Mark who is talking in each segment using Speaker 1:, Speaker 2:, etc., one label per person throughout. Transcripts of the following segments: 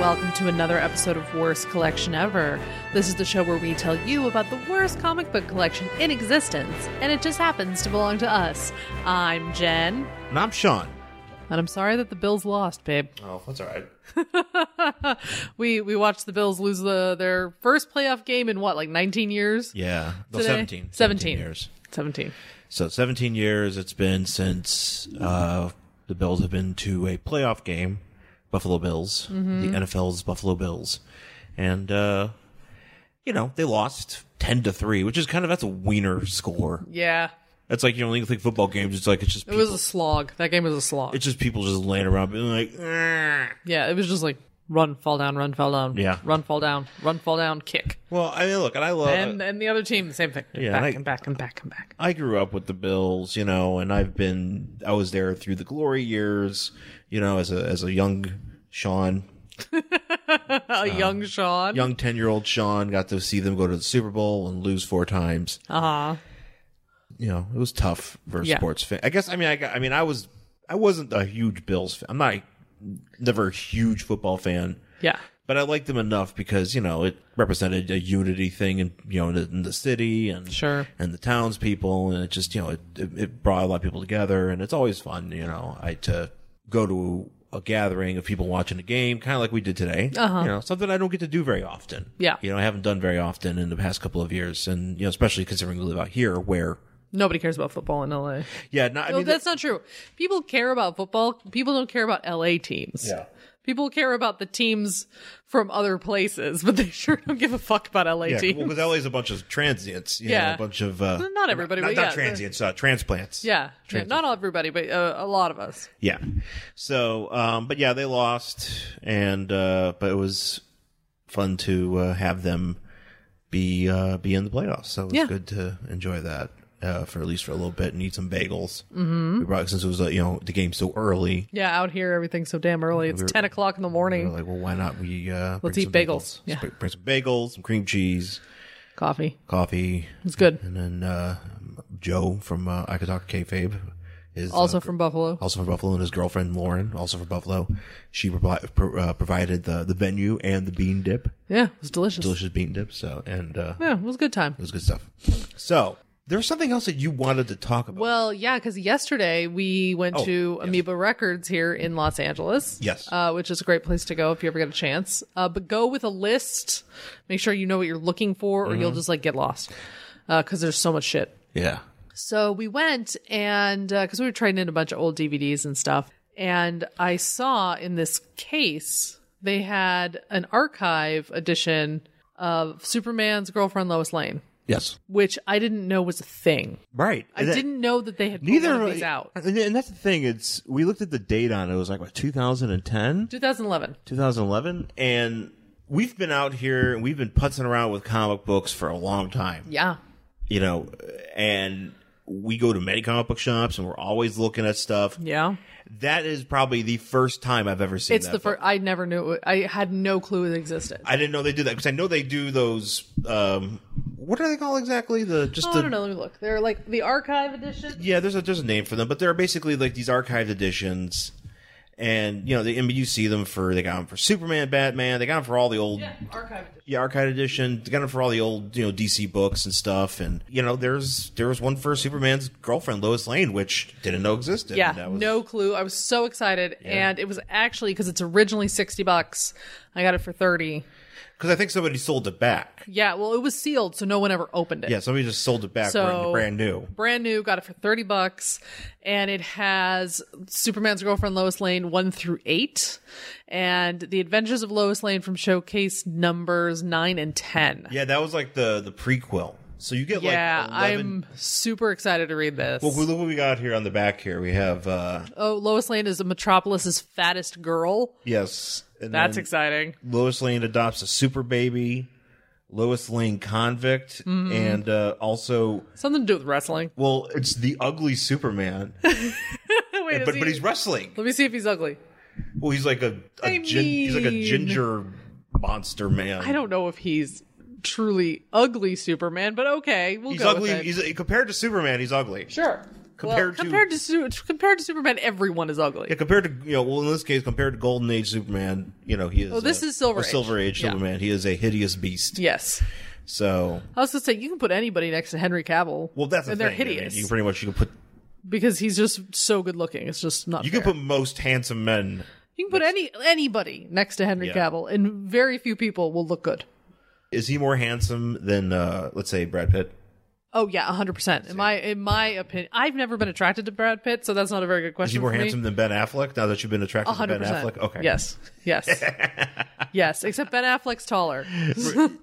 Speaker 1: Welcome to another episode of Worst Collection Ever. This is the show where we tell you about the worst comic book collection in existence, and it just happens to belong to us. I'm Jen,
Speaker 2: And I'm Sean.
Speaker 1: and I'm sorry that the Bills lost, babe.
Speaker 2: Oh, that's all right.
Speaker 1: we we watched the Bills lose the their first playoff game in what, like 19 years?
Speaker 2: Yeah. No,
Speaker 1: Today-
Speaker 2: 17.
Speaker 1: 17.
Speaker 2: years.
Speaker 1: 17.
Speaker 2: So 17 years it's been since uh, the Bills have been to a playoff game, Buffalo Bills,
Speaker 1: Mm-hmm.
Speaker 2: the NFL's Buffalo Bills. And, uh, you know, they lost 10 to 3, which is kind of, that's a wiener score.
Speaker 1: Yeah.
Speaker 2: That's like, you know, when you think football games, it's like, it's just
Speaker 1: It
Speaker 2: people,
Speaker 1: was a slog. That game was a slog.
Speaker 2: it's just people just laying around being like, "Eh."
Speaker 1: Yeah, it was just like run, fall down, run, fall down.
Speaker 2: Yeah.
Speaker 1: Run, fall down, run, fall down, kick.
Speaker 2: well, I mean, look, and I love,
Speaker 1: And and the other team, the same thing.
Speaker 2: Yeah,
Speaker 1: back
Speaker 2: and I-
Speaker 1: and back and back and back.
Speaker 2: I grew up with the Bills, you know, and I've been I was there through the glory years, you know, as a as a young Sean,
Speaker 1: A Uh, young Sean.
Speaker 2: Uh, young 10-year-old Sean got to see them go to the Super Bowl and lose four times.
Speaker 1: Uh-huh.
Speaker 2: You know, it was tough for a
Speaker 1: Yeah.
Speaker 2: sports fan. I guess I mean I got, I mean I was I wasn't a huge Bills fan. I'm not a- never a huge football fan,
Speaker 1: Yeah.
Speaker 2: but I liked them enough because, you know, it represented a unity thing in, you know, in the, in the city and
Speaker 1: Sure.
Speaker 2: and the townspeople, and it just you know it, it, it brought a lot of people together, and it's always fun, you know, I to go to a gathering of people watching a game, kind of like we did today, uh-huh. you know, something I don't get to do very often.
Speaker 1: Yeah.
Speaker 2: you know, I haven't done very often in the past couple of years, and you know, especially considering we live out here, where
Speaker 1: Nobody cares about football in LA.
Speaker 2: yeah, not, I
Speaker 1: No,
Speaker 2: mean,
Speaker 1: that's not true. People care about football. People don't care about LA teams.
Speaker 2: Yeah.
Speaker 1: People care about the teams from other places, but they sure don't give a fuck about LA
Speaker 2: yeah,
Speaker 1: teams.
Speaker 2: well, because LA is a bunch of transients, you
Speaker 1: Yeah.
Speaker 2: know, a bunch of uh,
Speaker 1: Not everybody,
Speaker 2: not,
Speaker 1: but
Speaker 2: not
Speaker 1: yeah, they're-
Speaker 2: transients, uh, transplants,
Speaker 1: yeah. yeah. Not all everybody, but uh, a lot of us.
Speaker 2: Yeah. So, um, but yeah, they lost, and uh, but it was fun to uh, have them be uh, be in the playoffs. So it was
Speaker 1: Yeah.
Speaker 2: good to enjoy that uh, for at least for a little bit and eat some bagels. Mm-hmm. We brought since it was uh, you know the game so early.
Speaker 1: Yeah, out here everything's so damn early. It's 10 o'clock in the
Speaker 2: We
Speaker 1: morning.
Speaker 2: were like, well, why not we uh,
Speaker 1: Let's
Speaker 2: bring
Speaker 1: eat
Speaker 2: some
Speaker 1: bagels. Yeah.
Speaker 2: Let's bring- bring some bagels, some cream cheese,
Speaker 1: Coffee.
Speaker 2: coffee,
Speaker 1: It's good.
Speaker 2: and then uh, Joe from uh, I could talk kayfabe is uh,
Speaker 1: Also from Buffalo.
Speaker 2: also from Buffalo, and his girlfriend Lauren, also from Buffalo. She provi- pro- uh, provided the the venue and the bean dip,
Speaker 1: Yeah, it was delicious.
Speaker 2: delicious bean dip. So, and uh, it
Speaker 1: Yeah, it was a good time.
Speaker 2: was good stuff. So, there was something else that you wanted to talk about.
Speaker 1: Well, yeah, because yesterday we went
Speaker 2: Oh,
Speaker 1: to
Speaker 2: yes.
Speaker 1: Amoeba Records here in Los Angeles.
Speaker 2: Yes.
Speaker 1: Uh, which is a great place to go if you ever get a chance. Uh, but go with a list. Make sure you know what you're looking for, or
Speaker 2: Mm-hmm.
Speaker 1: you'll just like get lost because there's so much shit.
Speaker 2: yeah,
Speaker 1: So we went and because we were trading in a bunch of old DVDs and stuff, and I saw in this case they had an archive edition of Superman's girlfriend Lois Lane,
Speaker 2: yes,
Speaker 1: which I didn't know was a thing.
Speaker 2: right.
Speaker 1: I didn't know that they had put
Speaker 2: Neither
Speaker 1: one of these out.
Speaker 2: and and that's the thing. It's we looked at the date on it. It was like what 2010,
Speaker 1: 2011.
Speaker 2: 2011, and we've been out here and we've been putzing around with comic books for a long time.
Speaker 1: Yeah.
Speaker 2: you know, and we go to many comic book shops and we're always looking at stuff.
Speaker 1: Yeah.
Speaker 2: That is probably the first time I've ever seen
Speaker 1: It's
Speaker 2: that
Speaker 1: the
Speaker 2: book.
Speaker 1: first. I never knew. It, I had no clue it existed.
Speaker 2: I didn't know they do that because I know they do those. Um, what are they called exactly? The just
Speaker 1: Oh,
Speaker 2: the
Speaker 1: I don't know. Let me look. They're like the archive edition.
Speaker 2: yeah. There's a there's a name for them, but they're basically like these archived editions. And you know, they, I mean, you see them for they got them for Superman, Batman. They got them for all the old
Speaker 1: archive edition.
Speaker 2: yeah, archive edition. Got them for all the old, you know, DC books and stuff. And you know, there's there was one for Superman's girlfriend, Lois Lane, which didn't know existed.
Speaker 1: Yeah,
Speaker 2: That was-
Speaker 1: no clue. I was so excited, and it was actually because it's originally sixty bucks. I got it for thirty.
Speaker 2: because I think somebody sold it back.
Speaker 1: Yeah, well, it was sealed, so no one ever opened it.
Speaker 2: Yeah, somebody just sold it back
Speaker 1: So-
Speaker 2: brand, brand new.
Speaker 1: brand new. Got it for thirty bucks, and it has Superman's girlfriend Lois Lane one through eight, and the Adventures of Lois Lane from Showcase numbers nine and ten.
Speaker 2: Yeah, that was like the the prequel. So you get
Speaker 1: Yeah,
Speaker 2: like 11
Speaker 1: I'm super excited to read this.
Speaker 2: Well, look what we got here on the back. Here we have uh
Speaker 1: oh, Lois Lane is a Metropolis's fattest girl.
Speaker 2: yes, and
Speaker 1: That's
Speaker 2: then
Speaker 1: exciting.
Speaker 2: Lois Lane adopts a super baby. Lois Lane convict,
Speaker 1: Mm-hmm.
Speaker 2: and uh, also,
Speaker 1: Something to do with wrestling.
Speaker 2: well, it's the ugly Superman,
Speaker 1: Wait,
Speaker 2: but
Speaker 1: is
Speaker 2: but
Speaker 1: he-
Speaker 2: he's wrestling.
Speaker 1: Let me see if he's ugly.
Speaker 2: Well, he's like a,
Speaker 1: I
Speaker 2: a gin, he's like a
Speaker 1: mean-
Speaker 2: ginger monster man.
Speaker 1: I don't know if he's truly ugly Superman, but okay, we'll
Speaker 2: He's
Speaker 1: go
Speaker 2: ugly.
Speaker 1: with it.
Speaker 2: He's compared to Superman. He's ugly.
Speaker 1: sure.
Speaker 2: compared to
Speaker 1: compared to Su- compared to Superman, everyone is ugly.
Speaker 2: Yeah, compared to you know, well, in this case, compared to Golden Age Superman, you know, he is.
Speaker 1: Oh, this
Speaker 2: a-
Speaker 1: is Silver
Speaker 2: or
Speaker 1: Age.
Speaker 2: Silver Age
Speaker 1: Yeah.
Speaker 2: Superman. He is a hideous beast.
Speaker 1: Yes,
Speaker 2: So,
Speaker 1: I was gonna say you can put anybody next to Henry Cavill.
Speaker 2: well, that's the
Speaker 1: and they're
Speaker 2: thing. I mean,
Speaker 1: hideous
Speaker 2: you pretty much you can put
Speaker 1: because he's just so good looking. It's just not.
Speaker 2: you
Speaker 1: fair.
Speaker 2: can put most handsome men.
Speaker 1: you can put any anybody next to Henry
Speaker 2: Yeah.
Speaker 1: Cavill, and very few people will look good.
Speaker 2: Is he more handsome than uh, let's say Brad Pitt?
Speaker 1: Oh yeah, hundred percent. In my in my opinion, I've never been attracted to Brad Pitt, so that's not a very good
Speaker 2: Is
Speaker 1: question.
Speaker 2: he more
Speaker 1: for me.
Speaker 2: handsome than Ben Affleck? Now that you've been attracted to Ben
Speaker 1: 100%.
Speaker 2: Affleck, okay,
Speaker 1: Yes. Yes. yes. Except Ben Affleck's taller.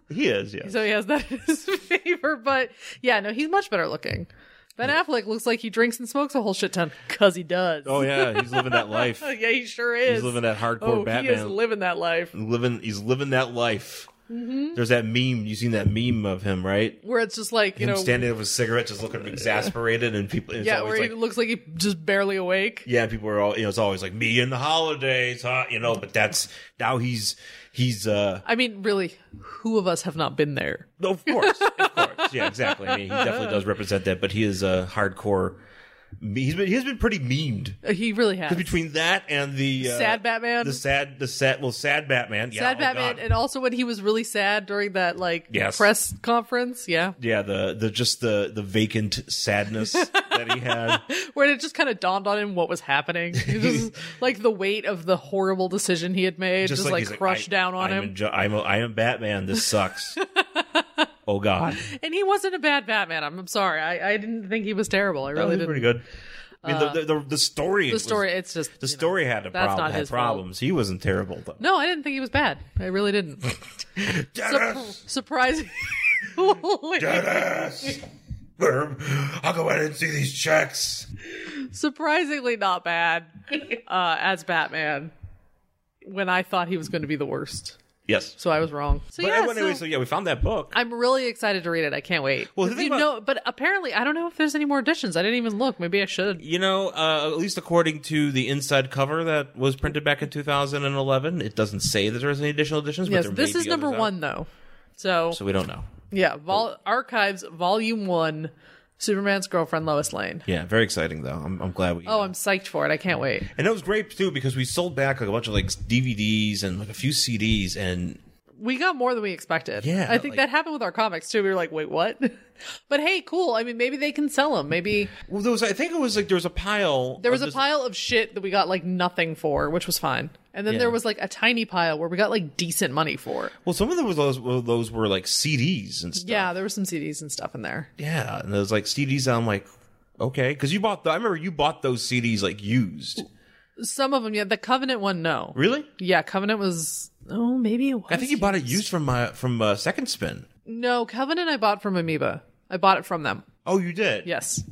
Speaker 2: he is. Yes,
Speaker 1: So he has that in his favor. But yeah, no, he's much better looking. Ben Affleck looks like he drinks and smokes a whole shit ton because he does.
Speaker 2: Oh yeah, he's living that life.
Speaker 1: Oh, yeah, he sure is.
Speaker 2: He's living that hardcore
Speaker 1: oh, He is
Speaker 2: Batman.
Speaker 1: living that life.
Speaker 2: living, he's living that life.
Speaker 1: Mm-hmm.
Speaker 2: There's that meme. You seen that meme of him, right?
Speaker 1: Where it's just like, you
Speaker 2: him
Speaker 1: know,
Speaker 2: standing there with a cigarette, just looking exasperated, and people. It's
Speaker 1: yeah,
Speaker 2: always
Speaker 1: where he
Speaker 2: like,
Speaker 1: looks like he just barely awake.
Speaker 2: yeah, people are all you know. It's always like me and the holidays, huh? You know, but that's now he's he's uh
Speaker 1: I mean, really, who of us have not been there?
Speaker 2: of course, of course, yeah, exactly. I mean, he definitely does represent that, but he is a hardcore. He's been he's been pretty memed
Speaker 1: Uh, He really has.
Speaker 2: between that and the uh,
Speaker 1: Sad Batman?
Speaker 2: the sad the sad well sad Batman, yeah,
Speaker 1: sad
Speaker 2: oh,
Speaker 1: Batman,
Speaker 2: God.
Speaker 1: and also when he was really sad during that like
Speaker 2: Yes.
Speaker 1: press conference, yeah,
Speaker 2: yeah, the the just the the vacant sadness that he had.
Speaker 1: where it just kind of dawned on him what was happening, It was, like the weight of the horrible decision he had made just, like,
Speaker 2: he's
Speaker 1: crushed
Speaker 2: I-
Speaker 1: down on
Speaker 2: I'm
Speaker 1: him.
Speaker 2: enjo- I'm a, I am Batman. This sucks. oh God, that
Speaker 1: and he wasn't a bad Batman. I'm, I'm sorry, I, I didn't think he was terrible. I really
Speaker 2: was
Speaker 1: didn't.
Speaker 2: pretty good. I mean, the, the, the, the story.
Speaker 1: The story, it's just
Speaker 2: the story had a
Speaker 1: that's
Speaker 2: problem.
Speaker 1: not
Speaker 2: had
Speaker 1: his fault.
Speaker 2: problems. He wasn't terrible though.
Speaker 1: no, I didn't think he was bad. I really didn't. Sur-
Speaker 2: Dennis,
Speaker 1: surprising.
Speaker 2: Dennis, Where- how come I didn't see these checks?
Speaker 1: surprisingly not bad uh, as Batman when I thought he was going to be the worst.
Speaker 2: Yes.
Speaker 1: So I was wrong. So
Speaker 2: But
Speaker 1: yeah, so-
Speaker 2: anyway, so, yeah, we found that book.
Speaker 1: I'm really excited to read it. I can't wait.
Speaker 2: Well, the thing
Speaker 1: you
Speaker 2: about-
Speaker 1: know, but apparently, I don't know if there's any more editions. I didn't even look. Maybe I should.
Speaker 2: you know, uh, at least according to the inside cover that was printed back in 2011, it doesn't say that there's any additional editions.
Speaker 1: Yes,
Speaker 2: but there
Speaker 1: this
Speaker 2: may
Speaker 1: is
Speaker 2: be
Speaker 1: number
Speaker 2: others out.
Speaker 1: one though. So,
Speaker 2: so oh. we don't know.
Speaker 1: yeah, vol- archives volume one, Superman's girlfriend Lois Lane.
Speaker 2: Yeah, very exciting though. I'm, I'm glad we.
Speaker 1: Oh, I'm psyched for it. I can't wait.
Speaker 2: and that was great too because we sold back like a bunch of like DVDs and like a few CDs and
Speaker 1: We got more than we expected.
Speaker 2: Yeah,
Speaker 1: I think
Speaker 2: like-
Speaker 1: that happened with our comics too. We were like, wait, what? but hey, cool. I mean, maybe they can sell them. Maybe
Speaker 2: well, there was I think it was like there was a pile.
Speaker 1: there was
Speaker 2: of
Speaker 1: a
Speaker 2: this-
Speaker 1: pile of shit that we got like nothing for, which was fine. And then
Speaker 2: Yeah.
Speaker 1: there was like a tiny pile where we got like decent money for.
Speaker 2: Well, some of those those well, those were like CDs and stuff.
Speaker 1: Yeah, there were some CDs and stuff in there.
Speaker 2: yeah, and there's like CDs. And I'm like, okay, because you bought. The, I remember you bought those CDs like used.
Speaker 1: Some of them, yeah. The Covenant one, no.
Speaker 2: Really?
Speaker 1: Yeah, Covenant was. Oh, maybe it was.
Speaker 2: I think you bought it used from my from uh, Second Spin.
Speaker 1: No, Covenant I bought from Amoeba. I bought it from them.
Speaker 2: Oh, you did.
Speaker 1: Yes.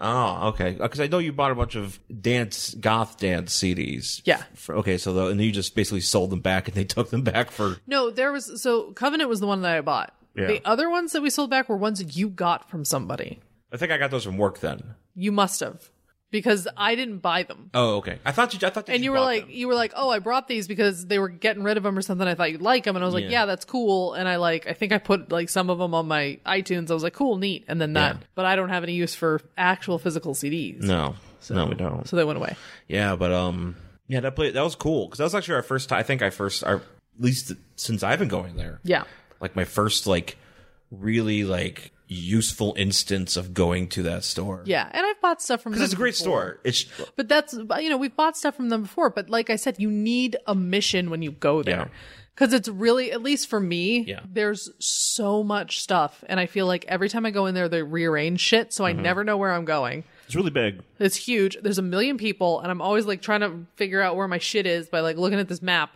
Speaker 2: Oh, okay. Because I know you bought a bunch of dance goth dance CDs.
Speaker 1: Yeah.
Speaker 2: For, okay, so though, and you just basically sold them back, and they took them back for.
Speaker 1: No, there was. So Covenant was the one that I bought.
Speaker 2: Yeah.
Speaker 1: The other ones that we sold back were ones that you got from somebody.
Speaker 2: I think I got those from work then.
Speaker 1: You must have, because I didn't buy them.
Speaker 2: Oh, okay. I thought you. I thought that
Speaker 1: And you were
Speaker 2: bought
Speaker 1: like,
Speaker 2: them.
Speaker 1: you were like, oh, I brought these because they were getting rid of them or something. I thought you'd like them, and I was like,
Speaker 2: Yeah.
Speaker 1: yeah, that's cool. And I like, I think I put like some of them on my iTunes. I was like, cool, neat. And then that,
Speaker 2: Yeah.
Speaker 1: but I don't have any use for actual physical CDs.
Speaker 2: no, no, we don't.
Speaker 1: So they went away.
Speaker 2: Yeah, but um, yeah, that play that was cool because that was actually our first. time. I think I first, our, at least since I've been going there.
Speaker 1: Yeah.
Speaker 2: like my first like really like useful instance of going to that store.
Speaker 1: Yeah. And I've bought stuff from them.
Speaker 2: Because it's a great
Speaker 1: before.
Speaker 2: store. It's
Speaker 1: But that's, but, you know, we've bought stuff from them before. But like I said, you need a mission when you go there.
Speaker 2: Yeah.
Speaker 1: Because it's really, at least for me,
Speaker 2: Yeah.
Speaker 1: there's so much stuff. And I feel like every time I go in there, they rearrange shit. So
Speaker 2: Mm-hmm.
Speaker 1: I never know where I'm going.
Speaker 2: it's really big.
Speaker 1: It's huge. There's a million people, and I'm always like trying to figure out where my shit is by like looking at this map.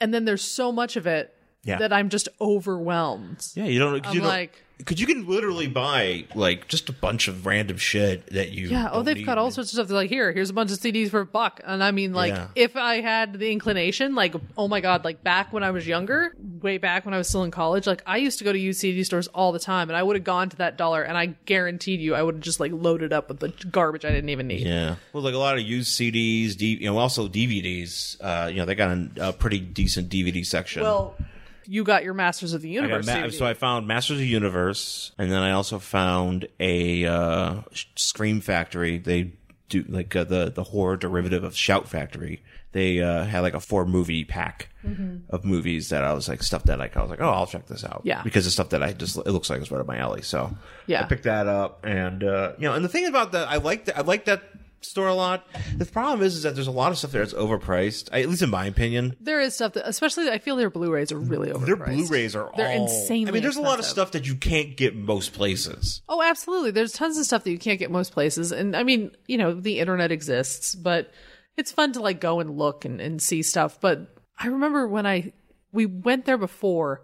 Speaker 1: And then there's so much of it
Speaker 2: Yeah.
Speaker 1: that I'm just overwhelmed.
Speaker 2: Yeah, you don't. Cause
Speaker 1: I'm
Speaker 2: you don't,
Speaker 1: like-
Speaker 2: because you can literally buy like just a bunch of random shit that you.
Speaker 1: Yeah. Oh,
Speaker 2: don't
Speaker 1: they've
Speaker 2: need.
Speaker 1: got all sorts of stuff. They're like, here, here's a bunch of CDs for a buck. And I mean, like,
Speaker 2: Yeah.
Speaker 1: if I had the inclination, like, oh my God, like back when I was younger, way back when I was still in college, like, I used to go to used CD stores all the time and I would have gone to that dollar and I guaranteed you I would have just like loaded up with the garbage I didn't even need.
Speaker 2: Yeah, well, like a lot of used CDs, D, you know, also DVDs. Uh, you know, they got a, a pretty decent DVD section.
Speaker 1: Well, you got your Masters of the
Speaker 2: I got
Speaker 1: Universe.
Speaker 2: Ma-
Speaker 1: DVD.
Speaker 2: so I found Masters of the Universe, and then I also found a uh, Sh- Scream Factory. They do like uh, the the horror derivative of Shout Factory. They uh, had like a four movie pack of movies that I was like stuff that like I was like, oh, I'll check this out.
Speaker 1: Mm-hmm. Yeah.
Speaker 2: because it's stuff that I just it looks like it's right up my alley. So
Speaker 1: Yeah.
Speaker 2: I picked that up, and uh, you know, and the thing about that, I like that. I like that store a lot. The problem is, is that there's a lot of stuff there that's overpriced. I, at least in my opinion.
Speaker 1: there is stuff that, especially I feel their Blu-rains are really overpriced.
Speaker 2: Their Blu-rays are
Speaker 1: They're
Speaker 2: all
Speaker 1: insanely
Speaker 2: I mean, there's a lot of
Speaker 1: expensive.
Speaker 2: stuff that you can't get most places.
Speaker 1: Oh, absolutely. There's tons of stuff that you can't get most places. And I mean, you know, the internet exists, but it's fun to like go and look and, and see stuff. But I remember when I we went there before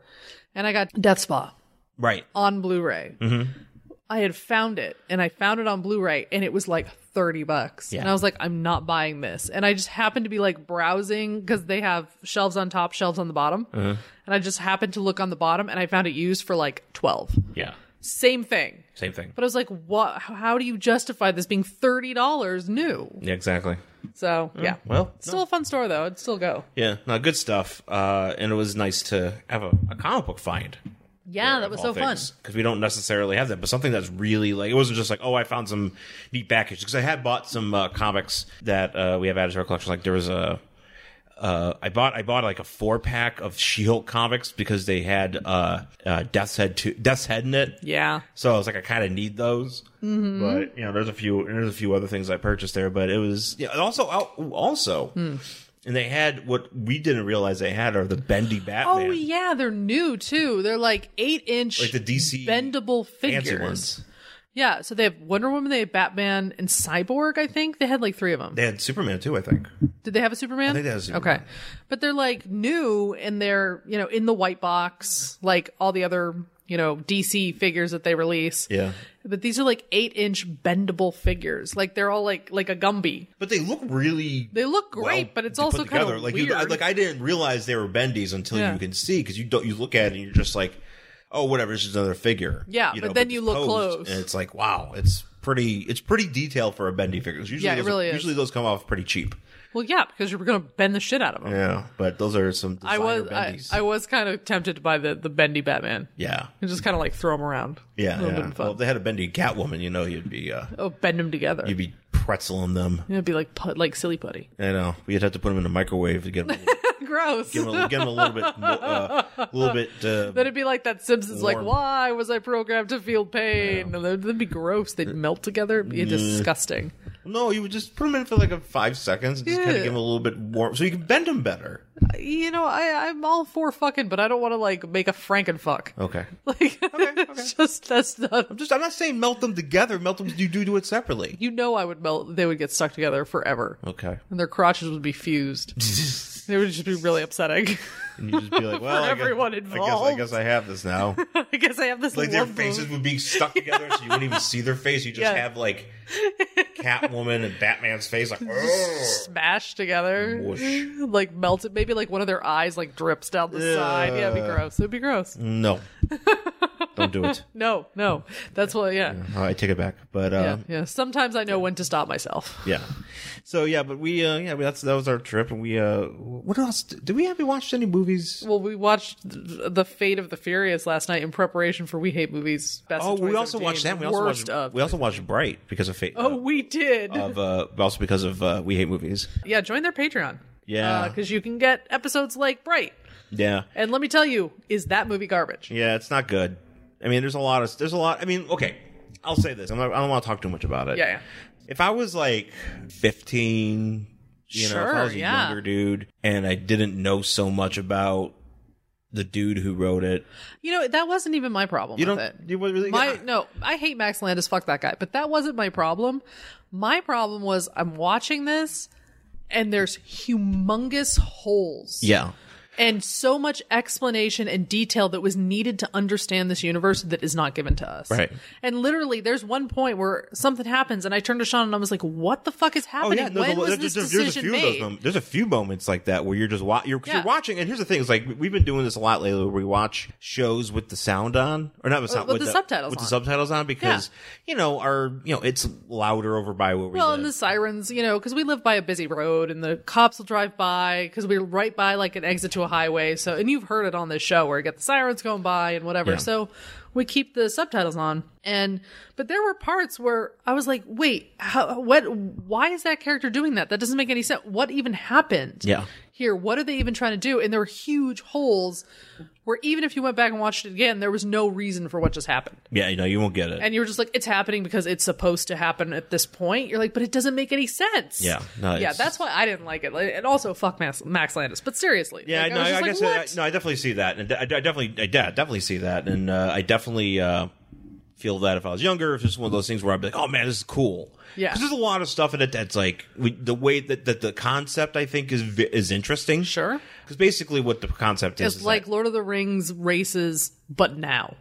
Speaker 1: and I got Death Spa
Speaker 2: Right.
Speaker 1: on Blu-ray. I had found it and I found it on Blu-ray and it was like 30 bucks. And I was like, I'm not buying this. And I just happened to be like browsing because they have shelves on top, shelves on the bottom. And I just happened to look on the bottom and I found it used for like 12.
Speaker 2: Yeah.
Speaker 1: Same thing.
Speaker 2: Same thing.
Speaker 1: But I was like, what? How do you justify this being thirty dollars new?
Speaker 2: Yeah, exactly.
Speaker 1: So yeah,
Speaker 2: Hmm. Well,
Speaker 1: still a fun store though. I'd still go.
Speaker 2: yeah, no, good stuff. Uh, and it was nice to have a, a comic book find.
Speaker 1: Yeah, Oh, that was so fun.
Speaker 2: because we don't necessarily have that, but something that's really like it wasn't just like oh I found some neat package because I had bought some uh, comics that uh, we have added to our collection. Like there was a uh, I bought I bought like a four pack of She Hulk comics because they had uh, uh, Death's Head two, Death's Head in it.
Speaker 1: Yeah,
Speaker 2: So I was like, I kind of need those. But you know, there's a few, there's a few other things I purchased there. But it was yeah. and Also, also, and they had what we didn't realize they had are the bendy
Speaker 1: Oh
Speaker 2: Batman,
Speaker 1: yeah, they're new too. They're like eight inch,
Speaker 2: like the DC
Speaker 1: bendable
Speaker 2: fancy
Speaker 1: figures.
Speaker 2: ones.
Speaker 1: Yeah, so they have Wonder Woman, they have Batman and Cyborg. I think they had like three of them.
Speaker 2: They had Superman too, I think.
Speaker 1: Did they have a Superman?
Speaker 2: think they had a Superman.
Speaker 1: Okay, but they're like new and they're you know in the white box like all the other you know DC figures that they release.
Speaker 2: Yeah,
Speaker 1: But these are like eight inch bendable figures. Like they're all like like a Gumby.
Speaker 2: but they look really.
Speaker 1: They look great,
Speaker 2: well
Speaker 1: but it's
Speaker 2: put
Speaker 1: also kind
Speaker 2: together.
Speaker 1: of
Speaker 2: like
Speaker 1: weird.
Speaker 2: You, like I didn't realize they were bendies until
Speaker 1: Yeah.
Speaker 2: you can see because you don't. You look at it and you're just like, oh, whatever. It's just another figure.
Speaker 1: Yeah, but then
Speaker 2: it's
Speaker 1: you look
Speaker 2: posed,
Speaker 1: close.
Speaker 2: and it's like, wow, it's pretty. It's pretty detailed for a bendy figure. 'Cause Usually
Speaker 1: Yeah, it
Speaker 2: those,
Speaker 1: really is.
Speaker 2: Usually those come off pretty cheap.
Speaker 1: well, yeah, because you're gonna bend the shit out of them.
Speaker 2: Yeah, but those are some.
Speaker 1: I
Speaker 2: Designer
Speaker 1: was I,
Speaker 2: bendies.
Speaker 1: I was kind of tempted to buy the the bendy Batman
Speaker 2: yeah.
Speaker 1: and just kind of like throw them around.
Speaker 2: Yeah,
Speaker 1: would've
Speaker 2: yeah.
Speaker 1: been fun.
Speaker 2: Well, if they had a bendy Catwoman, you know, you'd be uh,
Speaker 1: Oh, bend them together.
Speaker 2: you'd be pretzeling them.
Speaker 1: It'd be like put like silly putty.
Speaker 2: I know you'd have to put them in a microwave to get them a little,
Speaker 1: Gross.
Speaker 2: get 'em a- get 'em a little bit, more, uh, a little bit. Uh,
Speaker 1: Then it'd be like that Simpsons, like,
Speaker 2: Warm.
Speaker 1: why was I programmed to feel pain? And that'd, that'd be gross.
Speaker 2: Uh,
Speaker 1: They'd melt together. It'd be disgusting.
Speaker 2: No, you would just put them in for like a five seconds, and just kind
Speaker 1: Yeah.
Speaker 2: of give them a little bit warm, so you can bend them better.
Speaker 1: You know, I, I'm all for fucking, but I don't want to like make a frankenfuck.
Speaker 2: Okay.
Speaker 1: Like, it's just that's not.
Speaker 2: I'm just I'm not saying melt them together. Melt them. You do do it separately.
Speaker 1: You know, I would melt. They would get stuck together forever,
Speaker 2: Okay.
Speaker 1: and their crotches would be fused. It would just be really upsetting.
Speaker 2: And you just be like, well, I guess-
Speaker 1: everyone
Speaker 2: I guess, I
Speaker 1: involved.
Speaker 2: guess I have this now.
Speaker 1: I guess I have this.
Speaker 2: like their
Speaker 1: lump of-
Speaker 2: faces would be stuck together, so you wouldn't even see their face. You just
Speaker 1: Yeah.
Speaker 2: have like Catwoman and Batman's face, like "Urgh."
Speaker 1: smashed together,
Speaker 2: Whoosh.
Speaker 1: like melted. Maybe like one of their eyes like drips down the side. Yeah, it'd be
Speaker 2: Yeah. Mm.
Speaker 1: gross. It'd be gross.
Speaker 2: no, don't do it.
Speaker 1: No, no, that's what. Yeah,
Speaker 2: Uh, I take it back, but
Speaker 1: yeah,
Speaker 2: uh,
Speaker 1: yeah. Sometimes I know when to stop myself.
Speaker 2: yeah. So yeah, but we uh, yeah that's that was our trip, and we uh what else did we have? We watched any movies?
Speaker 1: Well, we watched th- The Fate of the Furious last night in preparation for We Hate Movies. Best
Speaker 2: Oh,
Speaker 1: of
Speaker 2: we
Speaker 1: 2017,
Speaker 2: also watched that. We also
Speaker 1: worst
Speaker 2: watched
Speaker 1: of.
Speaker 2: we also watched Bright because of fate.
Speaker 1: oh, we did.
Speaker 2: of uh, also because of uh, we hate movies.
Speaker 1: yeah, join their Patreon.
Speaker 2: Yeah.
Speaker 1: because you can get episodes like Bright.
Speaker 2: Yeah,
Speaker 1: And let me tell you, is that movie garbage?
Speaker 2: Yeah, it's not good. I mean, there's a lot of there's a lot. I mean, okay, I'll say this. I'm not, I don't want to talk too much about it.
Speaker 1: Yeah, yeah.
Speaker 2: If I was like 15, you know, if
Speaker 1: Sure,
Speaker 2: I was a
Speaker 1: yeah.
Speaker 2: younger dude and I didn't know so much about the dude who wrote it,
Speaker 1: You know that wasn't even my problem.
Speaker 2: you
Speaker 1: with
Speaker 2: don't.
Speaker 1: it.
Speaker 2: You would really.
Speaker 1: My
Speaker 2: yeah.
Speaker 1: no, I hate Max Landis. Fuck that guy. But that wasn't my problem. My problem was I'm watching this, and there's humongous holes.
Speaker 2: yeah.
Speaker 1: and so much explanation and detail that was needed to understand this universe that is not given to us.
Speaker 2: Right.
Speaker 1: And literally, there's one point where something happens, and I turned to Sean and I was like, "What the fuck is
Speaker 2: Oh
Speaker 1: happening?
Speaker 2: yeah, no,
Speaker 1: when
Speaker 2: the-
Speaker 1: was this
Speaker 2: there's, there's, there's a
Speaker 1: decision
Speaker 2: few of those
Speaker 1: made?"
Speaker 2: moments. There's a few moments like that where you're just wa- you're, 'cause
Speaker 1: Yeah.
Speaker 2: you're watching, and here's the thing: is like we've been doing this a lot lately, where we watch shows with the sound on, or not with, sound,
Speaker 1: with the subtitles
Speaker 2: with
Speaker 1: on.
Speaker 2: the subtitles on, because you know our you know it's louder over by where we
Speaker 1: Well,
Speaker 2: live.
Speaker 1: and the sirens, you know, because we live by a busy road, and the cops will drive by because we're right by like an exit to into a highway. So, and you've heard it on this show where you get the sirens going by and whatever.
Speaker 2: Yeah.
Speaker 1: So we keep the subtitles on. And, but there were parts where I was like, wait, how, what, why is that character doing that? That doesn't make any sense. What even happened?
Speaker 2: Yeah.
Speaker 1: Here, what are they even trying to do? And there were huge holes where even if you went back and watched it again, there was no reason for what just happened
Speaker 2: Yeah, you know, you won't get it.
Speaker 1: and you were just like, it's happening because it's supposed to happen at this point. You're like, but it doesn't make any sense.
Speaker 2: Yeah, no,
Speaker 1: yeah,
Speaker 2: it's-
Speaker 1: that's why I didn't like it. Like, And also, fuck Max, Max Landis. But seriously,
Speaker 2: Yeah,
Speaker 1: like,
Speaker 2: no,
Speaker 1: I, was
Speaker 2: I,
Speaker 1: just
Speaker 2: I
Speaker 1: like,
Speaker 2: guess
Speaker 1: what?
Speaker 2: I, no, I definitely see that, and I, I definitely, I de- definitely see that, and uh, I definitely uh, feel that if I was younger, if it's one of those things where I'd be like, oh man, this is cool.
Speaker 1: Yeah.
Speaker 2: because there's a lot of stuff in it that's like we, the way that, that the concept I think is vi- is interesting.
Speaker 1: Sure.
Speaker 2: because basically what the concept is,
Speaker 1: it's
Speaker 2: is
Speaker 1: like
Speaker 2: that-
Speaker 1: Lord of the Rings races, but now.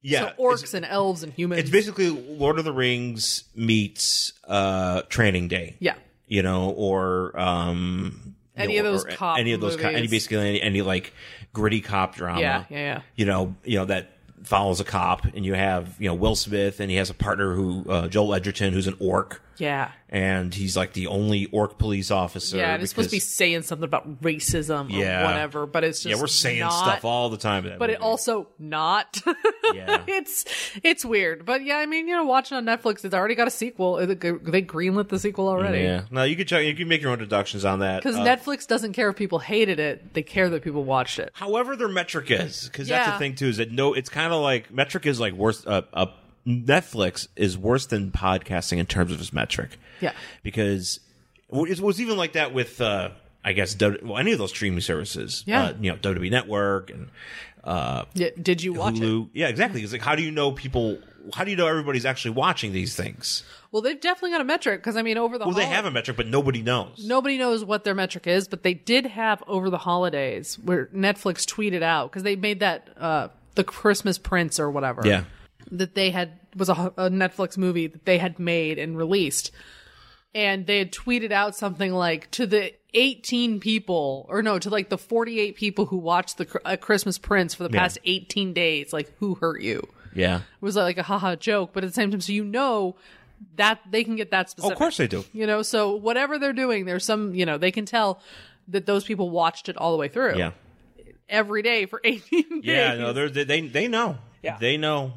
Speaker 2: yeah,
Speaker 1: so orcs
Speaker 2: it's,
Speaker 1: and elves and humans.
Speaker 2: it's basically Lord of the Rings meets uh, Training Day.
Speaker 1: yeah.
Speaker 2: you know, or um,
Speaker 1: Any
Speaker 2: you know,
Speaker 1: of those
Speaker 2: or
Speaker 1: cop
Speaker 2: any of those, co- any
Speaker 1: movies.
Speaker 2: basically any, any like gritty cop drama.
Speaker 1: Yeah, yeah, yeah.
Speaker 2: You know, you know that follows a cop, and you have you know Will Smith, and he has a partner who uh, Joel Edgerton, who's an orc,
Speaker 1: Yeah.
Speaker 2: and he's like the only orc police officer.
Speaker 1: Yeah, and it's supposed to be
Speaker 2: because-
Speaker 1: saying something about racism
Speaker 2: Yeah.
Speaker 1: or whatever, but it's just
Speaker 2: Yeah, we're saying
Speaker 1: not-
Speaker 2: stuff all the time, in that
Speaker 1: but it
Speaker 2: movie.
Speaker 1: also not.
Speaker 2: Yeah.
Speaker 1: it's it's weird, but yeah, I mean, you know, watching on Netflix, it's already got a sequel. They they greenlit the sequel already.
Speaker 2: Yeah, no, you can check. You can make your own deductions on that.
Speaker 1: Because
Speaker 2: Uh,
Speaker 1: Netflix doesn't care if people hated it; they care that people watched it.
Speaker 2: however their metric is because that's
Speaker 1: Yeah.
Speaker 2: the thing too is that no it's kind of like metric is like worse uh, uh, netflix is worse than podcasting in terms of its metric
Speaker 1: Yeah.
Speaker 2: because it was even like that with uh i guess W- well any of those streaming services
Speaker 1: Yeah.
Speaker 2: uh, you know wwe network and uh
Speaker 1: Yeah, Did you watch it?
Speaker 2: hulu yeah exactly it's like how do you know people how do you know everybody's actually watching these things
Speaker 1: Well, they've definitely got a metric. Because I mean, over the
Speaker 2: well they
Speaker 1: holi-
Speaker 2: have a metric but nobody knows
Speaker 1: Nobody knows what their metric is, but they did have over the holidays where Netflix tweeted out because they made that uh, the Christmas Prince or whatever.
Speaker 2: yeah
Speaker 1: that they had was a, a Netflix movie that they had made and released, and they had tweeted out something like to the 18 people, or no, to like the 48 people who watched the Cr- uh, Christmas Prince for the
Speaker 2: Yeah.
Speaker 1: past 18 days, like who hurt you? It
Speaker 2: yeah
Speaker 1: was like a haha joke, but at the same time, so you know that they can get that specific.
Speaker 2: Oh, of course they do
Speaker 1: you know. So whatever they're doing, there's some, you know, they can tell that those people watched it all the way through
Speaker 2: yeah
Speaker 1: every day for 18
Speaker 2: Yeah,
Speaker 1: days.
Speaker 2: no, they're, they they they know.
Speaker 1: Yeah.
Speaker 2: they know.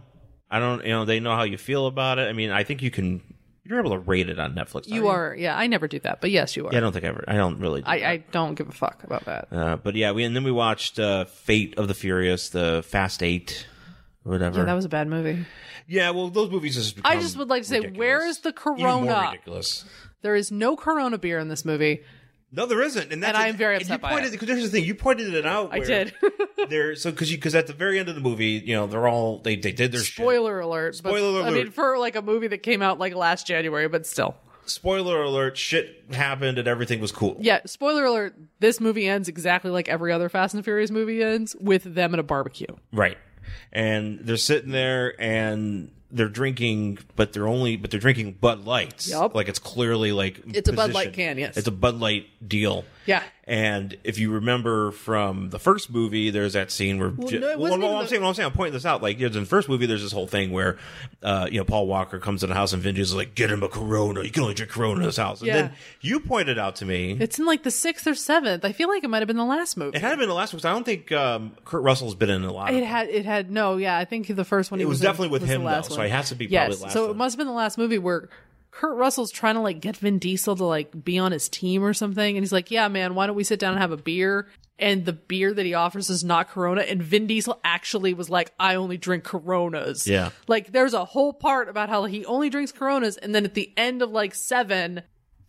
Speaker 2: I don't, you know, they know how you feel about it. I mean, I think you can. You're able to rate it on Netflix.
Speaker 1: you are, yeah. I never do that, but yes, you are.
Speaker 2: Yeah, I don't think I ever. I don't really. Do
Speaker 1: I, I don't give a fuck about that.
Speaker 2: uh, but yeah, we and then we watched uh, Fate of the Furious, the Fast Eight, or whatever. Yeah,
Speaker 1: That was a bad movie.
Speaker 2: well, those movies just.
Speaker 1: I
Speaker 2: become
Speaker 1: just would like to say,
Speaker 2: ridiculous.
Speaker 1: where is the
Speaker 2: Even more
Speaker 1: Corona?
Speaker 2: ridiculous.
Speaker 1: There is no Corona beer in this movie.
Speaker 2: No, there isn't, and that's
Speaker 1: And I'm very
Speaker 2: and
Speaker 1: upset
Speaker 2: You
Speaker 1: by
Speaker 2: pointed
Speaker 1: it.
Speaker 2: because here's the thing: you pointed it out.
Speaker 1: I
Speaker 2: where
Speaker 1: did.
Speaker 2: there, so because because at the very end of the movie, you know, they're all they they did their shit.
Speaker 1: Spoiler alert. but-
Speaker 2: Spoiler
Speaker 1: I mean,
Speaker 2: alert.
Speaker 1: for like a movie that came out like last January, but still.
Speaker 2: Spoiler alert: shit happened and everything was cool.
Speaker 1: Yeah, spoiler alert. This movie ends exactly like every other Fast and Furious movie ends with them at a barbecue.
Speaker 2: Right. And they're sitting there and they're drinking, but they're only but they're drinking Bud Lights.
Speaker 1: Yup.
Speaker 2: Like it's clearly like
Speaker 1: It's a Bud Light
Speaker 2: positioned.
Speaker 1: can, yes.
Speaker 2: It's a Bud Light deal.
Speaker 1: Yeah.
Speaker 2: And if you remember from the first movie, there's that scene where well,
Speaker 1: no, it wasn't even
Speaker 2: I'm
Speaker 1: the-
Speaker 2: saying, well, I'm saying, I'm pointing this out. Like, there's in the first movie, there's this whole thing where, uh, you know, Paul Walker comes to the house and Vinge is like, "Get him a Corona. You can only drink Corona in this house." And
Speaker 1: Yeah.
Speaker 2: then you pointed out to me,
Speaker 1: It's in like the sixth or seventh. I feel like it might have been the last movie.
Speaker 2: it had been the last one. 'cause I don't think um, Kurt Russell's been in a lot.
Speaker 1: It
Speaker 2: of
Speaker 1: had it had no, yeah. I think the first one. It
Speaker 2: was definitely with him,
Speaker 1: the
Speaker 2: though,
Speaker 1: last
Speaker 2: so
Speaker 1: one.
Speaker 2: it has to be
Speaker 1: yes.
Speaker 2: probably the last
Speaker 1: so it
Speaker 2: one.
Speaker 1: must have been the last movie where Kurt Russell's trying to like get Vin Diesel to like be on his team or something, and he's like, "Yeah, man, why don't we sit down and have a beer?" And the beer that he offers is not Corona, and Vin Diesel actually was like, "I only drink Coronas."
Speaker 2: Yeah.
Speaker 1: like there's a whole part about how he only drinks Coronas, and then at the end of like seven.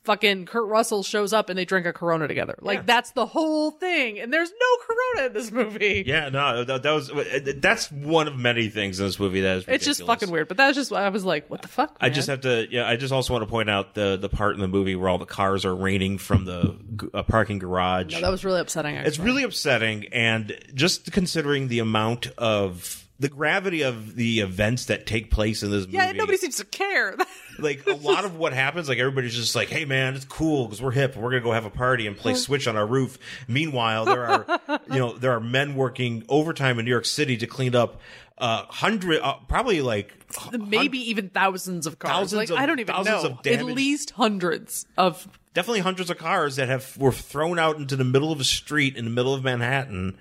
Speaker 1: Fucking Kurt Russell shows up and they drink a Corona together. Like that's the whole thing, and there's no Corona in this movie.
Speaker 2: Yeah, no, that, that was uh, that's one of many things in this movie that is.
Speaker 1: It's just fucking weird. But that's just I was like, what the fuck?
Speaker 2: I just
Speaker 1: man?
Speaker 2: have to. Yeah, I just also want to point out the the part in the movie where all the cars are raining from the g- uh, parking garage.
Speaker 1: that was really upsetting. Actually.
Speaker 2: it's really upsetting, and just considering the amount of the gravity of the events that take place in this movie.
Speaker 1: Yeah, and nobody seems to care.
Speaker 2: like a lot of what happens, like everybody's just like, "Hey, man, it's cool because we're hip. We're gonna go have a party and play Switch on our roof." Meanwhile, there are you know there are men working overtime in New York City to clean up uh, hundred, uh, probably like
Speaker 1: Maybe even thousands of cars.
Speaker 2: Thousands
Speaker 1: like
Speaker 2: of-
Speaker 1: I don't even
Speaker 2: thousands
Speaker 1: know.
Speaker 2: of damaged-
Speaker 1: At least hundreds of
Speaker 2: definitely hundreds of cars that have were thrown out into the middle of a street in the middle of Manhattan.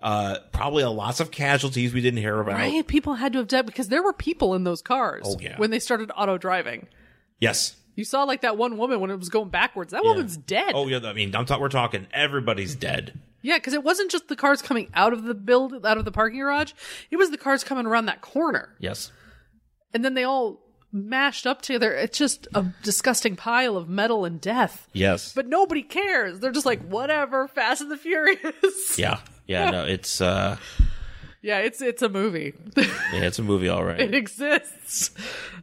Speaker 2: Uh, probably a lots of casualties we didn't hear about.
Speaker 1: Right? People had to have died because there were people in those cars
Speaker 2: Oh, yeah.
Speaker 1: when they started auto driving.
Speaker 2: Yes.
Speaker 1: You saw like that one woman when it was going backwards. That woman's dead.
Speaker 2: Oh yeah. I mean, I'm ta- we're talking. Everybody's dead.
Speaker 1: Yeah, because it wasn't just the cars coming out of the build out of the parking garage. It was the cars coming around that corner.
Speaker 2: Yes.
Speaker 1: And then they all mashed up together. It's just a disgusting pile of metal and death.
Speaker 2: Yes.
Speaker 1: But nobody cares. They're just like, whatever, Fast and the Furious.
Speaker 2: yeah. Yeah. No. It's uh.
Speaker 1: yeah, it's it's a movie.
Speaker 2: Yeah. It's a movie, all right.
Speaker 1: it exists.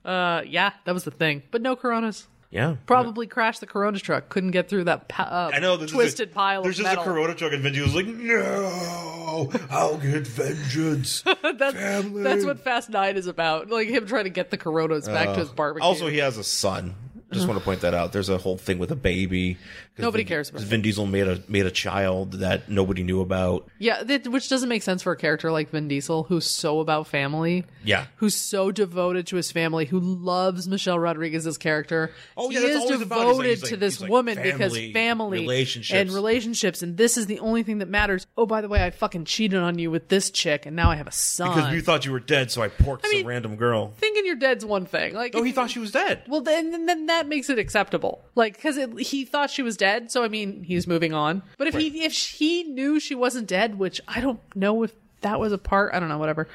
Speaker 1: Uh yeah, that was the thing. But no coronas.
Speaker 2: Yeah.
Speaker 1: Probably crashed the Corona truck. Couldn't get through that pa- uh,
Speaker 2: I know. There's
Speaker 1: twisted
Speaker 2: just a,
Speaker 1: pile
Speaker 2: There's
Speaker 1: of
Speaker 2: just
Speaker 1: metal.
Speaker 2: a Corona truck, and Vin Diesel's like, "No, I'll get vengeance."
Speaker 1: that's,
Speaker 2: Family.
Speaker 1: that's what Fast Nine is about. Like him trying to get the Coronas back to his barbecue.
Speaker 2: Uh, Also, he has a son. Just want to point that out. There's a whole thing with a baby. 'Cause
Speaker 1: Mm-hmm. Nobody
Speaker 2: Vin-
Speaker 1: cares about
Speaker 2: 'cause
Speaker 1: that.
Speaker 2: Vin Diesel made a made a child that nobody knew about.
Speaker 1: yeah, that, which doesn't make sense for a character like Vin Diesel, who's so about family.
Speaker 2: Yeah.
Speaker 1: Who's so devoted to his family, who loves Michelle Rodriguez's character.
Speaker 2: Oh,
Speaker 1: he
Speaker 2: yeah, that's
Speaker 1: is
Speaker 2: all he's
Speaker 1: devoted
Speaker 2: about. He's like- he's
Speaker 1: to
Speaker 2: like-
Speaker 1: this
Speaker 2: he's like
Speaker 1: woman because
Speaker 2: family,
Speaker 1: family
Speaker 2: relationships.
Speaker 1: and relationships, and this is the only thing that matters. Oh, by the way, I fucking cheated on you with this chick, and now I have a son.
Speaker 2: Because you thought you were dead, so I porked
Speaker 1: mean-
Speaker 2: some random girl.
Speaker 1: thinking you're dead's one thing. Like,
Speaker 2: Oh, he
Speaker 1: if-
Speaker 2: thought she was dead.
Speaker 1: Well, then, then- then that makes it acceptable. Like, because he thought she was dead, so I mean, he's moving on. But if he if he knew she wasn't dead, which I don't know if that was a part, I don't know, whatever.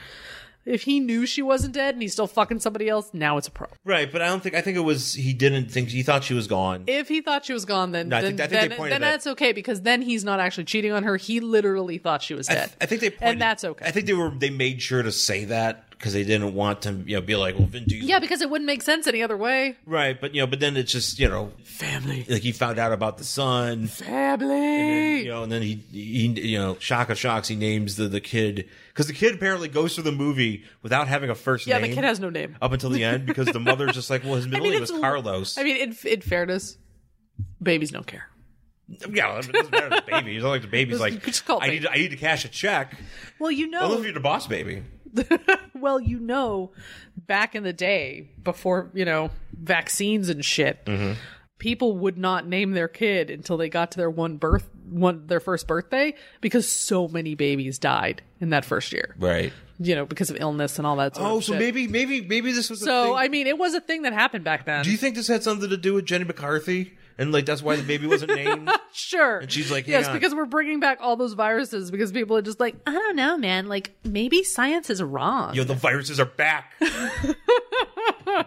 Speaker 1: If he knew she wasn't dead and he's still fucking somebody else, now it's a problem.
Speaker 2: Right, but I don't think. I think it was he didn't think he thought she was gone.
Speaker 1: If he thought she was gone, then
Speaker 2: No, I
Speaker 1: then,
Speaker 2: think- I think they
Speaker 1: then,
Speaker 2: pointed
Speaker 1: then
Speaker 2: that-
Speaker 1: that's okay because then he's not actually cheating on her. He literally thought she was
Speaker 2: I,
Speaker 1: dead.
Speaker 2: th- I think they pointed,
Speaker 1: and that's okay.
Speaker 2: I think they were they made sure to say that because they didn't want to you know be like well Vin Diesel
Speaker 1: yeah, because it wouldn't make sense any other way.
Speaker 2: right, but you know but then it's just you know
Speaker 1: Family,
Speaker 2: like he found out about the son
Speaker 1: family.
Speaker 2: you know and then he he you know shock of shocks he names the the kid because the kid apparently goes through the movie without having a first
Speaker 1: Yeah,
Speaker 2: name
Speaker 1: the kid has no name.
Speaker 2: up until the end because the mother's just like well his middle name was
Speaker 1: it's a-
Speaker 2: Carlos
Speaker 1: I mean, in, in fairness, babies don't care.
Speaker 2: yeah it doesn't matter to the baby it's not like the baby's
Speaker 1: Just-
Speaker 2: like
Speaker 1: just call it
Speaker 2: I need to, I need to cash a check
Speaker 1: Well, you know,
Speaker 2: I love you the boss baby
Speaker 1: well, you know, back in the day, before you know vaccines and shit,
Speaker 2: Mm-hmm.
Speaker 1: people would not name their kid until they got to their one birth, one their first birthday, because so many babies died in that first year.
Speaker 2: right
Speaker 1: You know, because of illness and all that. Sort
Speaker 2: oh
Speaker 1: of
Speaker 2: so
Speaker 1: shit.
Speaker 2: maybe maybe maybe this was a
Speaker 1: So
Speaker 2: thing-
Speaker 1: I mean, it was a thing that happened back then.
Speaker 2: Do you think this had something to do with Jenny McCarthy? And like that's why the baby wasn't named.
Speaker 1: Sure. And
Speaker 2: she's like,
Speaker 1: yes,
Speaker 2: "Hang on."
Speaker 1: because we're bringing back all those viruses because people are just like, I don't know, man. Like maybe science is wrong.
Speaker 2: Yo, the viruses are back.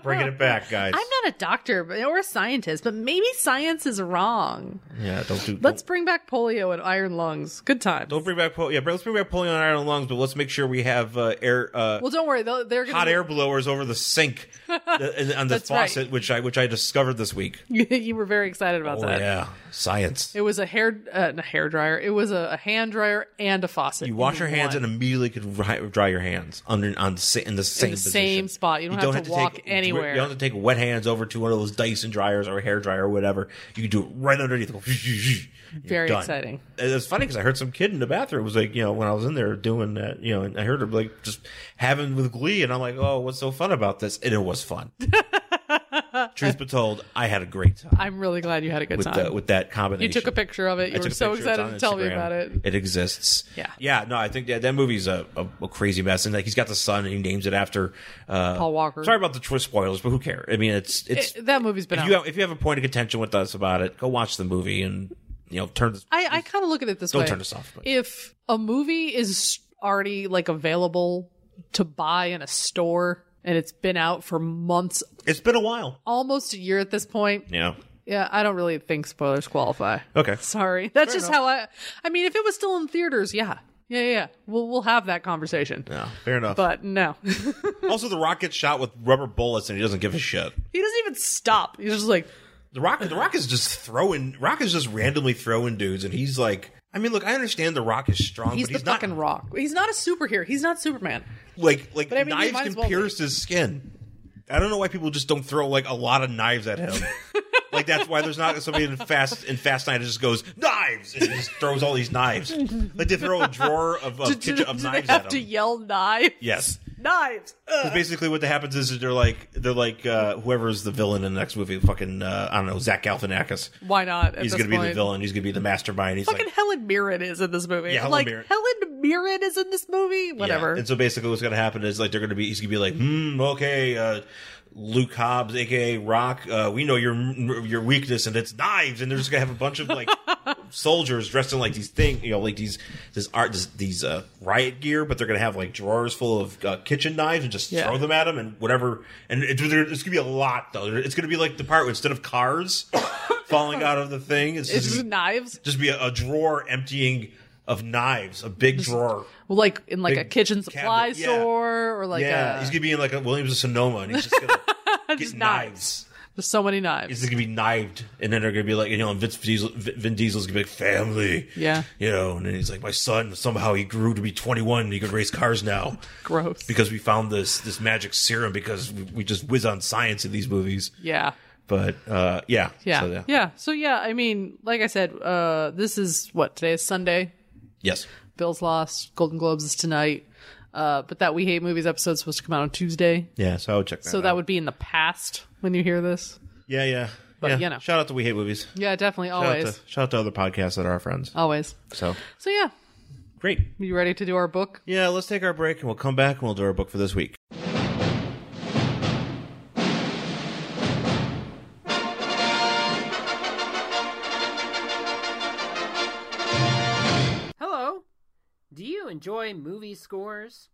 Speaker 2: Bringing it back, guys.
Speaker 1: I'm not a doctor but- or a scientist, but maybe science is wrong.
Speaker 2: yeah, don't do.
Speaker 1: Let's
Speaker 2: Let's
Speaker 1: bring back polio and iron lungs. Good time.
Speaker 2: don't, bring back. Pol- yeah, let's bring back polio on iron lungs, but let's make sure we have uh, air. Uh,
Speaker 1: well, don't worry. They'll, they're gonna
Speaker 2: Hot air blowers over the sink the, on the
Speaker 1: That's right.
Speaker 2: faucet, which I which I discovered this week.
Speaker 1: you were very excited about
Speaker 2: Oh
Speaker 1: that.
Speaker 2: yeah, science.
Speaker 1: It was a hair, uh, a hair dryer. It was a, a hand dryer and a faucet.
Speaker 2: You wash your hands
Speaker 1: one.
Speaker 2: and immediately could ri- dry your hands under on the, sa- in the same
Speaker 1: the
Speaker 2: position.
Speaker 1: same spot. You don't have to walk anywhere.
Speaker 2: You don't have to take wet hands over to one of those Dyson dryers or a hair dryer or whatever. You can do it right underneath. You're
Speaker 1: Very
Speaker 2: done.
Speaker 1: exciting.
Speaker 2: And It's funny because I heard some kid in the bathroom was like, you know, when I was in there doing that, you know, and I heard her like just having with glee, and I'm like, oh, what's so fun about this? And it was fun. Truth be told, I had a great time
Speaker 1: I'm really glad you had a good
Speaker 2: with
Speaker 1: time.
Speaker 2: the, with that
Speaker 1: you
Speaker 2: combination.
Speaker 1: took a picture of it. You
Speaker 2: I
Speaker 1: were
Speaker 2: took a
Speaker 1: so
Speaker 2: picture. It's
Speaker 1: excited
Speaker 2: on
Speaker 1: to tell me
Speaker 2: Instagram.
Speaker 1: about it.
Speaker 2: It exists.
Speaker 1: Yeah.
Speaker 2: Yeah. No, I think that that movie's a, a, a crazy mess, and like he's got the son, and he names it after uh,
Speaker 1: Paul Walker.
Speaker 2: Sorry about the twist spoilers, but who cares? I mean, it's it's
Speaker 1: It- that movie's been
Speaker 2: if
Speaker 1: out.
Speaker 2: you have, if you have a point of contention with us about it, go watch the movie and you know turn this.
Speaker 1: I, I kind of look at it this
Speaker 2: Don't
Speaker 1: way.
Speaker 2: turn this off, but-
Speaker 1: If a movie is already like available to buy in a store and it's been out for months,
Speaker 2: It's been a while.
Speaker 1: almost a year at this point,
Speaker 2: Yeah.
Speaker 1: yeah, I don't really think spoilers qualify.
Speaker 2: Okay.
Speaker 1: Sorry, that's just how I. I mean, if it was still in theaters, yeah, yeah, yeah, yeah. we'll we'll have that conversation.
Speaker 2: Yeah. Fair enough.
Speaker 1: But no, he
Speaker 2: also, the rock gets shot with rubber bullets, and he doesn't give a shit.
Speaker 1: doesn't even stop. He's just like,
Speaker 2: The rock. The rock is just throwing. Rock is just randomly throwing dudes, and he's like.
Speaker 3: I mean, look, I understand The Rock is strong,
Speaker 1: He's
Speaker 3: but
Speaker 1: the
Speaker 3: he's
Speaker 1: fucking
Speaker 3: not
Speaker 1: rock. He's not a superhero. He's not Superman.
Speaker 3: like like
Speaker 1: I mean, you
Speaker 3: knives
Speaker 1: might
Speaker 3: can
Speaker 1: as well
Speaker 3: pierce his skin. I don't know why people just don't throw like a lot of knives at him. like that's why there's not somebody in Fast in Fast Night that just goes knives and just throws all these knives. Like they throw a drawer of of,
Speaker 1: Did,
Speaker 3: kitchen, of
Speaker 1: did
Speaker 3: knives
Speaker 1: they have
Speaker 3: at
Speaker 1: to
Speaker 3: him.
Speaker 1: yell knives?
Speaker 3: Yes.
Speaker 1: Knives. Ugh.
Speaker 3: 'Cause basically what that happens is they're like they're like uh, whoever's the villain in the next movie, fucking uh, I don't know Zach Galifianakis.
Speaker 1: Why not? At
Speaker 3: He's
Speaker 1: this
Speaker 3: gonna be the
Speaker 1: point?
Speaker 3: villain. He's gonna be the mastermind. He's
Speaker 1: Fucking
Speaker 3: like
Speaker 1: Helen Mirren is in this movie.
Speaker 3: Yeah, Helen
Speaker 1: like
Speaker 3: Mirren.
Speaker 1: Helen Mirren is in this movie.
Speaker 3: Yeah,
Speaker 1: Whatever.
Speaker 3: And so basically, what's going to happen is like they're going to be he's going to be like, hmm, okay, uh, Luke Hobbs, aka Rock, uh, we know your your weakness, and it's knives, and they're just going to have a bunch of like soldiers dressed in like these things, you know, like these this art this, these uh, riot gear, but they're going to have like drawers full of uh, kitchen knives and just
Speaker 1: Yeah.
Speaker 3: throw them at them and whatever. And it, it's going to be a lot though. It's going to be like the part where instead of cars falling out of the thing, it's,
Speaker 1: it's
Speaker 3: just,
Speaker 1: just knives,
Speaker 3: just be a, a drawer emptying of knives, a big drawer.
Speaker 1: like in like a
Speaker 3: Big
Speaker 1: kitchen supply
Speaker 3: cabinet, yeah.
Speaker 1: store or like uh,
Speaker 3: yeah,
Speaker 1: a,
Speaker 3: he's gonna be in like a Williams of Sonoma, and he's just gonna get knives.
Speaker 1: there's so many knives.
Speaker 3: He's just gonna be knived, and then they're gonna be like, you know, and Vince Diesel, Vin Diesel's gonna be like, family,
Speaker 1: Yeah.
Speaker 3: you know, and then he's like, my son somehow he grew to be 21, and he could race cars now
Speaker 1: Gross.
Speaker 3: because we found this this magic serum because we, we just whiz on science in these movies.
Speaker 1: yeah.
Speaker 3: But uh, yeah,
Speaker 1: Yeah.
Speaker 3: So,
Speaker 1: yeah. So yeah, I mean, like I said, uh this is what today is Sunday.
Speaker 3: yes,
Speaker 1: Bill's lost. Golden Globes is tonight. Uh, but that We Hate Movies episode is supposed to come out on Tuesday.
Speaker 3: yeah. So I would check that.
Speaker 1: So that
Speaker 3: out.
Speaker 1: would be in the past when you hear this.
Speaker 3: yeah, yeah,
Speaker 1: But,
Speaker 3: yeah.
Speaker 1: you know.
Speaker 3: shout out to We Hate Movies.
Speaker 1: Yeah, definitely.
Speaker 3: Shout out,
Speaker 1: Always.
Speaker 3: to, shout out to other podcasts that are our friends.
Speaker 1: Always.
Speaker 3: So
Speaker 1: So yeah,
Speaker 3: great.
Speaker 1: you ready to do our book?
Speaker 3: Yeah, let's take our break and we'll come back and we'll do our book for this week.
Speaker 4: Hello! Do you enjoy movie scores?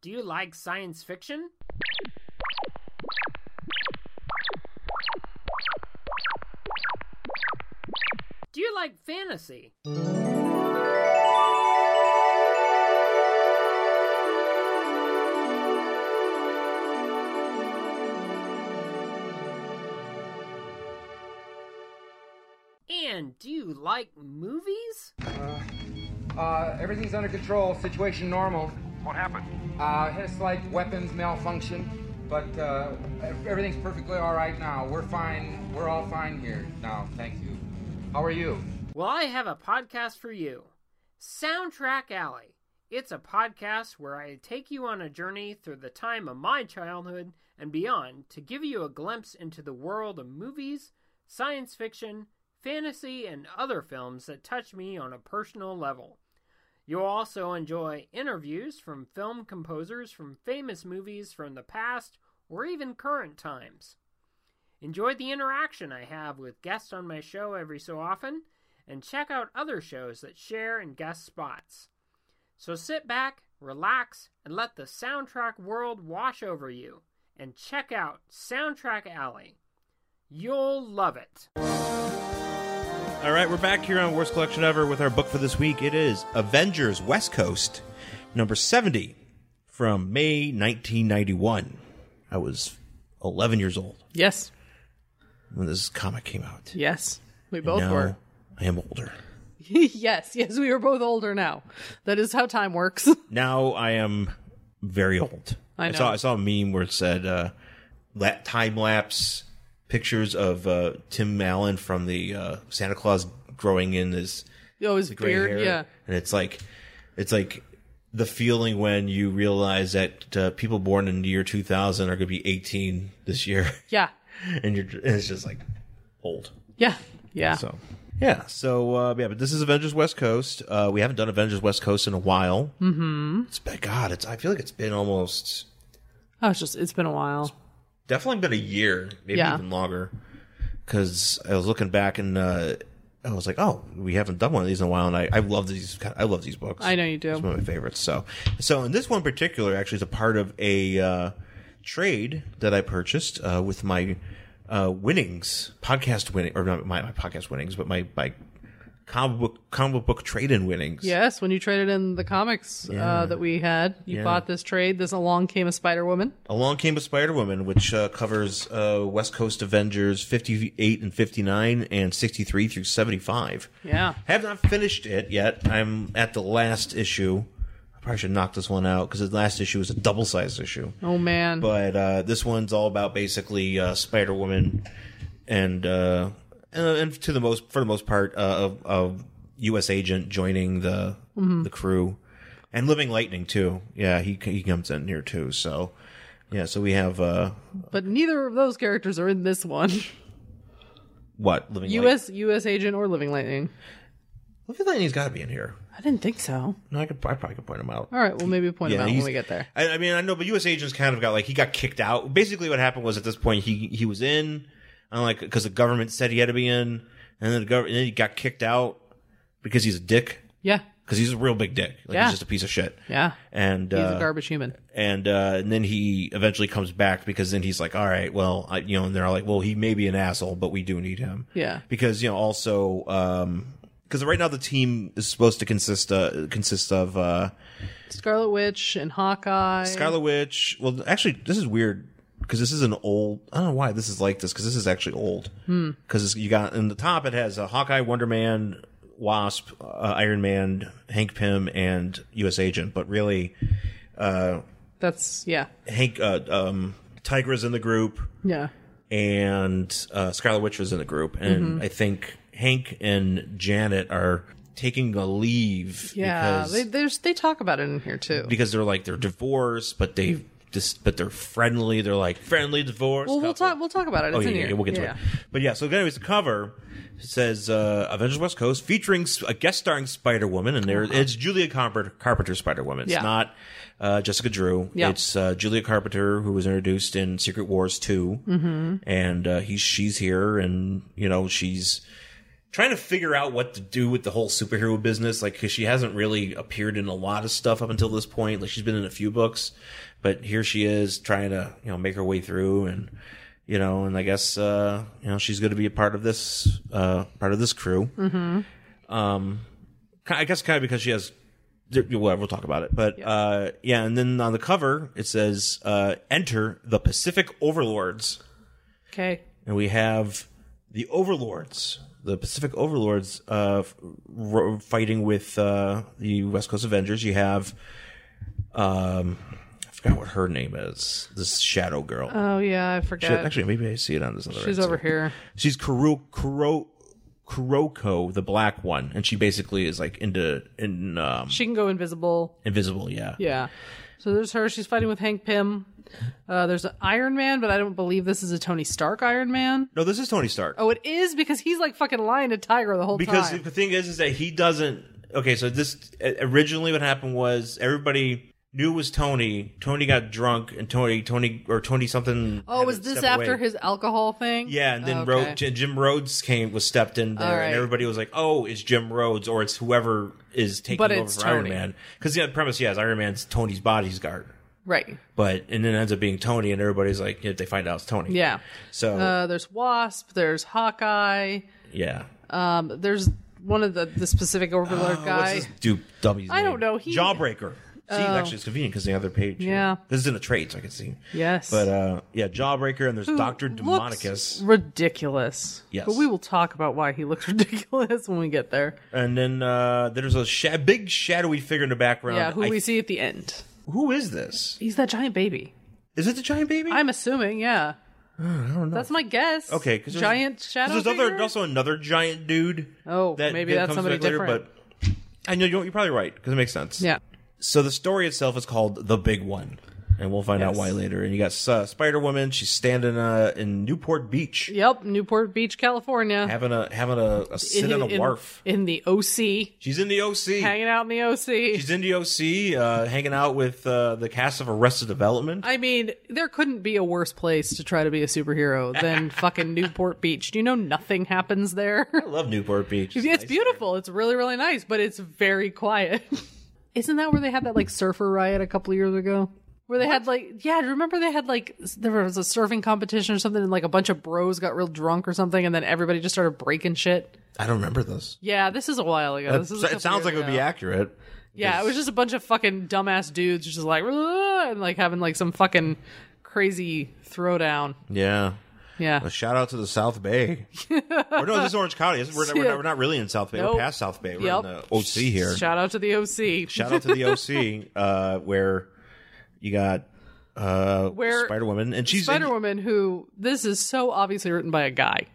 Speaker 4: Do you like science fiction? Do you like fantasy? And do you like movies?
Speaker 5: Uh, everything's under control. Situation normal.
Speaker 6: What happened?
Speaker 5: Uh, had a slight weapons malfunction, but uh, ev- everything's perfectly all right now. We're fine. We're all fine here now. Thank you. How are you?
Speaker 4: Well, I have a podcast for you Soundtrack Alley. It's a podcast where I take you on a journey through the time of my childhood and beyond to give you a glimpse into the world of movies, science fiction, fantasy, and other films that touch me on a personal level. You'll also enjoy interviews from film composers from famous movies from the past or even current times. Enjoy the interaction I have with guests on my show every so often, and check out other shows that share and guest spots. So sit back, relax, and let the soundtrack world wash over you, and check out Soundtrack Alley. You'll love it.
Speaker 3: All right, we're back here on Worst Collection Ever with our book for this week. It is Avengers West Coast, number 70 from May 1991. I was 11 years old
Speaker 1: Yes.
Speaker 3: when this comic came out.
Speaker 1: Yes. We both
Speaker 3: now
Speaker 1: were.
Speaker 3: I am older.
Speaker 1: yes. Yes. We are both older now. That is how time works.
Speaker 3: Now I am very old.
Speaker 1: I know.
Speaker 3: saw I saw a meme where it said uh, la- time lapse pictures of uh, Tim Allen from the uh, Santa Claus growing in his
Speaker 1: Oh, his
Speaker 3: gray
Speaker 1: beard.
Speaker 3: hair.
Speaker 1: Yeah.
Speaker 3: and it's like it's like the feeling when you realize that uh, people born in the year 2000 are going to be 18 this year,
Speaker 1: Yeah.
Speaker 3: and you're and it's just like old.
Speaker 1: Yeah. Yeah.
Speaker 3: So yeah, so uh, yeah, but this is Avengers West Coast. Uh, we haven't done Avengers West Coast in a while. Mm-hmm. It's been God. It's I feel like it's been almost
Speaker 1: Oh, it's just it's been a while.
Speaker 3: definitely been a year, maybe
Speaker 1: Yeah.
Speaker 3: even longer. Because I was looking back and uh, I was like, oh, we haven't done one of these in a while, and I, I love these. kind- I love these books.
Speaker 1: I know you do.
Speaker 3: It's one of my favorites. So, so in this one in particular, actually, is a part of a uh, trade that I purchased uh, with my uh, winnings, podcast winning, or not my, my podcast winnings, but my my comic book comic book trade in winnings.
Speaker 1: Yes, when you traded in the comics uh, that we had, you
Speaker 3: Yeah.
Speaker 1: bought this trade. This along came a Spider Woman.
Speaker 3: Along Came a Spider Woman, which uh, covers uh, West Coast Avengers 58 and 59 and 63 through 75.
Speaker 1: Yeah.
Speaker 3: Have not finished it yet. I'm at the last issue. I probably should knock this one out because the last issue is a double sized issue.
Speaker 1: Oh man.
Speaker 3: But uh, this one's all about basically uh, Spider Woman and uh, and to the most for the most part uh, of, of U.S. agent joining the the crew and Living Lightning too. Yeah, he he comes in here too. So yeah, so we have uh,
Speaker 1: but neither of those characters are in this one.
Speaker 3: what Living Light-
Speaker 1: U.S. U.S. Agent or Living Lightning.
Speaker 3: Living Lightning's got to be in here.
Speaker 1: I didn't think so.
Speaker 3: No, I could I probably could point him out.
Speaker 1: All right, well maybe point them out when
Speaker 3: he's-
Speaker 1: we get there.
Speaker 3: I, I mean, I know, but U.S. agents kind of got like he got kicked out. Basically, what happened was at this point he he was in, and like because the government said he had to be in, and then the government then he got kicked out because he's a dick
Speaker 1: Yeah,
Speaker 3: because he's a real big dick. Like
Speaker 1: Yeah.
Speaker 3: he's just a piece of shit.
Speaker 1: yeah.
Speaker 3: And
Speaker 1: He's
Speaker 3: uh,
Speaker 1: a garbage human.
Speaker 3: and uh, and then he eventually comes back because then he's like, all right, well, I, you know, and they're all like, well, he may be an asshole, but we do need him.
Speaker 1: Yeah.
Speaker 3: because you know also because right now the team is supposed to consist uh, consist of. Uh,
Speaker 1: Scarlet Witch and Hawkeye.
Speaker 3: Scarlet Witch. Well, actually, this is weird because this is an old. I don't know why this is like this because this is actually old.
Speaker 1: Hmm.
Speaker 3: Because you got in the top, it has a Hawkeye, Wonder Man, Wasp, uh, Iron Man, Hank Pym, and U.S. Agent. But really,
Speaker 1: That's yeah,
Speaker 3: Hank uh, um, Tiger is in the group,
Speaker 1: yeah.
Speaker 3: and uh, Scarlet Witch is in the group, and
Speaker 1: Mm-hmm.
Speaker 3: I think Hank and Janet are taking a leave.
Speaker 1: Yeah,
Speaker 3: because
Speaker 1: they there's they talk about it in here too.
Speaker 3: because they're like they're divorced, but they just but they're friendly. They're like friendly divorce.
Speaker 1: well, we'll
Speaker 3: couple.
Speaker 1: talk we'll talk about it. It's
Speaker 3: Oh yeah,
Speaker 1: in
Speaker 3: yeah,
Speaker 1: here.
Speaker 3: yeah, we'll get to
Speaker 1: Yeah.
Speaker 3: it. But yeah, so anyways, the cover says uh, Avengers West Coast featuring s- a guest starring Spider Woman, and there it's Julia Carpenter, Carpenter Spider Woman. It's
Speaker 1: Yeah.
Speaker 3: not uh, Jessica Drew.
Speaker 1: Yeah.
Speaker 3: It's uh, Julia Carpenter who was introduced in Secret Wars 2 mm-hmm. and uh, he's she's here, and you know she's. Trying to figure out what to do with the whole superhero business, like, because she hasn't really appeared in a lot of stuff up until this point. Like, she's been in a few books, but here she is trying to, you know, make her way through and you know, and I guess uh, you know she's going to be a part of this uh, part of this crew. Mm-hmm. Um, ki- I guess kind of because she has. there- Well, we'll talk about it, but uh, yeah, and then on the cover it says uh, "Enter the Pacific Overlords,"
Speaker 1: Okay.
Speaker 3: and we have the Overlords, the Pacific Overlords, uh, f- ro- fighting with uh, the West Coast Avengers. You have, um, I forgot what her name is. This Shadow Girl.
Speaker 1: Oh yeah, I forget.
Speaker 3: Shit, actually, maybe I see it on this other.
Speaker 1: She's
Speaker 3: episode.
Speaker 1: over here.
Speaker 3: She's Kuro Kuro Kuroko, the black one, and she basically is like into in um,
Speaker 1: She can go invisible.
Speaker 3: invisible. Yeah.
Speaker 1: Yeah. So there's her. She's fighting with Hank Pym. Uh, there's an Iron Man, but I don't believe this is a Tony Stark Iron Man.
Speaker 3: No, this is Tony Stark.
Speaker 1: Oh, it is because he's like fucking lying to Tiger the whole
Speaker 3: because
Speaker 1: time.
Speaker 3: the thing is, is that he doesn't. Okay, so this uh, originally what happened was everybody knew it was Tony. Tony got drunk, and Tony Tony or Tony something.
Speaker 1: oh,
Speaker 3: had
Speaker 1: was
Speaker 3: to
Speaker 1: this
Speaker 3: step
Speaker 1: after
Speaker 3: away.
Speaker 1: his alcohol thing?
Speaker 3: Yeah, and then
Speaker 1: Okay.
Speaker 3: Ro- Jim, Jim Rhodes came was stepped in there,
Speaker 1: All right.
Speaker 3: and everybody was like, "Oh, it's Jim Rhodes, or it's whoever is taking
Speaker 1: But
Speaker 3: over
Speaker 1: it's
Speaker 3: for Iron
Speaker 1: Tony.
Speaker 3: Man." Because the premise, yeah, is Iron Man's Tony's bodyguard,
Speaker 1: Right.
Speaker 3: but and then it ends up being Tony, and everybody's like, yeah, "They find out it's Tony."
Speaker 1: Yeah.
Speaker 3: So
Speaker 1: Uh, there's Wasp. There's Hawkeye.
Speaker 3: yeah,
Speaker 1: Um, there's one of the the specific Overlord guy.
Speaker 3: Oh, what's this dude? Dummy's
Speaker 1: I don't
Speaker 3: name?
Speaker 1: know, he- Oh.
Speaker 3: Jawbreaker. See, actually, it's convenient because the other page.
Speaker 1: Yeah.
Speaker 3: this is in the trade, so I can see.
Speaker 1: Yes.
Speaker 3: But uh, yeah, Jawbreaker, and there's Doctor
Speaker 1: Who
Speaker 3: Demonicus,
Speaker 1: looks ridiculous.
Speaker 3: Yes.
Speaker 1: But we will talk about why he looks ridiculous when we get there.
Speaker 3: and then uh, there's a sha- big shadowy figure in the background.
Speaker 1: Yeah, who
Speaker 3: Uh, I-
Speaker 1: we see at the end.
Speaker 3: Who is this?
Speaker 1: He's that giant baby.
Speaker 3: Is it the giant baby?
Speaker 1: I'm assuming, yeah. That's my guess.
Speaker 3: okay, because
Speaker 1: giant shadow.
Speaker 3: There's other,
Speaker 1: figure?
Speaker 3: also another giant dude.
Speaker 1: Oh, maybe that's
Speaker 3: comes
Speaker 1: somebody
Speaker 3: back later,
Speaker 1: different.
Speaker 3: but I know you're, you're probably right because it makes sense.
Speaker 1: yeah,
Speaker 3: So the story itself is called The Big One, and we'll find out why later. And you got uh, Spider Woman. She's standing uh, in Newport Beach,
Speaker 1: yep. Newport Beach, California.
Speaker 3: having a having a, a sit in, a wharf.
Speaker 1: in the OC,
Speaker 3: She's in the OC.
Speaker 1: hanging out in the OC.
Speaker 3: She's in the OC, uh, hanging out with uh, the cast of Arrested Development.
Speaker 1: I mean, there couldn't be a worse place to try to be a superhero than fucking Newport Beach. Do you know nothing happens there?
Speaker 3: I love Newport Beach.
Speaker 1: It's
Speaker 3: nice.
Speaker 1: beautiful. It's really, really nice, but it's very quiet. Isn't that where they had that like surfer riot a couple years ago? Where they had like, yeah, remember they had like, s- there was a surfing competition or something, and like a bunch of bros got real drunk or something, and then everybody just started breaking shit.
Speaker 3: I don't remember this.
Speaker 1: Yeah, this is a while ago. this is a couple
Speaker 3: it sounds
Speaker 1: years
Speaker 3: like it would be
Speaker 1: ago.
Speaker 3: accurate.
Speaker 1: Yeah, it was just a bunch of fucking dumbass dudes just like, "Ugh," and like having like some fucking crazy throwdown.
Speaker 3: Yeah.
Speaker 1: Yeah.
Speaker 3: A shout out to the South Bay. or no, this is Orange County. This- We're, we're, not, we're not really in South Bay.
Speaker 1: Nope.
Speaker 3: We're past South Bay. We're
Speaker 1: Yep.
Speaker 3: in the OC here.
Speaker 1: Shout out to the OC.
Speaker 3: Shout out to the OC, uh, where you got uh,
Speaker 1: Where-
Speaker 3: Spider Woman, and she's
Speaker 1: Spider Woman, who this is so obviously written by a guy.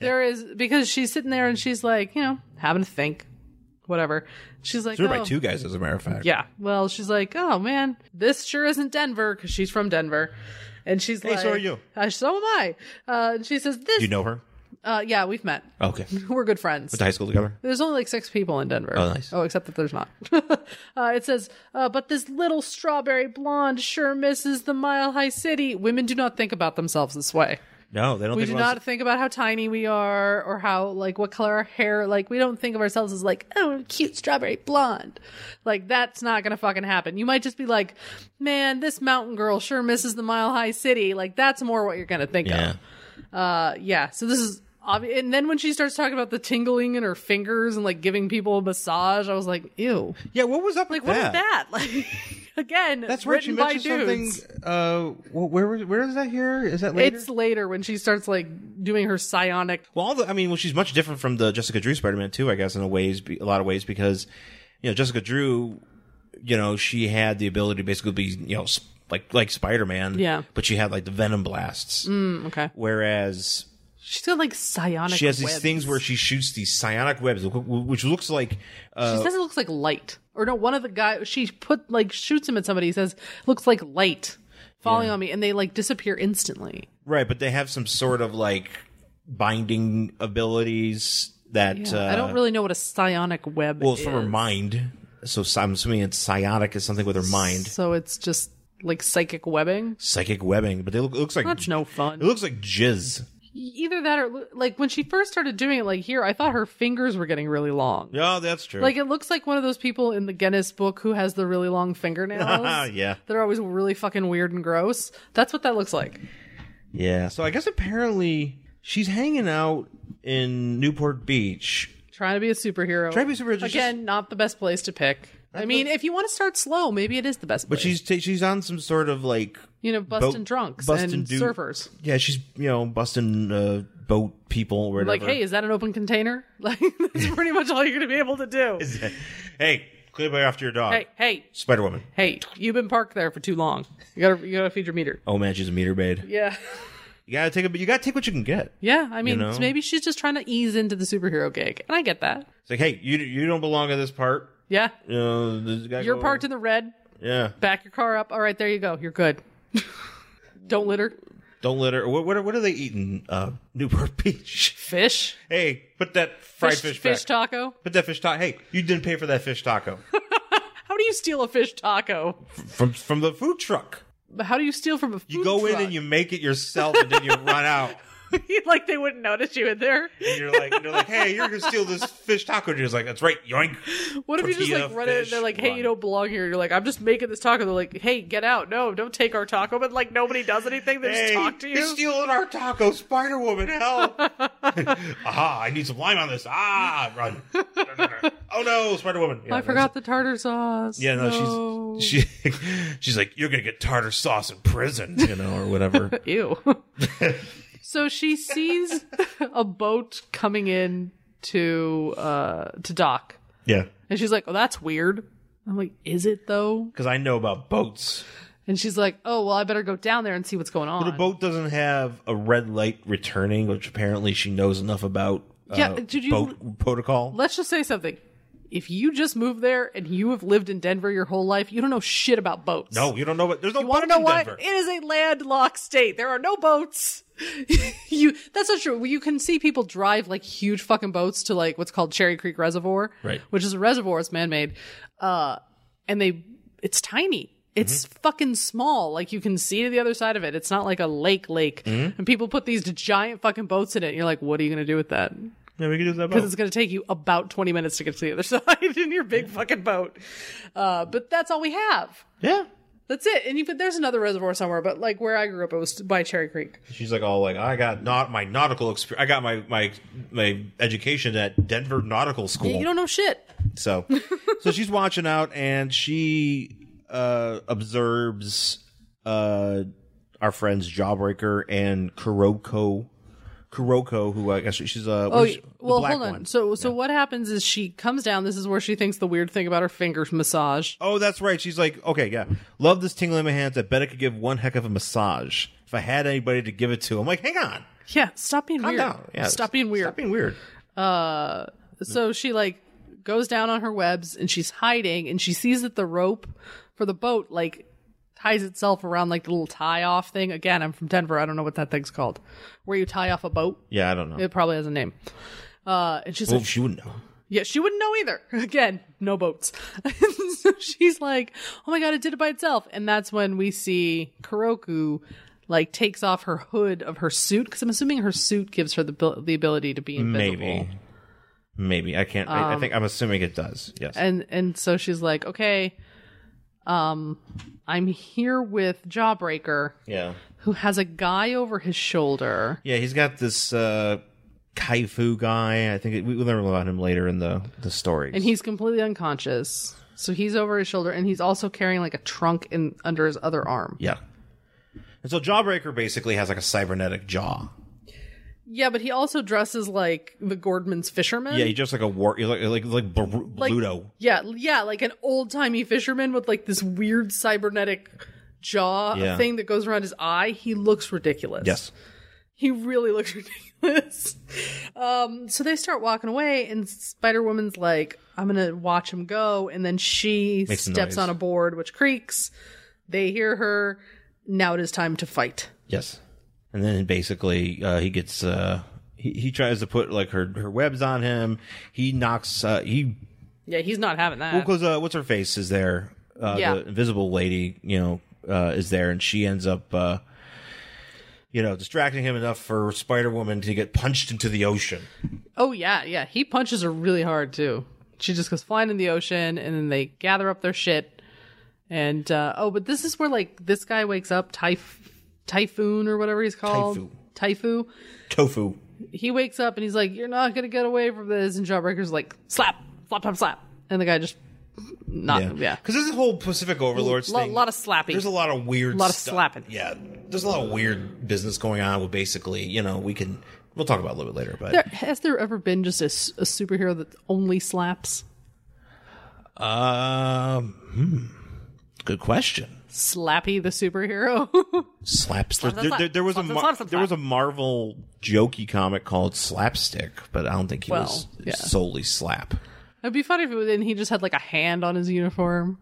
Speaker 1: there is because she's sitting there and she's like, you know, having to think, whatever. She's like,
Speaker 3: It's written
Speaker 1: "Oh."
Speaker 3: by two guys, as a matter of fact.
Speaker 1: Yeah. Well, she's like, oh man, this sure isn't Denver because she's from Denver, and she's
Speaker 3: Hey,
Speaker 1: like,
Speaker 3: so are you.
Speaker 1: Uh, so am I. Uh, and she says, this.
Speaker 3: Do you know her?
Speaker 1: Uh, yeah, we've met.
Speaker 3: Okay.
Speaker 1: We're good friends.
Speaker 3: To high school together?
Speaker 1: There's only like six people in Denver.
Speaker 3: Oh, nice.
Speaker 1: Oh, except that there's not. uh, it says, uh, but this little strawberry blonde sure misses the mile high city. Women do not think about themselves this way.
Speaker 3: No, they don't
Speaker 1: We
Speaker 3: think
Speaker 1: do
Speaker 3: about us-
Speaker 1: not think about how tiny we are or how, like, what color our hair. Like, we don't think of ourselves as, like, oh, cute strawberry blonde. Like, that's not going to fucking happen. You might just be like, man, this mountain girl sure misses the mile high city. Like, that's more what you're going to think
Speaker 3: Yeah.
Speaker 1: of. Uh, yeah. So this is obvious. And then when she starts talking about the tingling in her fingers and like giving people a massage, I was like, ew.
Speaker 3: Yeah, what was up
Speaker 1: Like,
Speaker 3: with
Speaker 1: what is
Speaker 3: that?
Speaker 1: that? Like, again,
Speaker 3: That's right. She
Speaker 1: written by
Speaker 3: mentioned
Speaker 1: dudes.
Speaker 3: something. Uh, wh- where was- where is that here? Is that later?
Speaker 1: It's later when she starts like doing her psionic.
Speaker 3: well, all the, I mean, well, she's much different from the Jessica Drew Spider-Man too, I guess, in a ways, be- a lot of ways, because you know Jessica Drew, you know, she had the ability to basically be, you know, sp- like like Spider-Man.
Speaker 1: Yeah.
Speaker 3: But she had like the venom blasts,
Speaker 1: Okay.
Speaker 3: whereas
Speaker 1: She's got like psionic.
Speaker 3: she has these
Speaker 1: webs.
Speaker 3: things where she shoots these psionic webs, wh- wh- which looks like
Speaker 1: She
Speaker 3: uh,
Speaker 1: says it looks like light. Or no, one of the guys, she put like shoots him at somebody. He says, looks like light falling on me. And they like disappear instantly.
Speaker 3: right, but they have some sort of like binding abilities that uh,
Speaker 1: I don't really know what a psionic web
Speaker 3: Well,
Speaker 1: is.
Speaker 3: it's from her mind. So s- I'm assuming it's psionic is something with her mind.
Speaker 1: So it's just like psychic webbing.
Speaker 3: Psychic webbing, but they look, it looks like
Speaker 1: That's no
Speaker 3: it
Speaker 1: fun. E-,
Speaker 3: looks like jizz.
Speaker 1: Either that or like when she first started doing it, like here, I thought her fingers were getting really long.
Speaker 3: Yeah, that's true.
Speaker 1: Like it looks like one of those people in the Guinness book who has the really long fingernails.
Speaker 3: Yeah.
Speaker 1: They're always really fucking weird and gross. That's what that looks like.
Speaker 3: yeah. So I guess apparently she's hanging out in Newport Beach.
Speaker 1: Trying to be a superhero.
Speaker 3: Trying to be a superhero, just-
Speaker 1: Again, not the best place to pick. I mean, if you want to start slow, maybe it is the best
Speaker 3: But
Speaker 1: place.
Speaker 3: she's ta she's on some sort of like
Speaker 1: you know, busting
Speaker 3: boat-
Speaker 1: drunks
Speaker 3: busting
Speaker 1: and
Speaker 3: dude-
Speaker 1: surfers.
Speaker 3: yeah she's you know busting uh, boat people or whatever.
Speaker 1: Like, hey, is that an open container? Like, that's pretty much all you're going to be able to do.
Speaker 3: hey, clear by after your dog,
Speaker 1: hey, hey,
Speaker 3: Spider Woman.
Speaker 1: hey, you've been parked there for too long. You gotta, you gotta feed your meter.
Speaker 3: Oh man, she's a meter maid.
Speaker 1: Yeah,
Speaker 3: You gotta take a, you gotta take what you can get.
Speaker 1: yeah. I mean,
Speaker 3: You know?
Speaker 1: maybe she's just trying to ease into the superhero gig, and I get that.
Speaker 3: It's like hey, you you don't belong in this part.
Speaker 1: Yeah,
Speaker 3: You know, this guy
Speaker 1: you're
Speaker 3: go-
Speaker 1: parked in the red.
Speaker 3: Yeah.
Speaker 1: Back your car up. All right, there you go. You're good. Don't litter.
Speaker 3: Don't let her. What, what, are, what are they eating? Uh, Newport Beach.
Speaker 1: Fish.
Speaker 3: Hey, put that fried fish,
Speaker 1: fish,
Speaker 3: back.
Speaker 1: taco.
Speaker 3: Put that fish taco. Hey, you didn't pay for that fish taco
Speaker 1: How do you steal a fish taco?
Speaker 3: from from the food truck.
Speaker 1: How do you steal from a food
Speaker 3: You go in and you make it yourself, and then you run out.
Speaker 1: you like they wouldn't notice you in there.
Speaker 3: And you're like, you're like, hey, you're gonna steal this fish taco. And you're just like, that's right, yoink.
Speaker 1: What if you just
Speaker 3: Tortilla,
Speaker 1: like run in and
Speaker 3: fish,
Speaker 1: they're like, "Hey,
Speaker 3: run.
Speaker 1: you don't belong here." You're like, "I'm just making this taco." They're like, "Hey, get out! No, don't take our taco." But like nobody does anything. They
Speaker 3: Hey,
Speaker 1: just talk to
Speaker 3: you're
Speaker 1: you.
Speaker 3: stealing our taco, Spider Woman. Help! Aha! I need some lime on this. Ah, run! oh no, Spider Woman.
Speaker 1: I forgot the tartar sauce.
Speaker 3: Yeah, no,
Speaker 1: No.
Speaker 3: she's she she's like, you're gonna get tartar sauce in prison, you know, or whatever.
Speaker 1: Ew. so she sees a boat coming in to uh to dock,
Speaker 3: yeah,
Speaker 1: and she's like, "Oh, that's weird." I'm like, "Is it though?"
Speaker 3: because I know about boats.
Speaker 1: And she's like, "Oh, well, I better go down there and see what's going on."
Speaker 3: The boat doesn't have a red light returning, which apparently she knows enough about. Uh,
Speaker 1: Yeah, did you-
Speaker 3: boat protocol?
Speaker 1: Let's just say something. If you just moved there and you have lived in Denver your whole life, you don't know shit about boats.
Speaker 3: no, you don't know what. There's no
Speaker 1: You
Speaker 3: boat
Speaker 1: want to know
Speaker 3: in
Speaker 1: what?
Speaker 3: Denver.
Speaker 1: It is a landlocked state. There are no boats. you that's not true. You can see people drive like huge fucking boats to like what's called Cherry Creek Reservoir,
Speaker 3: Right.
Speaker 1: Which is a reservoir. It's man made, uh, and they it's tiny. It's
Speaker 3: Mm-hmm.
Speaker 1: fucking small. Like you can see to the other side of it. It's not like a lake lake.
Speaker 3: Mm-hmm.
Speaker 1: And people put these giant fucking boats in it. And you're like, what are you gonna do with that?
Speaker 3: yeah, we can do that.
Speaker 1: because it's going to take you about 20 minutes to get to the other side in your big fucking boat. Uh, but that's all we have.
Speaker 3: yeah,
Speaker 1: That's it. And you, but there's another reservoir somewhere, but like where I grew up, it was by Cherry Creek.
Speaker 3: She's like all like, I got not my nautical experience. I got my my my education at Denver Nautical School.
Speaker 1: You don't know shit.
Speaker 3: So, so she's watching out, and she uh, observes uh, our friends Jawbreaker and Kuroko. Kuroko, who I guess she's a
Speaker 1: Oh,
Speaker 3: oh,
Speaker 1: y- well, hold on. So, so what happens is she comes down. This is where she thinks the weird thing about her fingers massage.
Speaker 3: oh, that's right. She's like, okay, yeah, love this tingle in my hands. I bet I could give one heck of a massage if I had anybody to give it to. I'm like, hang on,
Speaker 1: Yeah, stop being
Speaker 3: calm
Speaker 1: weird.
Speaker 3: down. Yeah,
Speaker 1: stop being weird.
Speaker 3: Stop being weird.
Speaker 1: so she like goes down on her webs and she's hiding, and she sees that the rope for the boat like ties itself around like the little tie off thing. Again, I'm from Denver. I don't know what that thing's called, where you tie off a boat.
Speaker 3: Yeah, I don't know.
Speaker 1: It probably has a name. Uh, and she's
Speaker 3: Well,
Speaker 1: like,
Speaker 3: she wouldn't know.
Speaker 1: Yeah, she wouldn't know either. Again, no boats. so she's like, "Oh my god, it did it by itself." And that's when we see Kuroku like takes off her hood of her suit because I'm assuming her suit gives her the abil- the ability to be invisible.
Speaker 3: Maybe, maybe I can't. I, I think I'm assuming it does. Yes.
Speaker 1: Um, And and so she's like, "Okay, um, I'm here with Jawbreaker,
Speaker 3: yeah.
Speaker 1: who has a guy over his shoulder."
Speaker 3: Yeah, he's got this uh Kaifu guy. I think it, we will learn about him later in the the story.
Speaker 1: and he's completely unconscious. So he's over his shoulder, and he's also carrying like a trunk in under his other arm.
Speaker 3: yeah. And so Jawbreaker basically has like a cybernetic jaw.
Speaker 1: Yeah, but he also dresses like the Gordman's fisherman.
Speaker 3: Yeah, he's just like a war, he's like like like, Bru-
Speaker 1: like,
Speaker 3: Bluto.
Speaker 1: Yeah, yeah, like an old timey fisherman with like this weird cybernetic jaw
Speaker 3: Yeah.
Speaker 1: thing that goes around his eye. He looks ridiculous.
Speaker 3: Yes.
Speaker 1: he really looks ridiculous. Um, so they start walking away, and Spider Woman's like, "I'm gonna watch him go," and then she
Speaker 3: Makes a
Speaker 1: steps
Speaker 3: noise.
Speaker 1: on a board, which creaks. They hear her. Now it is time to fight.
Speaker 3: Yes. And then basically uh, he gets uh he, he tries to put like her her webs on him. He knocks uh he
Speaker 1: Yeah, he's not having that.
Speaker 3: because uh, what's her face is there. Uh,
Speaker 1: Yeah.
Speaker 3: the invisible lady, you know, uh, is there, and she ends up, uh, you know, distracting him enough for Spider Woman to get punched into the ocean.
Speaker 1: Oh yeah, yeah. He punches her really hard too. She just goes flying in the ocean, and then they gather up their shit. And uh, oh, but this is where like this guy wakes up, Typh- typhoon or whatever he's called, Typhoo.
Speaker 3: Typhoo. Tofu.
Speaker 1: He wakes up and he's like, "You're not gonna get away from this." And Jawbreaker's like, "Slap, slap, slap, slap," and the guy just not yeah.
Speaker 3: Because this whole Pacific Overlords
Speaker 1: Lo-
Speaker 3: thing.
Speaker 1: lot of slapping.
Speaker 3: There's a lot of weird
Speaker 1: Lot of
Speaker 3: stuff.
Speaker 1: slapping.
Speaker 3: Yeah. There's a lot of weird business going on with basically, you know, we can, we'll talk about it a little bit later, but
Speaker 1: There, has there ever been just a, s- a superhero that only slaps?
Speaker 3: um, hmm. good question.
Speaker 1: Slappy the superhero.
Speaker 3: slaps. There, there,
Speaker 1: slap.
Speaker 3: there- there was a
Speaker 1: Slap,
Speaker 3: Mar-
Speaker 1: slap, slap, slap.
Speaker 3: there was a Marvel jokey comic called Slapstick, but I don't think he
Speaker 1: Well,
Speaker 3: was
Speaker 1: yeah.
Speaker 3: solely slap.
Speaker 1: It'd be funny if it was, and he just had like a hand on his uniform.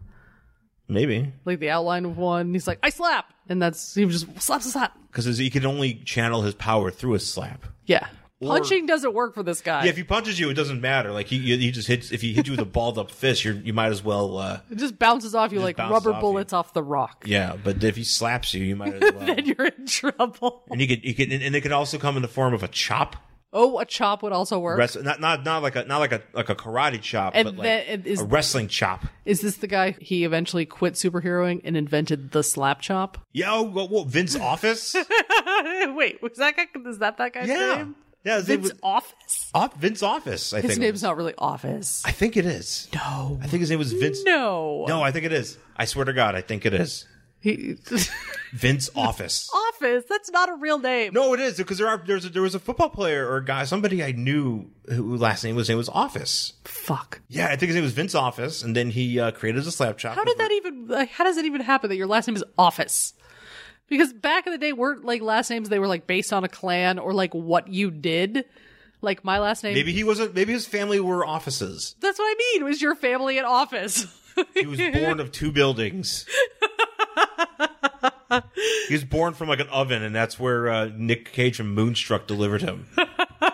Speaker 3: Maybe
Speaker 1: like the outline of one. and He's like, I slap, and that's he was just slap, slap, slap.
Speaker 3: because he could only channel his power through a slap.
Speaker 1: Yeah, punching doesn't work for this guy.
Speaker 3: Yeah, if he punches you, it doesn't matter. Like he, he just hits. If he hits you with a balled up fist, you you might as well. Uh,
Speaker 1: it just bounces off you like
Speaker 3: bounces
Speaker 1: rubber
Speaker 3: off you.
Speaker 1: bullets off the rock.
Speaker 3: yeah, but if he slaps you, you might as well.
Speaker 1: Then you're in trouble.
Speaker 3: and he could, he could, and it could also come in the form of a chop.
Speaker 1: Oh, a chop would also work.
Speaker 3: Wrest- not not not like a not like a like a karate chop,
Speaker 1: And
Speaker 3: but like
Speaker 1: then it is-
Speaker 3: a wrestling chop.
Speaker 1: Is this the guy he eventually quit superheroing and invented the slap chop?
Speaker 3: Yo, what, what Vince Office?
Speaker 1: Wait, was that guy? Is that that guy's
Speaker 3: yeah,
Speaker 1: name?
Speaker 3: yeah. they
Speaker 1: Vince
Speaker 3: would-
Speaker 1: Office.
Speaker 3: Op- Vince Office. I
Speaker 1: His
Speaker 3: think it
Speaker 1: name's
Speaker 3: was.
Speaker 1: not really Office.
Speaker 3: I think it is.
Speaker 1: No,
Speaker 3: I think his name was Vince.
Speaker 1: no,
Speaker 3: No, I think it is. I swear to God, I think it is
Speaker 1: He-
Speaker 3: Vince Office.
Speaker 1: Office. That's not a real name.
Speaker 3: No, it is because there are there's a, there was a football player or a guy somebody I knew who last name was name was Office.
Speaker 1: Fuck.
Speaker 3: Yeah, I think his name was Vince Office, and then he uh, created a slap chop.
Speaker 1: How did that even? Like, how does it even happen that your last name is Office? Because back in the day, weren't like last names they were like based on a clan or like what you did. Like my last name.
Speaker 3: Maybe he wasn't. Maybe his family were offices.
Speaker 1: that's what I mean. Was your family in office?
Speaker 3: He was born of two buildings. he was born from like an oven, and that's where uh, Nick Cage from Moonstruck delivered him.
Speaker 1: I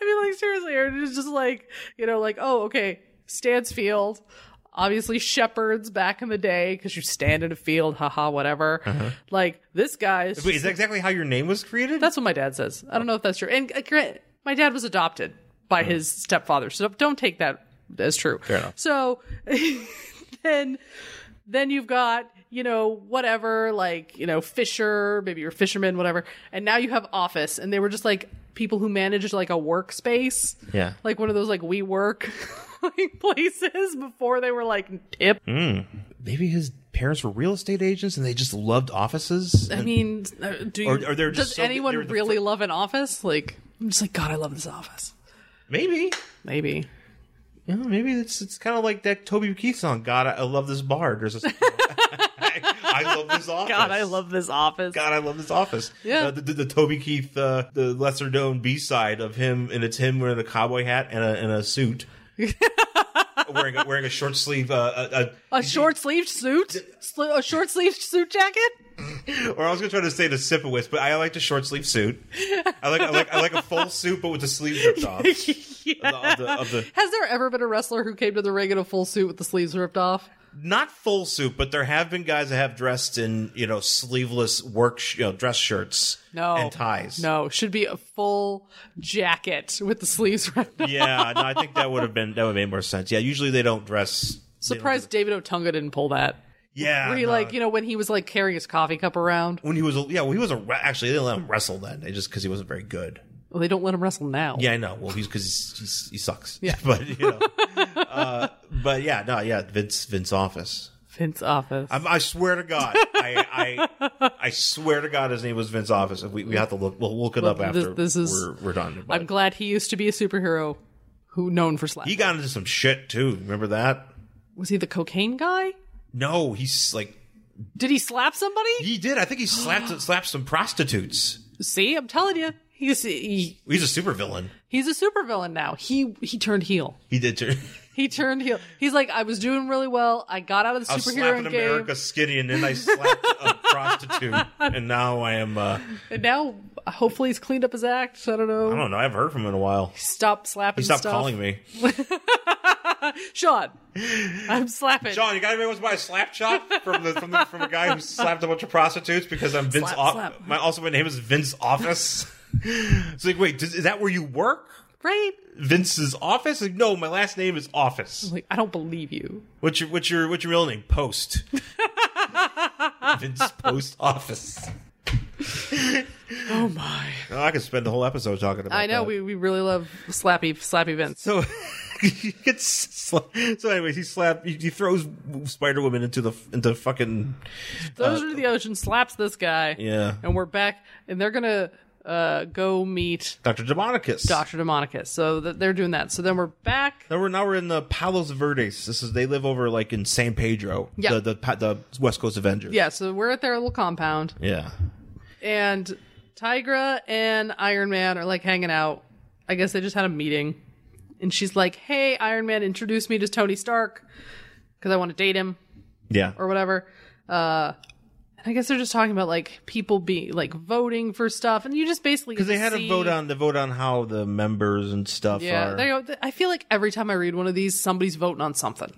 Speaker 1: mean, like seriously, or it was just like you know, like oh, okay, Stansfield. Obviously, shepherds back in the day because you stand in a field, haha, whatever. Like this guy's.
Speaker 3: Wait, is that exactly how your name was created?
Speaker 1: That's what my dad says. I don't know if that's true. And uh, gra- my dad was adopted by his stepfather, so don't take that as true. Fair
Speaker 3: enough.
Speaker 1: So then, then you've got you know, whatever, like, you know, fisher, maybe you're a fisherman, whatever. And now you have office. And they were just like people who managed like a workspace,
Speaker 3: Yeah.
Speaker 1: like one of those like we work like places before they were like tip.
Speaker 3: Maybe his parents were real estate agents and they just loved offices.
Speaker 1: I
Speaker 3: and-
Speaker 1: mean, uh, do you,
Speaker 3: Or- or they're just
Speaker 1: does
Speaker 3: so-
Speaker 1: anyone
Speaker 3: they're the
Speaker 1: really love an office? Like, I'm just like, God, I love this office.
Speaker 3: maybe.
Speaker 1: Maybe.
Speaker 3: You know, maybe it's it's kind of like that Toby Keith song. God, I, I love this bar. There's a, I, I love this office.
Speaker 1: God, I love this office.
Speaker 3: God, I love this office.
Speaker 1: Yeah.
Speaker 3: Uh, the, the, the Toby Keith, uh, the lesser known B side of him, and it's him wearing a cowboy hat and a, and a suit, wearing a, wearing a short sleeve, uh, a,
Speaker 1: A short sleeved suit? Sli- a short sleeved suit jacket?
Speaker 3: a, or I was gonna try to say the sipowitz, but I like the short sleeve suit. I like I like I like a full suit, but with the sleeves ripped off. Of the- of the- of the-
Speaker 1: Has there ever been a wrestler who came to the ring in a full suit with the sleeves ripped off?
Speaker 3: Not full suit, but there have been guys that have dressed in you know sleeveless work sh- you know, dress shirts
Speaker 1: No.
Speaker 3: and ties.
Speaker 1: No, should be a full jacket with the sleeves ripped off.
Speaker 3: Yeah, no, I think that would have been that would have made more sense. Yeah, usually they don't dress.
Speaker 1: Surprised David Otunga didn't pull that.
Speaker 3: Yeah,
Speaker 1: Where he
Speaker 3: no.
Speaker 1: like, you know, when he was like carrying his coffee cup around.
Speaker 3: when he was a, yeah when he was a re- actually they didn't let him wrestle then they just because he wasn't very good
Speaker 1: Well, they don't let him wrestle now.
Speaker 3: yeah I know well he's because he's, he's, he sucks
Speaker 1: Yeah.
Speaker 3: but you know uh, but yeah no yeah Vince Vince office
Speaker 1: Vince office.
Speaker 3: I'm, I swear to God I, I I swear to God his name was Vince office we, we have to look we'll look it up
Speaker 1: Well, this-
Speaker 3: after
Speaker 1: this is-
Speaker 3: we're, we're done but
Speaker 1: I'm glad he used to be a superhero who known for slap.
Speaker 3: he got into some shit too remember that
Speaker 1: was he the cocaine guy?
Speaker 3: no he's like
Speaker 1: Did he slap somebody?
Speaker 3: he did I think he slapped slapped some prostitutes
Speaker 1: See, I'm telling you. He's he,
Speaker 3: he's a supervillain
Speaker 1: he's a supervillain now. He he turned heel.
Speaker 3: he did too.
Speaker 1: He turned heel. He's like, I was doing really well. I got out of the
Speaker 3: I was
Speaker 1: superhero
Speaker 3: slapping
Speaker 1: game,
Speaker 3: America skinny, and then I slapped a prostitute, and now I am. Uh,
Speaker 1: and now hopefully he's cleaned up his act. I don't know.
Speaker 3: I don't know. I haven't heard from him in a while.
Speaker 1: Stop slapping.
Speaker 3: He stopped
Speaker 1: stuff.
Speaker 3: calling me.
Speaker 1: Sean. I'm slapping.
Speaker 3: John, Oh, you got anyone wants to buy a slap shot from the, from the from a guy who slapped a bunch of prostitutes because I'm Vince.
Speaker 1: Slap,
Speaker 3: Off-
Speaker 1: slap.
Speaker 3: My also my name is Vince Office. it's like, wait, does, is that where you work?
Speaker 1: right?
Speaker 3: Vince's office? Like, no, my last name is Office.
Speaker 1: Like, I don't believe you.
Speaker 3: What's your what's your what's your real name? Post. Vince Post Office.
Speaker 1: Oh my.
Speaker 3: Oh, Uh, I could spend the whole episode talking about.
Speaker 1: I know
Speaker 3: that.
Speaker 1: we, we really love slappy slappy Vince.
Speaker 3: So he gets sla- so. Anyways, he slap. He, he throws Spider Woman into the into fucking
Speaker 1: Throws her to the ocean, slaps this guy.
Speaker 3: yeah.
Speaker 1: And we're back and they're gonna uh go meet
Speaker 3: Doctor Demonicus.
Speaker 1: Dr. Demonicus. So that they're doing that. So then we're back.
Speaker 3: Now we're now we're in the Palos Verdes. This is they live over like in San Pedro.
Speaker 1: Yeah.
Speaker 3: The the, pa- the West Coast Avengers.
Speaker 1: Yeah, so we're at their little compound.
Speaker 3: Yeah.
Speaker 1: and Tigra and Iron Man are like hanging out. I guess they just had a meeting. And she's like, "Hey, Iron Man, introduce me to Tony Stark cuz I want to date him
Speaker 3: Yeah.
Speaker 1: or whatever." Uh and I guess they're just talking about like people being like voting for stuff and you just basically
Speaker 3: Because they had
Speaker 1: see-
Speaker 3: to vote on the vote on how the members and stuff
Speaker 1: Yeah,
Speaker 3: are.
Speaker 1: they go, I feel like every time I read one of these somebody's voting on something.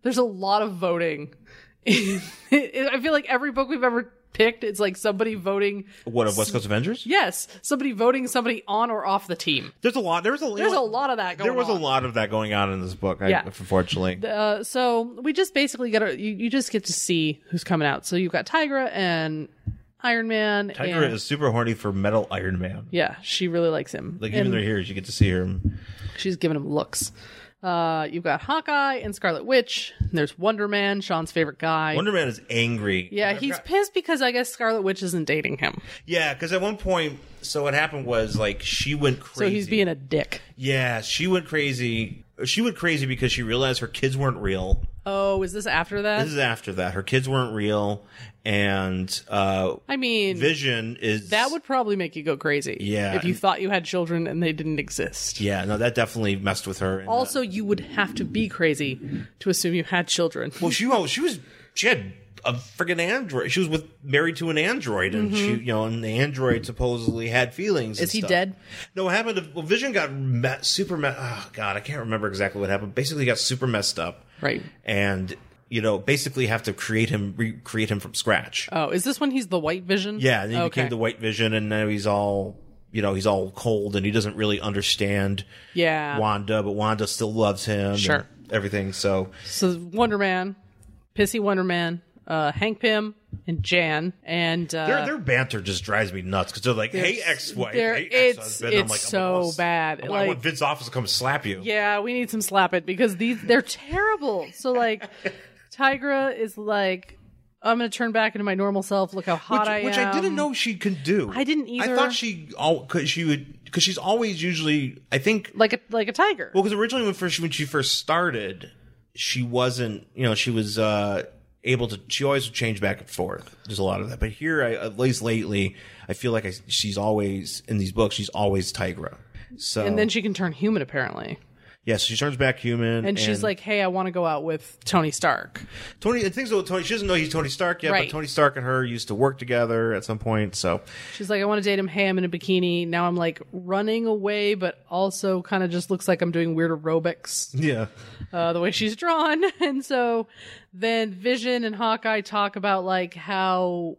Speaker 1: There's a lot of voting. I feel like every book we've ever picked it's like somebody voting
Speaker 3: what of West Coast Avengers?
Speaker 1: Yes, somebody voting somebody on or off the team.
Speaker 3: There's a lot. There was a
Speaker 1: There's a lot of that going
Speaker 3: There was
Speaker 1: on.
Speaker 3: a lot of that going on in this book. I,
Speaker 1: Yeah.
Speaker 3: Unfortunately.
Speaker 1: Uh, so we just basically get a, you, you just get to see who's coming out. So you've got Tigra and Iron Man.
Speaker 3: Tiger
Speaker 1: and-
Speaker 3: is super horny for Metal Iron Man.
Speaker 1: Yeah, she really likes him.
Speaker 3: Like
Speaker 1: and
Speaker 3: even their heroes, you get to see her.
Speaker 1: she's giving him looks. Uh, you've got Hawkeye and Scarlet Witch. And there's Wonder Man, Sean's favorite guy.
Speaker 3: Wonder Man is angry.
Speaker 1: yeah, he's pissed because I guess Scarlet Witch isn't dating him,
Speaker 3: yeah. Because at one point, so what happened was like she went
Speaker 1: so
Speaker 3: crazy.
Speaker 1: he's being a dick.
Speaker 3: yeah. She went crazy. She went crazy because she realized her kids weren't real.
Speaker 1: Oh, is this after that?
Speaker 3: This is after that. Her kids weren't real, and uh,
Speaker 1: I mean,
Speaker 3: Vision is
Speaker 1: that would probably make you go crazy.
Speaker 3: Yeah,
Speaker 1: if you
Speaker 3: and-
Speaker 1: thought you had children and they didn't exist.
Speaker 3: Yeah, no, that definitely messed with her. And, uh,
Speaker 1: Also, you would have to be crazy to assume you had children.
Speaker 3: well, she oh, she was she had a friggin' android. She was with married to an android, and she you know, and the android supposedly had feelings. and
Speaker 1: Mm-hmm. Is he
Speaker 3: stuff.
Speaker 1: dead?
Speaker 3: No, what happened? To, well, Vision got met, super. Me- oh God, I can't remember exactly what happened. Basically, he got super messed up,
Speaker 1: Right.
Speaker 3: and you know, basically have to create him, recreate him from scratch.
Speaker 1: Oh, is this when he's the white vision?
Speaker 3: yeah, and then he
Speaker 1: Okay.
Speaker 3: became the White Vision, and now he's all. You know he's all cold and he doesn't really understand
Speaker 1: Yeah.
Speaker 3: Wanda, but Wanda still loves him. and
Speaker 1: Sure.
Speaker 3: everything. So
Speaker 1: So Wonder Man, pissy Wonder Man, uh, Hank Pym and Jan, and uh,
Speaker 3: Their, their banter just drives me nuts because they're like, "Hey, ex-wife,
Speaker 1: they're-
Speaker 3: hey,
Speaker 1: it's-
Speaker 3: ex-husband."
Speaker 1: it's so bad.
Speaker 3: I want
Speaker 1: Like-
Speaker 3: Vince Office to come slap you.
Speaker 1: yeah, we need some slap it because these they're terrible. So like, Tigra is like, I'm gonna turn back into my normal self. Look how hot
Speaker 3: which,
Speaker 1: I
Speaker 3: which
Speaker 1: am.
Speaker 3: I didn't know she could do.
Speaker 1: I didn't either.
Speaker 3: I thought she all because she would because she's always usually I think
Speaker 1: Like a like a tiger.
Speaker 3: well because originally when first when she first started she wasn't you know she was uh able to she always would change back and forth. There's a lot of that, but here I, at least lately I feel like I, she's always in these books she's always Tigra. So
Speaker 1: and then she can turn human apparently.
Speaker 3: yeah, so she turns back human,
Speaker 1: And, she's like, "Hey, I want to go out with Tony Stark."
Speaker 3: Tony. The things about Tony, she doesn't know he's Tony Stark yet,
Speaker 1: Right.
Speaker 3: but Tony Stark and her used to work together at some point. So
Speaker 1: She's like, "I want to date him. Hey, I'm in a bikini." Now I'm like running away, but also kind of just looks like I'm doing weird aerobics.
Speaker 3: yeah,
Speaker 1: uh, the way she's drawn. And so then Vision and Hawkeye talk about like how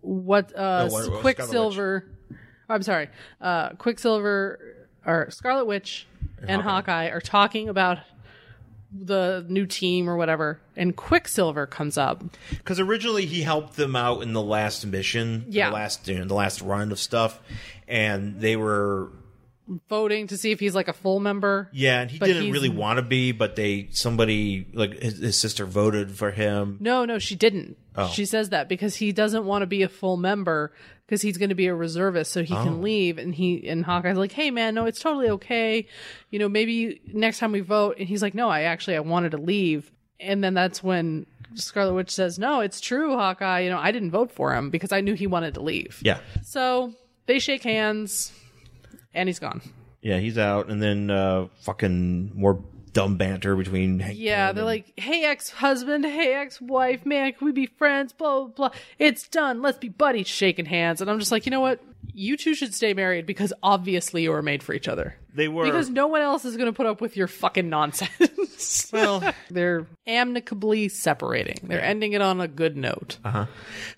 Speaker 1: what uh
Speaker 3: Oh, what- what-
Speaker 1: Quicksilver oh, I'm sorry. Uh Quicksilver or Scarlet Witch and, Hawkeye. are talking about the new team or whatever and Quicksilver comes up.
Speaker 3: Because originally he helped them out in the last mission,
Speaker 1: Yeah.
Speaker 3: the last you know, the last run of stuff, and they were
Speaker 1: voting to see if he's like a full member.
Speaker 3: yeah, and he
Speaker 1: But
Speaker 3: didn't
Speaker 1: he's-
Speaker 3: really want to be, but they somebody like his, his sister voted for him.
Speaker 1: No, no, she didn't. She says that because he doesn't want to be a full member because he's going to be a reservist, so he can leave. And he and Hawkeye's like, "Hey, man, no, it's totally okay. You know, maybe next time we vote." And he's like, "No, I actually I wanted to leave." And then that's when Scarlet Witch says, "No, it's true, Hawkeye. You know, I didn't vote for him because I knew he wanted to leave."
Speaker 3: Yeah,
Speaker 1: So they shake hands, and he's gone.
Speaker 3: yeah, he's out, and then uh, fucking more dumb banter between Hank
Speaker 1: Yeah, they're like, hey, ex husband, hey, ex wife, man, can we be friends? Blah, blah, blah. It's done. Let's be buddies, shaking hands. And I'm just like, you know what? You two should stay married because obviously you were made for each other.
Speaker 3: they were
Speaker 1: Because no one else is going to put up with your fucking nonsense.
Speaker 3: well.
Speaker 1: they're amicably separating, they're ending it on a good note.
Speaker 3: Uh-huh.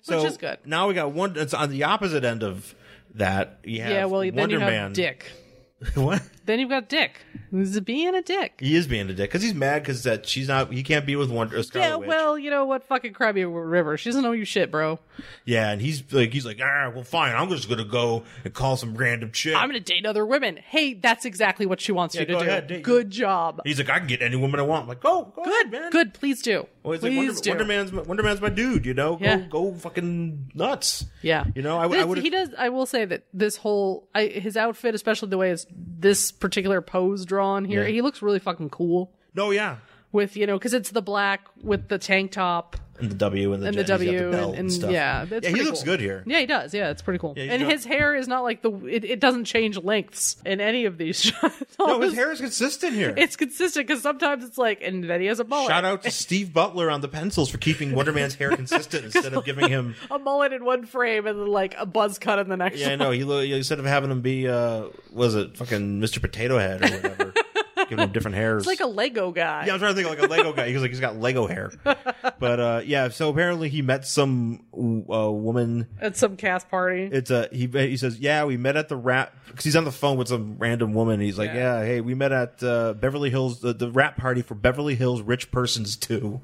Speaker 3: So
Speaker 1: Which is good.
Speaker 3: Now we got one. It's on the opposite end of that. You have
Speaker 1: yeah, well,
Speaker 3: Wonder
Speaker 1: then you have
Speaker 3: Man.
Speaker 1: Dick.
Speaker 3: what?
Speaker 1: Then you've got Dick, who's being a dick.
Speaker 3: He is being a dick because he's mad because that she's not. He can't be with Wonder. or Scarlet
Speaker 1: Yeah,
Speaker 3: Witch.
Speaker 1: well, you know what? Fucking Krabby River. She doesn't know you shit, bro.
Speaker 3: Yeah, and he's like, he's like, all right, well, fine. I'm just gonna go and call some random chick.
Speaker 1: I'm going to date other women. Hey, that's exactly what she wants you to
Speaker 3: go
Speaker 1: do.
Speaker 3: ahead, date-
Speaker 1: good job.
Speaker 3: he's like, I can get any woman I want. I'm like, go, go ahead,
Speaker 1: Good,
Speaker 3: man.
Speaker 1: good. Please do.
Speaker 3: Well, he's like,
Speaker 1: please
Speaker 3: Wonder,
Speaker 1: do.
Speaker 3: Wonder Man's my- Wonder Man's my dude. You know,
Speaker 1: Yeah.
Speaker 3: go, go fucking nuts.
Speaker 1: yeah,
Speaker 3: You know, I, w- I
Speaker 1: This-
Speaker 3: would.
Speaker 1: he does. I will say that this whole I, his outfit, especially the way it's this particular pose drawn here,
Speaker 3: Yeah.
Speaker 1: he looks really fucking cool
Speaker 3: No, yeah.
Speaker 1: with you know because it's the black with the tank top.
Speaker 3: And the W and the
Speaker 1: And the
Speaker 3: jet- he's got
Speaker 1: W
Speaker 3: belt
Speaker 1: and- and
Speaker 3: stuff.
Speaker 1: yeah, that's
Speaker 3: yeah. He
Speaker 1: pretty
Speaker 3: looks
Speaker 1: cool.
Speaker 3: good here.
Speaker 1: Yeah, he does. Yeah, it's pretty cool.
Speaker 3: he's
Speaker 1: and
Speaker 3: got-
Speaker 1: his hair is not like the it, it doesn't change lengths in any of these shots.
Speaker 3: No, Oh, his hair is consistent here.
Speaker 1: It's consistent because sometimes it's like, and then he has a mullet.
Speaker 3: Shout out to Steve Butler on the pencils for keeping Wonder Man's hair consistent instead of giving him.
Speaker 1: a mullet in one frame and then like a buzz cut in the next
Speaker 3: Yeah, I
Speaker 1: one.
Speaker 3: know. He lo- instead of having him be, uh, was it fucking Mr. Potato Head or whatever, giving him different hairs.
Speaker 1: It's like a Lego guy.
Speaker 3: Yeah, I'm trying to think of like a Lego guy. He was like, he's got Lego hair. But uh, yeah, so apparently he met some uh, woman.
Speaker 1: At some cast party.
Speaker 3: It's a he. He says, "Yeah, we met at the rap because he's on the phone with some random woman. He's like,
Speaker 1: Yeah.
Speaker 3: "Yeah, hey, we met at uh, Beverly Hills, the, the rap party for Beverly Hills Rich Persons Two,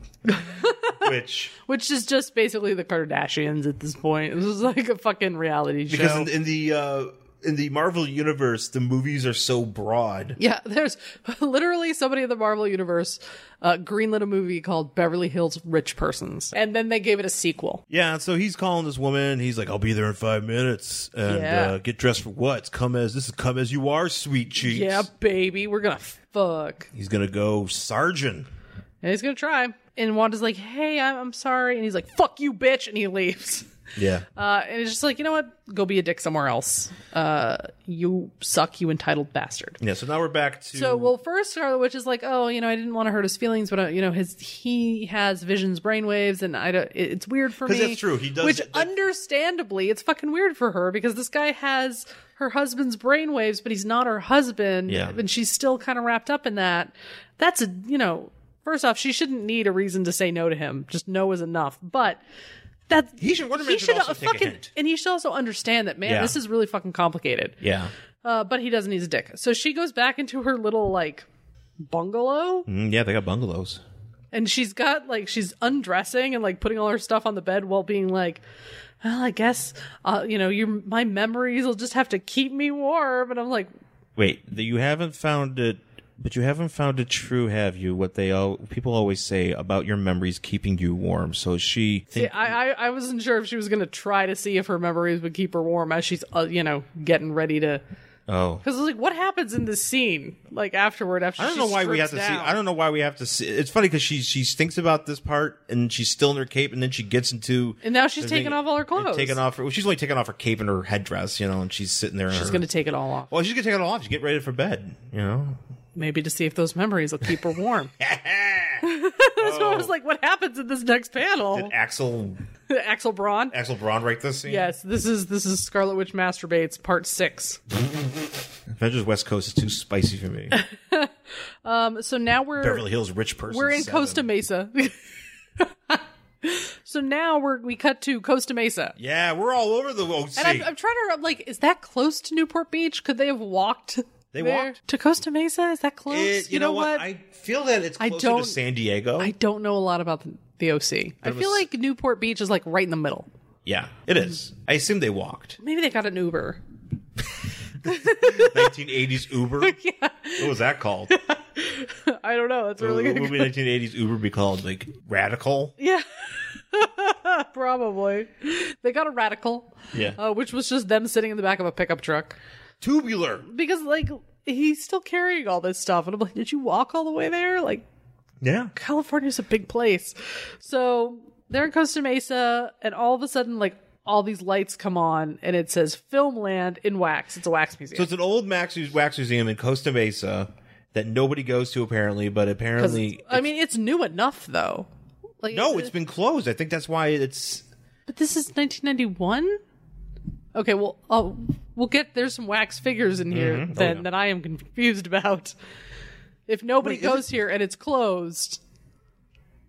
Speaker 3: which
Speaker 1: Which is just basically the Kardashians at this point. This is like a fucking reality show.
Speaker 3: because in, in the uh, in the Marvel universe, the movies are so broad.
Speaker 1: yeah, there's literally somebody in the Marvel universe uh, greenlit a movie called Beverly Hills Rich Persons, and then they gave it a sequel.
Speaker 3: Yeah, so he's calling this woman. He's like, "I'll be there in five minutes, and
Speaker 1: Yeah.
Speaker 3: uh, get dressed for what? It's Come as this is come as you are, sweet cheeks.
Speaker 1: Yeah, baby, we're gonna fuck,
Speaker 3: He's gonna go sergeant.
Speaker 1: and he's gonna try. And Wanda's like, "Hey, I'm, I'm sorry," and he's like, "Fuck you, bitch," and he leaves.
Speaker 3: Yeah.
Speaker 1: Uh, and it's just like, you know what? Go be a dick somewhere else. Uh, you suck, you entitled bastard.
Speaker 3: yeah. So now we're back to.
Speaker 1: So, well, first Scarlet Witch is like, oh, you know, I didn't want to hurt his feelings, but uh, you know, his he has Vision's brainwaves, and I don't. It, it's weird for me.
Speaker 3: 'Cause that's true. He does-
Speaker 1: Which,
Speaker 3: like-
Speaker 1: understandably, it's fucking weird for her because this guy has her husband's brainwaves, but he's not her husband.
Speaker 3: Yeah.
Speaker 1: and she's still kind of wrapped up in that. That's a you know. First off, she shouldn't need a reason to say no to him. Just no is enough. But that
Speaker 3: He should- Wonder Man should also take a hint.
Speaker 1: and he should also understand that man,
Speaker 3: Yeah.
Speaker 1: this is really fucking complicated.
Speaker 3: yeah.
Speaker 1: Uh, but he doesn't. He's a dick. So she goes back into her little like bungalow,
Speaker 3: Hmm? Mm, yeah, they got bungalows.
Speaker 1: and she's got like she's undressing and like putting all her stuff on the bed while being like well i guess uh, you know your my memories will just have to keep me warm and i'm like
Speaker 3: Wait, the, you haven't found it, but you haven't found it true, have you? What they all people always say about your memories keeping you warm. So she think,
Speaker 1: I, I I wasn't sure if she was gonna try to see if her memories would keep her warm as she's uh, you know getting ready to
Speaker 3: oh.
Speaker 1: because like what happens in this scene like afterward after
Speaker 3: I don't know why we have to see. I don't know why we have to see. It's funny because she she thinks about this part and she's still in her cape, and then she gets into
Speaker 1: and now she's taking off all her
Speaker 3: and
Speaker 1: clothes
Speaker 3: taking off. Her, well, she's only taking off her cape and her headdress, you know, and she's sitting there. in
Speaker 1: she's
Speaker 3: her-
Speaker 1: gonna take it all off
Speaker 3: Well, she's gonna take it all off. She's getting ready for bed. You know.
Speaker 1: maybe to see if those memories will keep her warm that's why i was like what happens in this next panel
Speaker 3: Did Axel
Speaker 1: axel braun
Speaker 3: Axel Braun write this scene?
Speaker 1: Yes, this is this is Scarlet Witch masturbates part six.
Speaker 3: Avengers West Coast is too spicy for me.
Speaker 1: Um, so now we're
Speaker 3: Beverly Hills rich person.
Speaker 1: we're in
Speaker 3: seven.
Speaker 1: Costa Mesa. so now we're we cut to Costa Mesa,
Speaker 3: Yeah, we're all over the oh, OC.
Speaker 1: and I'm, I'm trying to. I'm like, is that close to Newport Beach? Could they have walked?
Speaker 3: They
Speaker 1: there?
Speaker 3: walked.
Speaker 1: to Costa Mesa. Is that close?
Speaker 3: It- you, know, what? I feel that it's
Speaker 1: I
Speaker 3: closer
Speaker 1: don't-
Speaker 3: to San Diego.
Speaker 1: I don't know a lot about the, the OC. I
Speaker 3: was-
Speaker 1: feel like Newport Beach is like right in the middle.
Speaker 3: yeah, it is. I assume they walked.
Speaker 1: Maybe they got an Uber.
Speaker 3: 1980s Uber. What was that called?
Speaker 1: I don't know. That's a really
Speaker 3: what
Speaker 1: good.
Speaker 3: would 1980s Uber be called? Like radical?
Speaker 1: Yeah. Probably. They got a radical.
Speaker 3: Yeah.
Speaker 1: Uh, which was just them sitting in the back of a pickup truck.
Speaker 3: Tubular.
Speaker 1: Because, like, he's still carrying all this stuff. And I'm like, did you walk all the way there? Like,
Speaker 3: Yeah.
Speaker 1: California's a big place. So they're in Costa Mesa, and all of a sudden, like, all these lights come on, and it says Filmland in wax. It's a wax
Speaker 3: So
Speaker 1: museum.
Speaker 3: it's an old Max Wax Museum in Costa Mesa that nobody goes to apparently, but apparently.
Speaker 1: I mean, it's new enough, though. Like,
Speaker 3: No, it's been closed. I think that's why it's.
Speaker 1: But this is 1991. Okay, well, uh, we'll get there's some wax figures in here
Speaker 3: Mm-hmm. Oh,
Speaker 1: then that I am confused about. If nobody
Speaker 3: Wait, is
Speaker 1: goes here and it's closed,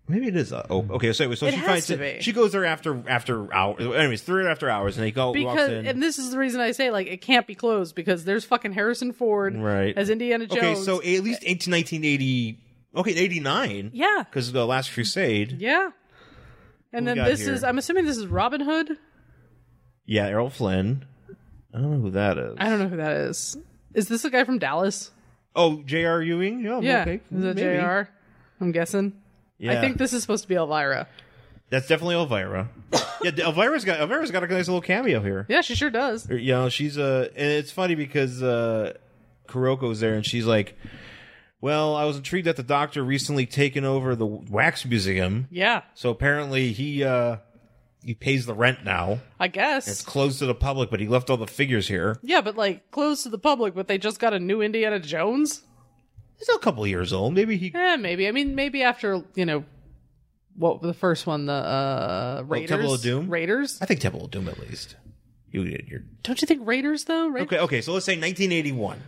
Speaker 3: Maybe it is. Uh, oh, okay. So, so
Speaker 1: It
Speaker 3: she
Speaker 1: has
Speaker 3: finds
Speaker 1: to
Speaker 3: it.
Speaker 1: be.
Speaker 3: She goes there after after hours. Anyways, three after hours, and they go walks
Speaker 1: because
Speaker 3: in.
Speaker 1: and this is the reason I say like it can't be closed because there's fucking Harrison Ford
Speaker 3: Right.
Speaker 1: as Indiana Jones.
Speaker 3: Okay, so at least 18, 1980. Okay, 89.
Speaker 1: Yeah.
Speaker 3: Because the Last Crusade.
Speaker 1: yeah. And
Speaker 3: we
Speaker 1: then
Speaker 3: got
Speaker 1: this
Speaker 3: here?
Speaker 1: is I'm assuming this is Robin Hood.
Speaker 3: Yeah, Errol Flynn. I don't know who that is.
Speaker 1: I don't know who that is. Is this a guy from Dallas?
Speaker 3: Oh, J.R. Ewing? Yeah.
Speaker 1: Yeah.
Speaker 3: Okay.
Speaker 1: Is it
Speaker 3: maybe.
Speaker 1: JR? I'm guessing.
Speaker 3: Yeah.
Speaker 1: I think this is supposed to be Elvira.
Speaker 3: That's definitely Elvira. yeah, Elvira's got Elvira's got a nice little cameo here.
Speaker 1: Yeah, she sure does.
Speaker 3: You know, she's uh and it's funny because uh Kuroko's there and she's like well, I was intrigued that the doctor recently taken over the wax museum.
Speaker 1: Yeah,
Speaker 3: So apparently he uh he pays the rent now.
Speaker 1: I guess.
Speaker 3: It's closed to the public, but he left all the figures here.
Speaker 1: Yeah, but like closed to the public, but they just got a new Indiana Jones?
Speaker 3: He's a couple years old. Maybe he
Speaker 1: Eh, maybe. I mean, maybe after, you know, what the first one, the uh Raiders.
Speaker 3: Temple of Doom?
Speaker 1: Raiders.
Speaker 3: I think Temple of Doom at least. You did your
Speaker 1: Don't you think Raiders though? Right?
Speaker 3: Okay, okay, so let's say 1981.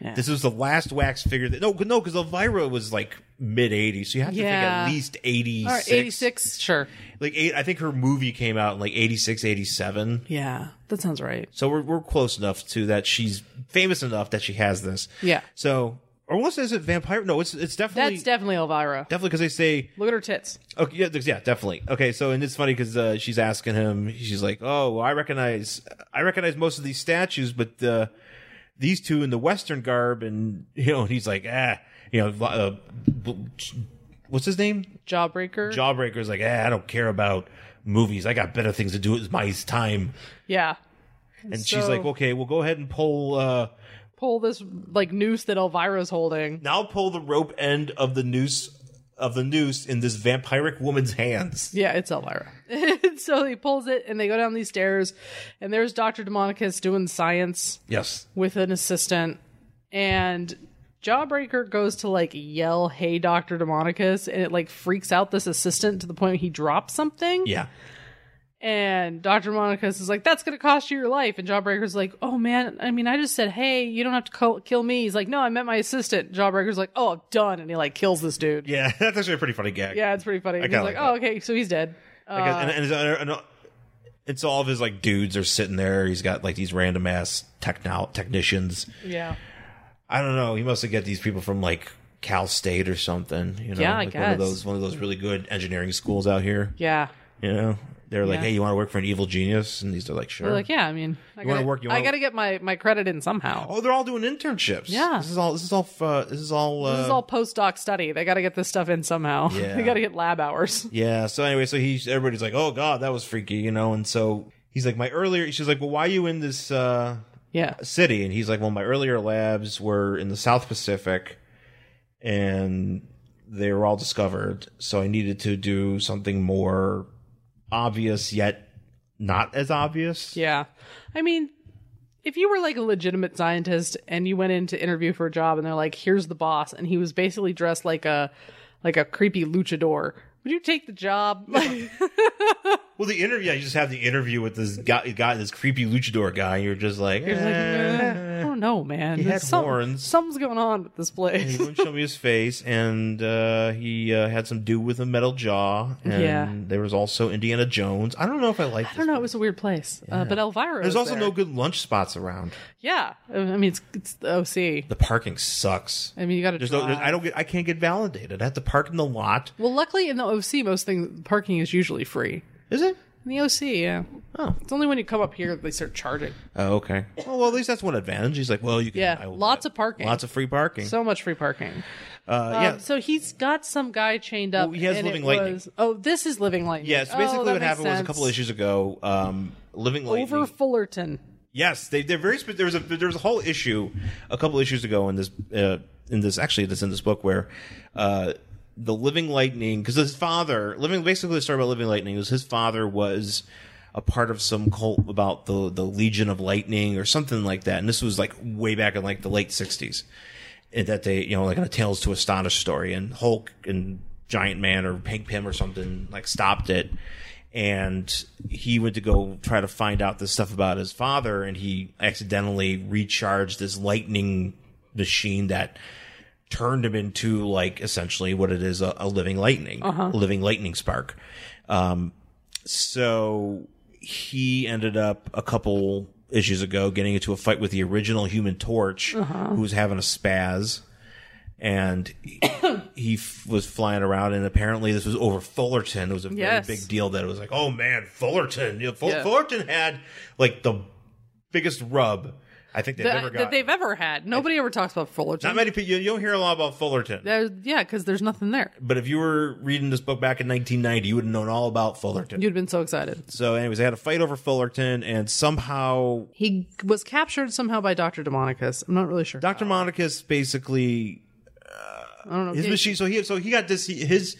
Speaker 1: Yeah.
Speaker 3: This was the last wax figure that no, no, because Elvira was like mid 80s, so you have to
Speaker 1: Yeah.
Speaker 3: think at least 86.
Speaker 1: All right, 86, sure.
Speaker 3: Like eight, I think her movie came out in like 86, 87.
Speaker 1: Yeah, that sounds right.
Speaker 3: So we're we're close enough to that she's famous enough that she has this.
Speaker 1: Yeah.
Speaker 3: So or what is it? Vampire? No, it's it's definitely
Speaker 1: That's definitely Elvira.
Speaker 3: definitely because they say
Speaker 1: Look at her tits.
Speaker 3: Okay, yeah, there's- yeah, definitely. Okay, so and it's funny because uh, she's asking him. She's like, "Oh, well, I recognize, I recognize most of these statues, but uh, these two in the Western garb, and you know." And he's like, "Ah, you know, uh, b- what's his name?
Speaker 1: Jawbreaker.
Speaker 3: Jawbreaker's like, ah, I don't care about movies. I got better things to do with my time."
Speaker 1: yeah.
Speaker 3: And she's like,
Speaker 1: So-
Speaker 3: "Okay, well, go ahead and pull. Uh,
Speaker 1: Pull this like noose that Elvira's holding.
Speaker 3: now pull the rope end of the noose of the noose in this vampiric woman's hands."
Speaker 1: Yeah, it's Elvira. so he pulls it and they go down these stairs and there's Dr. Demonicus doing science.
Speaker 3: Yes.
Speaker 1: with an assistant and Jawbreaker goes to like yell, "Hey, Doctor Demonicus!" and it like freaks out this assistant to the point he drops something.
Speaker 3: Yeah.
Speaker 1: And Doctor Demonicus is like, "That's gonna cost you your life." And Jawbreaker's like, "Oh man, I mean, I just said, hey, you don't have to co- kill me." He's like, "No, I meant my assistant." Jawbreaker's like, "Oh, I'm done," and he like kills this dude.
Speaker 3: Yeah, that's actually a pretty funny gag.
Speaker 1: Yeah, it's pretty funny. He's
Speaker 3: kinda
Speaker 1: like,
Speaker 3: like
Speaker 1: "Oh, okay, so he's dead."
Speaker 3: Like, and, and, and, and it's all of his like dudes are sitting there. He's got like these random ass techno- technicians.
Speaker 1: Yeah.
Speaker 3: I don't know. He must have get these people from like Cal State or something. You know,
Speaker 7: Yeah, I
Speaker 3: like one of
Speaker 7: guess.
Speaker 3: those one of those really good engineering schools out here.
Speaker 7: Yeah.
Speaker 3: You know, they're like,
Speaker 1: Yeah.
Speaker 3: hey, you want to work for an evil genius? And these are like, sure.
Speaker 1: They're like, yeah, I mean, I
Speaker 3: wanna
Speaker 1: gotta,
Speaker 3: work, you
Speaker 1: I
Speaker 3: wanna-
Speaker 1: gotta get my, my credit in somehow.
Speaker 3: Oh, they're all doing internships.
Speaker 1: Yeah.
Speaker 3: this is all. This is all. Uh, this is all. Uh,
Speaker 1: This is all postdoc study. They gotta get this stuff in somehow.
Speaker 3: Yeah.
Speaker 1: they gotta get lab hours.
Speaker 3: Yeah. So anyway, so he everybody's like, oh god, that was freaky, you know. And so he's like, my earlier. She's like, well, why are you in this uh,
Speaker 1: Yeah.
Speaker 3: city? And he's like, well, my earlier labs were in the South Pacific, and they were all discovered. So I needed to do something more obvious yet not as obvious.
Speaker 1: Yeah. I mean, if you were like a legitimate scientist and you went in to interview for a job and they're like, here's the boss, and he was basically dressed like a like a creepy luchador, would you take the job? Like,
Speaker 3: Well, the interview. Yeah, you just have the interview with this guy, guy this creepy luchador guy. And you're just like,
Speaker 1: you're just like,
Speaker 3: eh.
Speaker 1: "Eh, I don't know, man.
Speaker 3: He had
Speaker 1: There's some-
Speaker 3: horns.
Speaker 1: Something's going on with this
Speaker 3: he
Speaker 1: place.
Speaker 3: wouldn't show me his face, and uh, he uh, had some dude with a metal jaw. And
Speaker 1: Yeah.
Speaker 3: there was also Indiana Jones. I don't know if I like.
Speaker 1: I don't know. It was a weird place. Uh, but Elvira.
Speaker 3: There's
Speaker 1: was
Speaker 3: also
Speaker 1: there.
Speaker 3: no good lunch spots around.
Speaker 1: Yeah. I mean, it's it's the OC.
Speaker 3: The parking sucks.
Speaker 1: I mean, you got to.
Speaker 3: There's no. There's, I don't get. I can't get validated. I have to park in the lot.
Speaker 1: Well, luckily in the OC, most things parking is usually free.
Speaker 3: Is it?
Speaker 1: In the OC, yeah.
Speaker 3: Oh.
Speaker 1: It's only when you come up here that they start charging.
Speaker 3: Oh, okay. Well, well, at least that's one advantage. He's like, well, you can.
Speaker 1: Yeah,
Speaker 3: I will-
Speaker 1: lots of parking.
Speaker 3: Lots of free parking.
Speaker 1: So much free parking.
Speaker 3: uh,
Speaker 1: Um,
Speaker 3: yeah.
Speaker 1: So he's got some guy chained up.
Speaker 3: Well, he has
Speaker 1: and it
Speaker 3: Living Lightning.
Speaker 1: was- oh, this is Living Lightning.
Speaker 3: Yes.
Speaker 1: Oh,
Speaker 3: Basically,
Speaker 1: that
Speaker 3: what
Speaker 1: makes
Speaker 3: happened was a couple
Speaker 1: sense.
Speaker 3: issues ago. Um, Living Lightning.
Speaker 1: Over Fullerton.
Speaker 3: Yes, they they're very spe- there was a there was a whole issue a couple issues ago in this uh, in this actually that's in this book where uh, the Living Lightning because his father living basically the story about Living Lightning was his father was a part of some cult about the the Legion of Lightning or something like that, and this was like way back in like the late sixties and that they you know like in a Tales to Astonish story and Hulk and Giant Man or Pink Pym or something like stopped it and he went to go try to find out this stuff about his father and he accidentally recharged this lightning machine that turned him into like essentially what it is a, a living lightning
Speaker 1: Uh-huh.
Speaker 3: a living lightning spark um so he ended up a couple issues ago getting into a fight with the original Human Torch,
Speaker 1: Uh-huh.
Speaker 3: who was having a spaz, and he- he f- was flying around. And apparently, this was over Fullerton. It was a very
Speaker 1: Yes.
Speaker 3: big deal that it was like, oh man, Fullerton. You know, Ful-
Speaker 1: Yeah.
Speaker 3: Fullerton had like the biggest rub I think they've
Speaker 1: That,
Speaker 3: ever
Speaker 1: that
Speaker 3: got.
Speaker 1: they've ever had. Nobody ever talks about Fullerton.
Speaker 3: Not many people. You, you don't hear a lot about Fullerton.
Speaker 1: There's- yeah, because there's nothing there.
Speaker 3: but if you were reading this book back in 1990, you would have known all about Fullerton.
Speaker 1: You'd been so excited.
Speaker 3: so, anyways, they had a fight over Fullerton, and somehow
Speaker 1: He was captured somehow by Dr. Demonicus. I'm not really sure.
Speaker 3: Dr. Monicus basically uh,
Speaker 1: I don't know.
Speaker 3: his
Speaker 1: He-
Speaker 3: machine so he so he got this he- his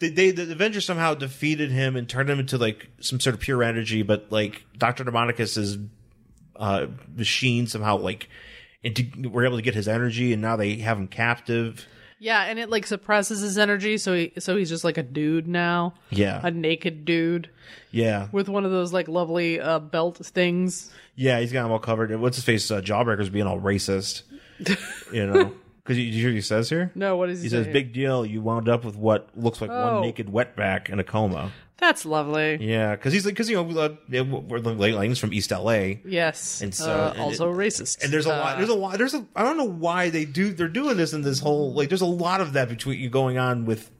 Speaker 3: they, they the Avengers somehow defeated him and turned him into like some sort of pure energy but like Dr. Demonicus's uh machine somehow like into, were able to get his energy and now they have him captive
Speaker 1: yeah, and it like suppresses his energy, so he so he's just like a dude now,
Speaker 3: yeah
Speaker 1: a naked dude
Speaker 3: yeah
Speaker 1: with one of those like lovely uh, belt things.
Speaker 3: yeah he's got him all covered And what's his face uh, Jawbreaker's being all racist you know because you, you hear what he says here
Speaker 1: No, what is he?
Speaker 3: he says
Speaker 1: say?
Speaker 3: big deal you wound up with what looks like
Speaker 1: Oh.
Speaker 3: one naked wetback in a coma
Speaker 1: That's lovely.
Speaker 3: Yeah, because he's like, because you know, uh, yeah, we're the late Lang's from East LA,
Speaker 1: Yes.
Speaker 3: And so-
Speaker 1: Uh,
Speaker 3: and
Speaker 1: also racist.
Speaker 3: and there's a lot,
Speaker 1: Uh,
Speaker 3: there's a lot, there's a, I don't know why they do, they're doing this in this whole, like, there's a lot of that between you going on with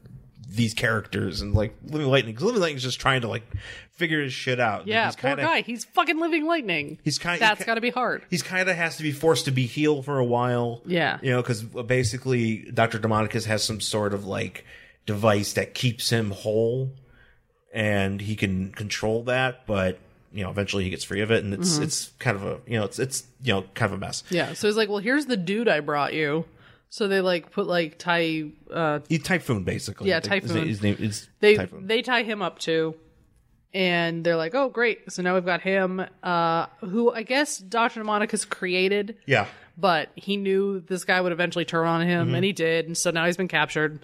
Speaker 3: these characters and like Living Lightning, because Living Lightning's just trying to like figure his shit out. Like,
Speaker 1: yeah,
Speaker 3: he's
Speaker 1: poor
Speaker 3: kinda,
Speaker 1: guy. He's fucking living lightning.
Speaker 3: He's kind of,
Speaker 1: That's got to be hard.
Speaker 3: He's kind of has to be forced to be healed for a while.
Speaker 1: Yeah.
Speaker 3: You know, because basically Dr. Demonicus has some sort of like device that keeps him whole and he can control that, but you know, eventually he gets free of it and
Speaker 1: Mm-hmm.
Speaker 3: it's it's kind of a you know, it's it's you know, kind of a mess.
Speaker 1: Yeah. So he's like, well, here's the dude I brought you. So they like put like tie. Uh,
Speaker 3: He's typhoon basically.
Speaker 1: Yeah,
Speaker 3: I think
Speaker 1: Typhoon.
Speaker 3: His, name is
Speaker 1: they
Speaker 3: typhoon.
Speaker 1: they tie him up too, and they're like, oh great. So now we've got him, uh, who I guess Doctor Monica's created.
Speaker 3: yeah.
Speaker 1: but he knew this guy would eventually turn on him
Speaker 3: Mm-hmm.
Speaker 1: and he did and so now he's been captured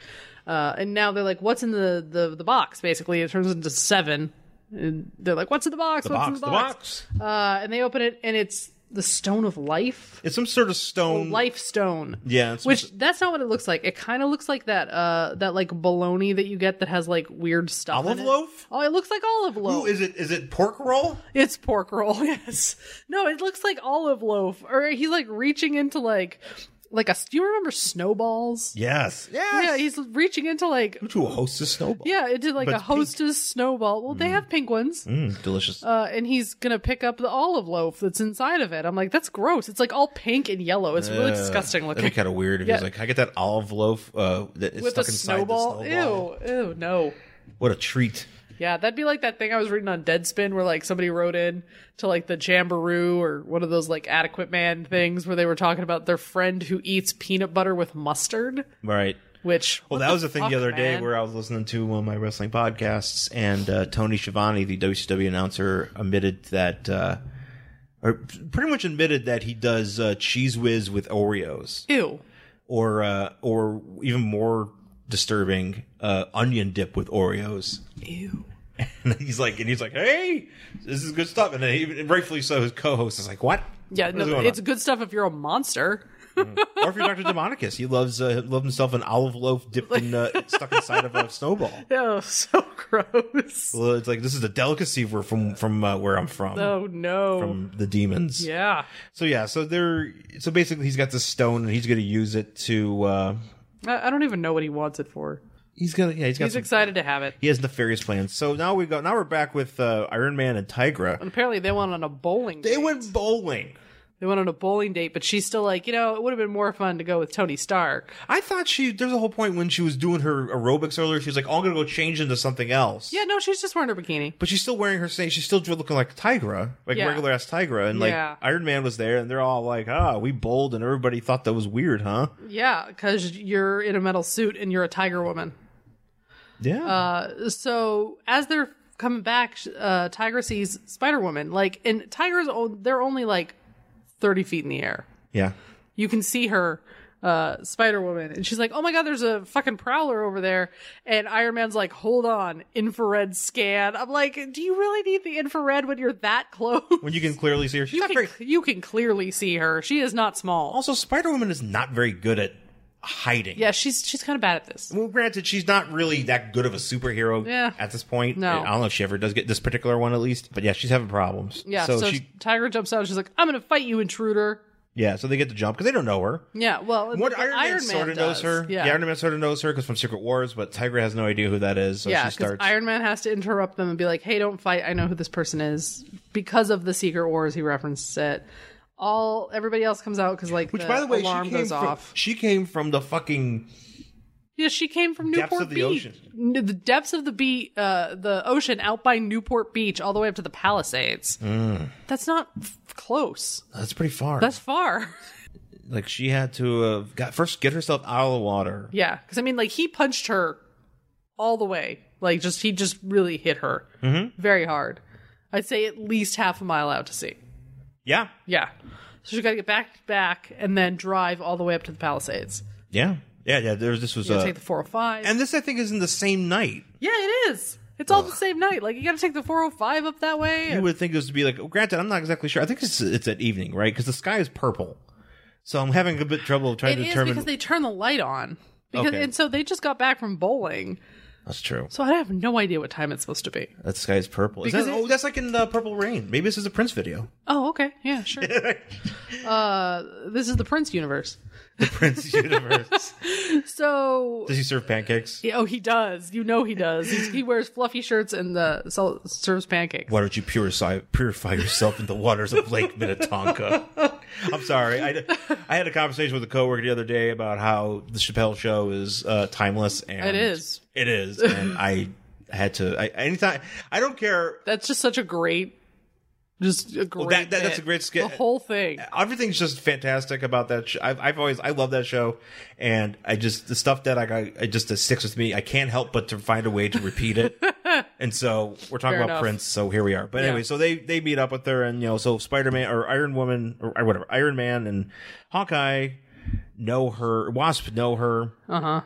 Speaker 1: uh, and now they're like what's in the, the, the box basically it turns into seven and they're like what's in the box
Speaker 3: The
Speaker 1: what's in
Speaker 3: box, the box.
Speaker 1: Uh, and they open it and it's the stone of life
Speaker 3: It's some sort of stone.
Speaker 1: life stone
Speaker 3: Mm. Yeah, it's-
Speaker 1: which that's not what it looks like it kind of looks like that uh that like bologna that you get that has like weird stuff in
Speaker 3: Olive
Speaker 1: it.
Speaker 3: loaf?
Speaker 1: oh it looks like olive loaf
Speaker 3: Ooh, is it is it pork roll?
Speaker 1: it's pork roll, yes. No, it looks like olive loaf. Or he's like reaching into like like a. Do you remember snowballs?
Speaker 8: Yes.
Speaker 1: Yeah, he's reaching into like
Speaker 8: To a host of snowball.
Speaker 1: yeah, into like
Speaker 8: But
Speaker 1: a
Speaker 8: it's
Speaker 1: hostess snowball. Well, they have pink ones.
Speaker 3: Mm, delicious.
Speaker 1: Uh, and he's gonna pick up the olive loaf that's inside of it. I'm like, that's gross. It's like all pink and yellow. It's really
Speaker 8: Uh,
Speaker 1: disgusting
Speaker 8: That'd
Speaker 1: looking.
Speaker 8: be kind of weird if he
Speaker 1: Yeah.
Speaker 8: was like, "I get that olive loaf uh, that is
Speaker 1: With a
Speaker 8: stuck inside
Speaker 1: snowball.
Speaker 8: the snowball.
Speaker 1: Ew, ew, no.
Speaker 8: What a treat!"
Speaker 1: Yeah, that'd be like that thing I was reading on Deadspin where like somebody wrote in to like the Jamboree or one of those like adequate man things where they were talking about their friend who eats peanut butter with mustard,
Speaker 3: Right.
Speaker 1: which
Speaker 3: Well, that was the thing
Speaker 1: fuck,
Speaker 3: the other day
Speaker 1: man?
Speaker 3: where I was listening to one of my wrestling podcasts, and uh, Tony Schiavone, the WCW announcer, admitted that, uh, or pretty much admitted that he does uh, cheese whiz with Oreos,
Speaker 1: ew.
Speaker 3: or uh, or even more disturbing, uh, onion dip with Oreos.
Speaker 1: Ew.
Speaker 3: And he's like, and he's like, hey, this is good stuff, and, he, and rightfully so. His co-host is like, what?
Speaker 1: Yeah,
Speaker 3: What is
Speaker 1: no,
Speaker 3: going
Speaker 1: it's
Speaker 3: on?
Speaker 1: good stuff if you're a monster.
Speaker 3: or if you're Dr. Demonicus, he loves uh, loves himself an olive loaf dipped in uh, stuck inside of a snowball.
Speaker 1: Oh, so gross.
Speaker 3: Well, it's like this is a delicacy we're from from uh, where I'm from,
Speaker 1: Oh no.
Speaker 3: from the demons.
Speaker 1: yeah.
Speaker 3: So yeah, so they're so basically he's got this stone and he's gonna use it to. uh
Speaker 1: I, I don't even know what he wants it for.
Speaker 3: He's gonna yeah he's got
Speaker 1: He's
Speaker 3: some,
Speaker 1: excited to have it.
Speaker 3: he has nefarious plans. So now we go now we're back with uh, Iron Man and Tigra.
Speaker 1: Apparently they went on a bowling
Speaker 3: They
Speaker 1: date.
Speaker 3: went bowling.
Speaker 1: They went on a bowling date, but she's still like, you know, it would have been more fun to go with Tony Stark.
Speaker 3: I thought she there's a whole point when she was doing her aerobics earlier. She was like, oh, I'm gonna go change into something else.
Speaker 1: Yeah, no, she's just wearing her bikini.
Speaker 3: But she's still wearing her same. She's still looking like Tigra, like
Speaker 1: Yeah.
Speaker 3: regular ass Tigra, and like
Speaker 1: Yeah.
Speaker 3: Iron Man was there, and they're all like, "Ah, we bowled," and everybody thought that was weird, huh?
Speaker 1: Yeah, because you're in a metal suit and you're a tiger woman.
Speaker 3: Yeah.
Speaker 1: Uh, So as they're coming back, sh- uh, Tiger sees Spider Woman. Like, and Tiger's, o- they're only like 30 feet in the air.
Speaker 3: yeah.
Speaker 1: You can see her, uh, Spider Woman. And she's like, oh my God, there's a fucking prowler over there. And Iron Man's like, hold on, infrared scan. I'm like, do you really need the infrared when you're that close?
Speaker 3: When you can clearly see her, she's
Speaker 1: You
Speaker 3: not
Speaker 1: can,
Speaker 3: very.
Speaker 1: you can clearly see her. She is not small.
Speaker 3: Also, Spider Woman is not very good at hiding.
Speaker 1: Yeah, she's she's kind of bad at this.
Speaker 3: Well, granted, she's not really that good of a superhero
Speaker 1: Yeah.
Speaker 3: at this point.
Speaker 1: No.
Speaker 3: I don't know if she ever does get this particular one at least, but yeah, she's having problems.
Speaker 1: Yeah, so,
Speaker 3: So, she.
Speaker 1: Tiger jumps out. She's like, "I'm gonna fight you, intruder."
Speaker 3: Yeah. So they get to jump because they don't know her.
Speaker 1: Yeah, well,
Speaker 3: What
Speaker 1: the
Speaker 3: Iron, Man sort of
Speaker 1: does.
Speaker 3: knows her.
Speaker 1: Yeah,
Speaker 3: Iron Man sort of knows her because from Secret Wars, but Tigra has no idea who that is. So
Speaker 1: yeah,
Speaker 3: she
Speaker 1: because
Speaker 3: starts.
Speaker 1: Iron Man has to interrupt them and be like, "Hey, don't fight. I know who this person is because of the Secret Wars." He references it. All everybody else comes out because like
Speaker 3: Which,
Speaker 1: the
Speaker 3: by the way,
Speaker 1: alarm
Speaker 3: she came
Speaker 1: goes
Speaker 3: from,
Speaker 1: off.
Speaker 3: She came from the fucking
Speaker 1: Yeah, she came from
Speaker 3: Depths
Speaker 1: Newport
Speaker 3: of the
Speaker 1: Beach,
Speaker 3: ocean.
Speaker 1: N- the depths of the be- uh, the ocean out by Newport Beach, all the way up to the Palisades.
Speaker 3: Mm.
Speaker 1: That's not f- close.
Speaker 3: That's pretty far.
Speaker 1: That's far.
Speaker 3: like she had to uh, got first get herself out of the water.
Speaker 1: Yeah, because I mean, like he punched her all the way. Like just he just really hit her
Speaker 3: Mm-hmm.
Speaker 1: very hard. I'd say at least half a mile out to sea.
Speaker 3: Yeah,
Speaker 1: Yeah, so she got to get back back and then drive all the way up to the Palisades.
Speaker 3: yeah, yeah, yeah. There, was- this was
Speaker 1: You gotta
Speaker 3: uh,
Speaker 1: take the four hundred five.
Speaker 3: and this I think is in the same night.
Speaker 1: yeah, it is. It's all the same night. Like you got to take the four hundred five up that way.
Speaker 3: You
Speaker 1: and-
Speaker 3: would think it was to be like. Granted, I'm not exactly sure. I think it's it's at evening, right? Because the sky is purple. So I'm having a bit trouble trying
Speaker 1: It
Speaker 3: to
Speaker 1: is
Speaker 3: determine.
Speaker 1: because they turn the light on. Because
Speaker 3: Okay.
Speaker 1: and so they just got back from bowling,
Speaker 3: That's true.
Speaker 1: so I have no idea what time it's supposed to be.
Speaker 3: That sky is purple. Is
Speaker 1: Because
Speaker 3: that-
Speaker 1: it-
Speaker 3: oh, that's like in uh, Purple Rain. Maybe this is a Prince video.
Speaker 1: Oh, okay, yeah, sure. uh, this is the Prince universe.
Speaker 3: The Prince universe.
Speaker 1: So
Speaker 3: Does he serve pancakes?
Speaker 1: Yeah, Oh, he does. You know he does. He's, he wears fluffy shirts and the sell, serves pancakes.
Speaker 3: Why don't you purify purify yourself in the waters of Lake Minnetonka? I'm sorry. I, I had a conversation with a coworker the other day about how the Chappelle Show is uh, timeless, and
Speaker 1: It is.
Speaker 3: It is, and I had to. I, anytime I don't care.
Speaker 1: That's just such a great, just a great.
Speaker 3: that- that- that's
Speaker 1: bit.
Speaker 3: a great skit.
Speaker 1: The whole thing.
Speaker 3: Everything's just fantastic about that. Sh- I've, I've always I love that show, and I just the stuff that I got it just it sticks with me. I can't help but to find a way to repeat it. and so we're talking
Speaker 1: Fair
Speaker 3: about
Speaker 1: enough.
Speaker 3: Prince, so here we are. But anyway, so they they meet up with her, and you know, so Spider Man or Iron Woman or whatever, Iron Man and Hawkeye know her, Wasp know her, uh huh, and,
Speaker 1: Uh-huh.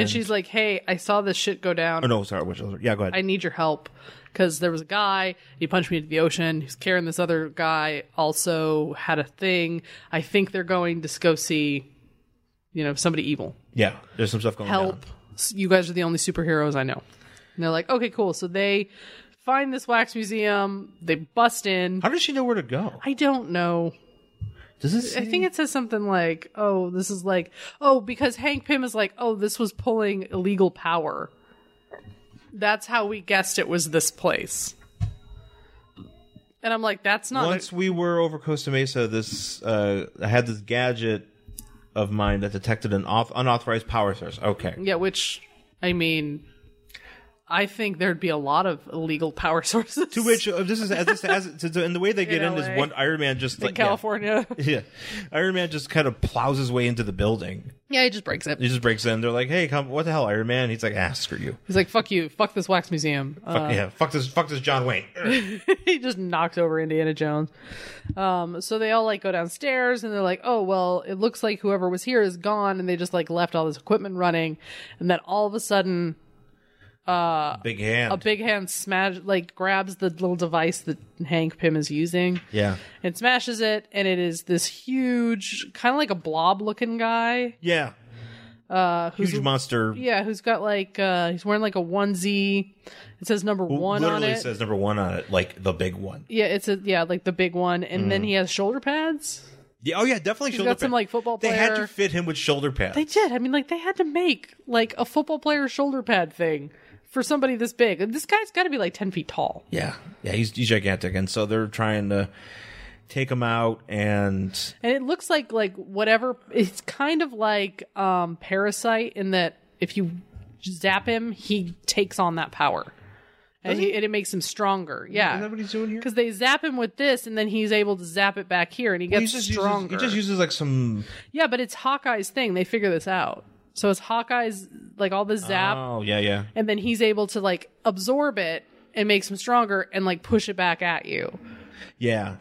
Speaker 1: And she's like, "Hey, I saw this shit go down.
Speaker 3: oh no, sorry, which other- yeah, go ahead.
Speaker 1: I need your help because there was a guy. He punched me into the ocean. He's carrying this other guy. Also had a thing. I think they're going to go see, you know, somebody evil.
Speaker 3: yeah, there's some stuff going on.
Speaker 1: help. S- You guys are the only superheroes I know. And they're like, okay, cool. So they find this wax museum. They bust in.
Speaker 3: How does she know where to go?
Speaker 1: I don't know.
Speaker 3: Does this?
Speaker 1: I think it says something like, "Oh, this is like, oh, because Hank Pym is like, oh, this was pulling illegal power. That's how we guessed it was this place." And I'm like, "That's not."
Speaker 3: Once we were over Costa Mesa, this uh, I had this gadget of mine that detected an auth- unauthorized power source. Okay,
Speaker 1: yeah, which I mean, I think there'd be a lot of illegal power sources
Speaker 3: to which uh, this is as, this, as to, to- and the way they get in, is
Speaker 1: LA.
Speaker 3: one Iron Man just like yeah.
Speaker 1: California.
Speaker 3: Yeah, Iron Man just kind of plows his way into the building.
Speaker 1: Yeah, he just breaks it.
Speaker 3: He just breaks in. They're like, "Hey, come! What the hell, Iron Man?" He's like, "Ah, screw you!
Speaker 1: He's like, "Fuck you, fuck this wax museum."
Speaker 3: Fuck, yeah, fuck this! Fuck this, John Wayne."
Speaker 1: he just knocks over Indiana Jones. Um, so they all like go downstairs and they're like, oh, well, it looks like whoever was here is gone. And they just like left all this equipment running. And then all of a sudden,
Speaker 3: Big hand.
Speaker 1: a big hand smash like grabs the little device that Hank Pym is using
Speaker 3: yeah,
Speaker 1: and smashes it. And it is this huge, kind of like a blob looking guy.
Speaker 3: yeah. Uh, Huge monster.
Speaker 1: Yeah, who's got like, uh, he's wearing like a onesie. It says number one on
Speaker 3: literally
Speaker 1: it.
Speaker 3: says number one on it, like the big one.
Speaker 1: yeah, it's a, yeah, like the big one. And
Speaker 3: Mm.
Speaker 1: then he has shoulder pads.
Speaker 3: Yeah, oh yeah, definitely shoulder
Speaker 1: got some,
Speaker 3: pad-
Speaker 1: like, football
Speaker 3: They had
Speaker 1: player-
Speaker 3: to fit him with shoulder pads.
Speaker 1: They did. I mean, like they had to make like a football player shoulder pad thing for somebody this big. And This guy's got to be like ten feet tall.
Speaker 3: Yeah, yeah, he's, he's gigantic, and so they're trying to take him out, and
Speaker 1: And it looks like like whatever. It's kind of like um Parasite in that if you zap him, he takes on that power, and, he, and it makes him stronger. Yeah,
Speaker 3: is that what he's doing here?
Speaker 1: Because they zap him with this, and then he's able to zap it back here, and he
Speaker 3: he
Speaker 1: gets
Speaker 3: just
Speaker 1: stronger.
Speaker 3: uses he just uses like some
Speaker 1: yeah, but it's Hawkeye's thing. They figure this out. So it's Hawkeye's like all the zap.
Speaker 3: oh yeah yeah
Speaker 1: and then he's able to like absorb it and makes him stronger and like push it back at you.
Speaker 3: yeah,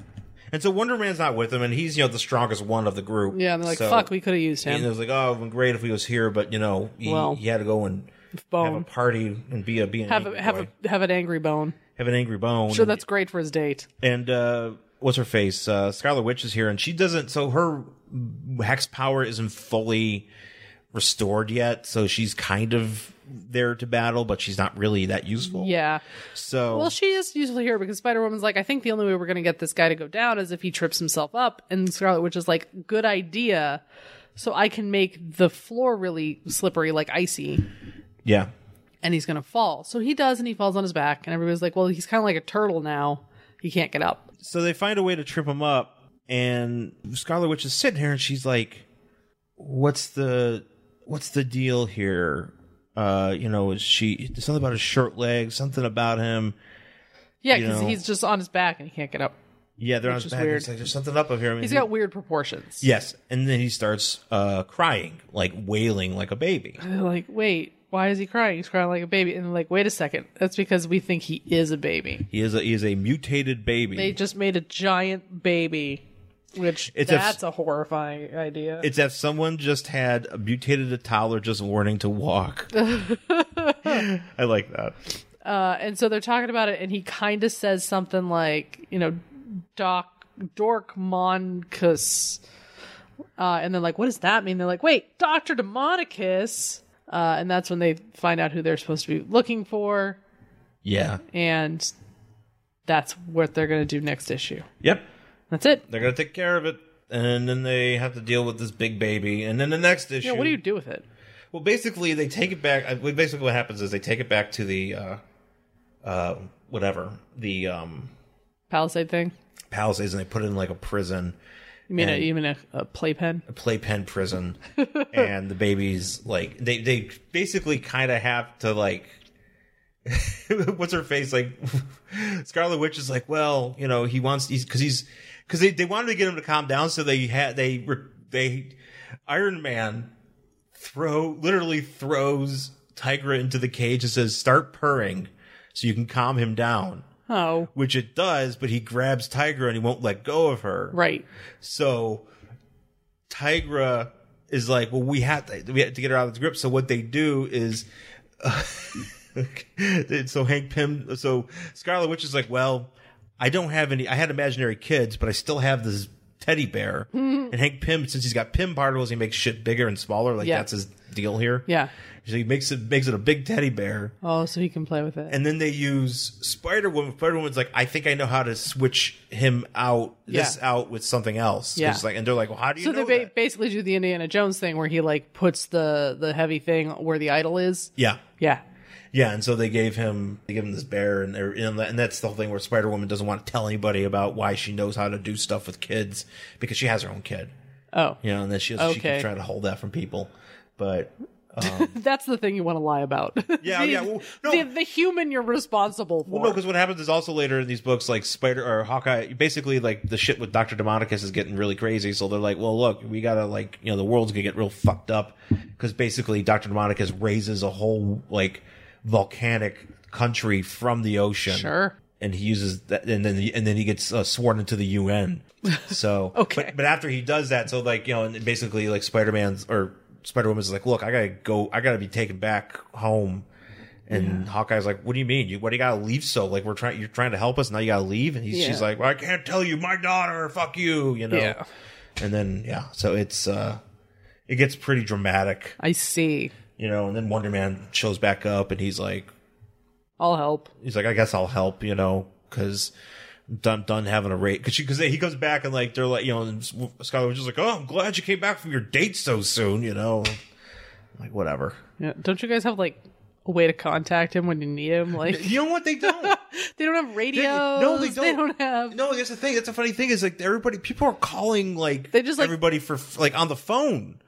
Speaker 3: and so Wonder Man's not with him, and he's you know the strongest one of the group.
Speaker 1: Yeah, and they're like,
Speaker 3: So-
Speaker 1: fuck, we could have used
Speaker 3: And it
Speaker 1: him.
Speaker 3: was like, oh, it would great if he was here, but you know, he,
Speaker 1: Well.
Speaker 3: he had to go and have a
Speaker 1: Bone.
Speaker 3: party and be a be an
Speaker 1: Have
Speaker 3: angry
Speaker 1: a, have
Speaker 3: boy.
Speaker 1: a have an angry bone.
Speaker 3: have an angry bone.
Speaker 1: Sure, that's great for his date.
Speaker 3: and uh what's her face uh scarlet witch is here and she doesn't so her hex power isn't fully restored yet so she's kind of there to battle but she's not really that useful
Speaker 1: Yeah.
Speaker 3: so
Speaker 1: Well, she is usually here because Spider Woman's like, I think the only way we're gonna get this guy to go down is if he trips himself up. And Scarlet Witch is like, good idea. So I can make the floor really slippery, like icy,
Speaker 3: yeah
Speaker 1: and he's gonna fall. So he does, and he falls on his back, and everybody's like, well, he's kind of like a turtle now. He can't get up.
Speaker 3: so they find a way to trip him up and scarlet witch is sitting here and she's like what's the what's the deal here uh you know is she something about his short legs something about him
Speaker 1: Yeah,
Speaker 3: You
Speaker 1: because
Speaker 3: know.
Speaker 1: he's just on his back and he can't get up.
Speaker 3: yeah they're on
Speaker 1: Which
Speaker 3: his
Speaker 1: is
Speaker 3: back
Speaker 1: weird.
Speaker 3: it's like there's something up of here I mean,
Speaker 1: He's
Speaker 3: he-
Speaker 1: got weird proportions.
Speaker 3: Yes, and then he starts uh, crying, like wailing, like a baby.
Speaker 1: They're like, wait, why is he crying? He's crying like a baby. And they're like, wait a second. That's because we think he is a baby.
Speaker 3: He is a, he is a mutated baby.
Speaker 1: They just made a giant baby, which
Speaker 3: It's a-
Speaker 1: that's a, horrifying idea.
Speaker 3: it's as if someone just had a mutated a toddler just learning to walk. I like that.
Speaker 1: Uh, and so they're talking about it, and he kind of says something like, you know, Doc Dork Monicus. Uh, and then like, what does that mean? They're like, wait, Doctor Demonicus. Uh, and that's when they find out who they're supposed to be looking for.
Speaker 3: Yeah.
Speaker 1: and that's what they're going to do next issue.
Speaker 3: Yep.
Speaker 1: That's it.
Speaker 3: They're gonna take care of it, and then they have to deal with this big baby, and then the next issue.
Speaker 1: Yeah, what do you do with it?
Speaker 3: Well, basically, they take it back. uh, well, Basically, what happens is they take it back to the, uh, uh, whatever the um,
Speaker 1: Palisade thing?
Speaker 3: palisades, and they put it in like a prison.
Speaker 1: You mean a,
Speaker 3: And-
Speaker 1: you mean a, a playpen?
Speaker 3: playpen prison and the babies like they they basically kind of have to like what's her face like scarlet witch is like well you know he wants he's because he's because they, they wanted to get him to calm down so they had they re- they iron man throw literally throws tigra into the cage and says start purring so you can calm him down
Speaker 1: Oh,
Speaker 3: which it does but he grabs tigra and he won't let go of her
Speaker 1: right.
Speaker 3: so Tigra is like, well, we have to we have to get her out of the grip. So what they do is, uh, so Hank Pym, so Scarlet Witch is like, well, I don't have any. I had imaginary kids, but I still have this teddy bear. and Hank Pym, since he's got Pym particles, he makes shit bigger and smaller. Like
Speaker 1: Yeah.
Speaker 3: that's his deal here.
Speaker 1: Yeah.
Speaker 3: So he makes it makes it a big teddy bear.
Speaker 1: Oh, so he can play with it.
Speaker 3: And then they use Spider Woman. Spider Woman's like, I think I know how to switch him out, this
Speaker 1: Yeah.
Speaker 3: out with something else. 'Cause
Speaker 1: Yeah.
Speaker 3: Like, and they're like, well, how do you
Speaker 1: so
Speaker 3: know
Speaker 1: they ba-
Speaker 3: that?
Speaker 1: basically do the Indiana Jones thing where he like puts the the heavy thing where the idol is.
Speaker 3: Yeah.
Speaker 1: Yeah.
Speaker 3: Yeah, and so they gave him they give him this bear, and they're, and that- and that's the whole thing where Spider Woman doesn't want to tell anybody about why she knows how to do stuff with kids because she has her own kid,
Speaker 1: Oh,
Speaker 3: you know, and then she, she
Speaker 1: Okay.
Speaker 3: keeps trying to hold that from people. But
Speaker 1: that's the thing you want to lie about.
Speaker 3: Yeah,
Speaker 1: the,
Speaker 3: yeah, well, no.
Speaker 1: the, the human you're responsible for.
Speaker 3: well, no, because what happens is also later in these books, like Spider or Hawkeye, basically like the shit with Doctor Demonicus is getting really crazy. So they're like, well, look, we gotta like you know the world's gonna get real fucked up because basically Doctor Demonicus raises a whole like volcanic country from the ocean.
Speaker 1: sure.
Speaker 3: and he uses that, and then and then he gets uh, sworn into the UN. So
Speaker 1: Okay.
Speaker 3: but, but after he does that, so like you know, and basically like Spider Man's or Spider Woman's like, look, I gotta go, I gotta be taken back home. And Hawkeye's like, "What do you mean? You what do you gotta leave? So like we're trying, you're trying to help us now. You gotta leave." And he's, she's
Speaker 1: Yeah.
Speaker 3: like, well, "I can't tell you, my daughter. Fuck you, you know."
Speaker 1: Yeah.
Speaker 3: And then yeah, so it's uh, it gets pretty dramatic,
Speaker 1: I see.
Speaker 3: you know. And then Wonder Man shows back up, and he's like,
Speaker 1: I'll help.
Speaker 3: he's like, I guess I'll help, you know, because done done having a rate because because he comes back and like they're like you know and Scarlet was just like, oh, I'm glad you came back from your date so soon, you know, like whatever.
Speaker 1: Yeah. Don't you guys have like a way to contact him when you need him? Like
Speaker 3: You know what they don't.
Speaker 1: they don't have radios.
Speaker 3: no, they don't.
Speaker 1: They don't have.
Speaker 3: No, that's the thing. That's a funny thing is like everybody, people are calling like
Speaker 1: They just, like-
Speaker 3: everybody for like on the phone.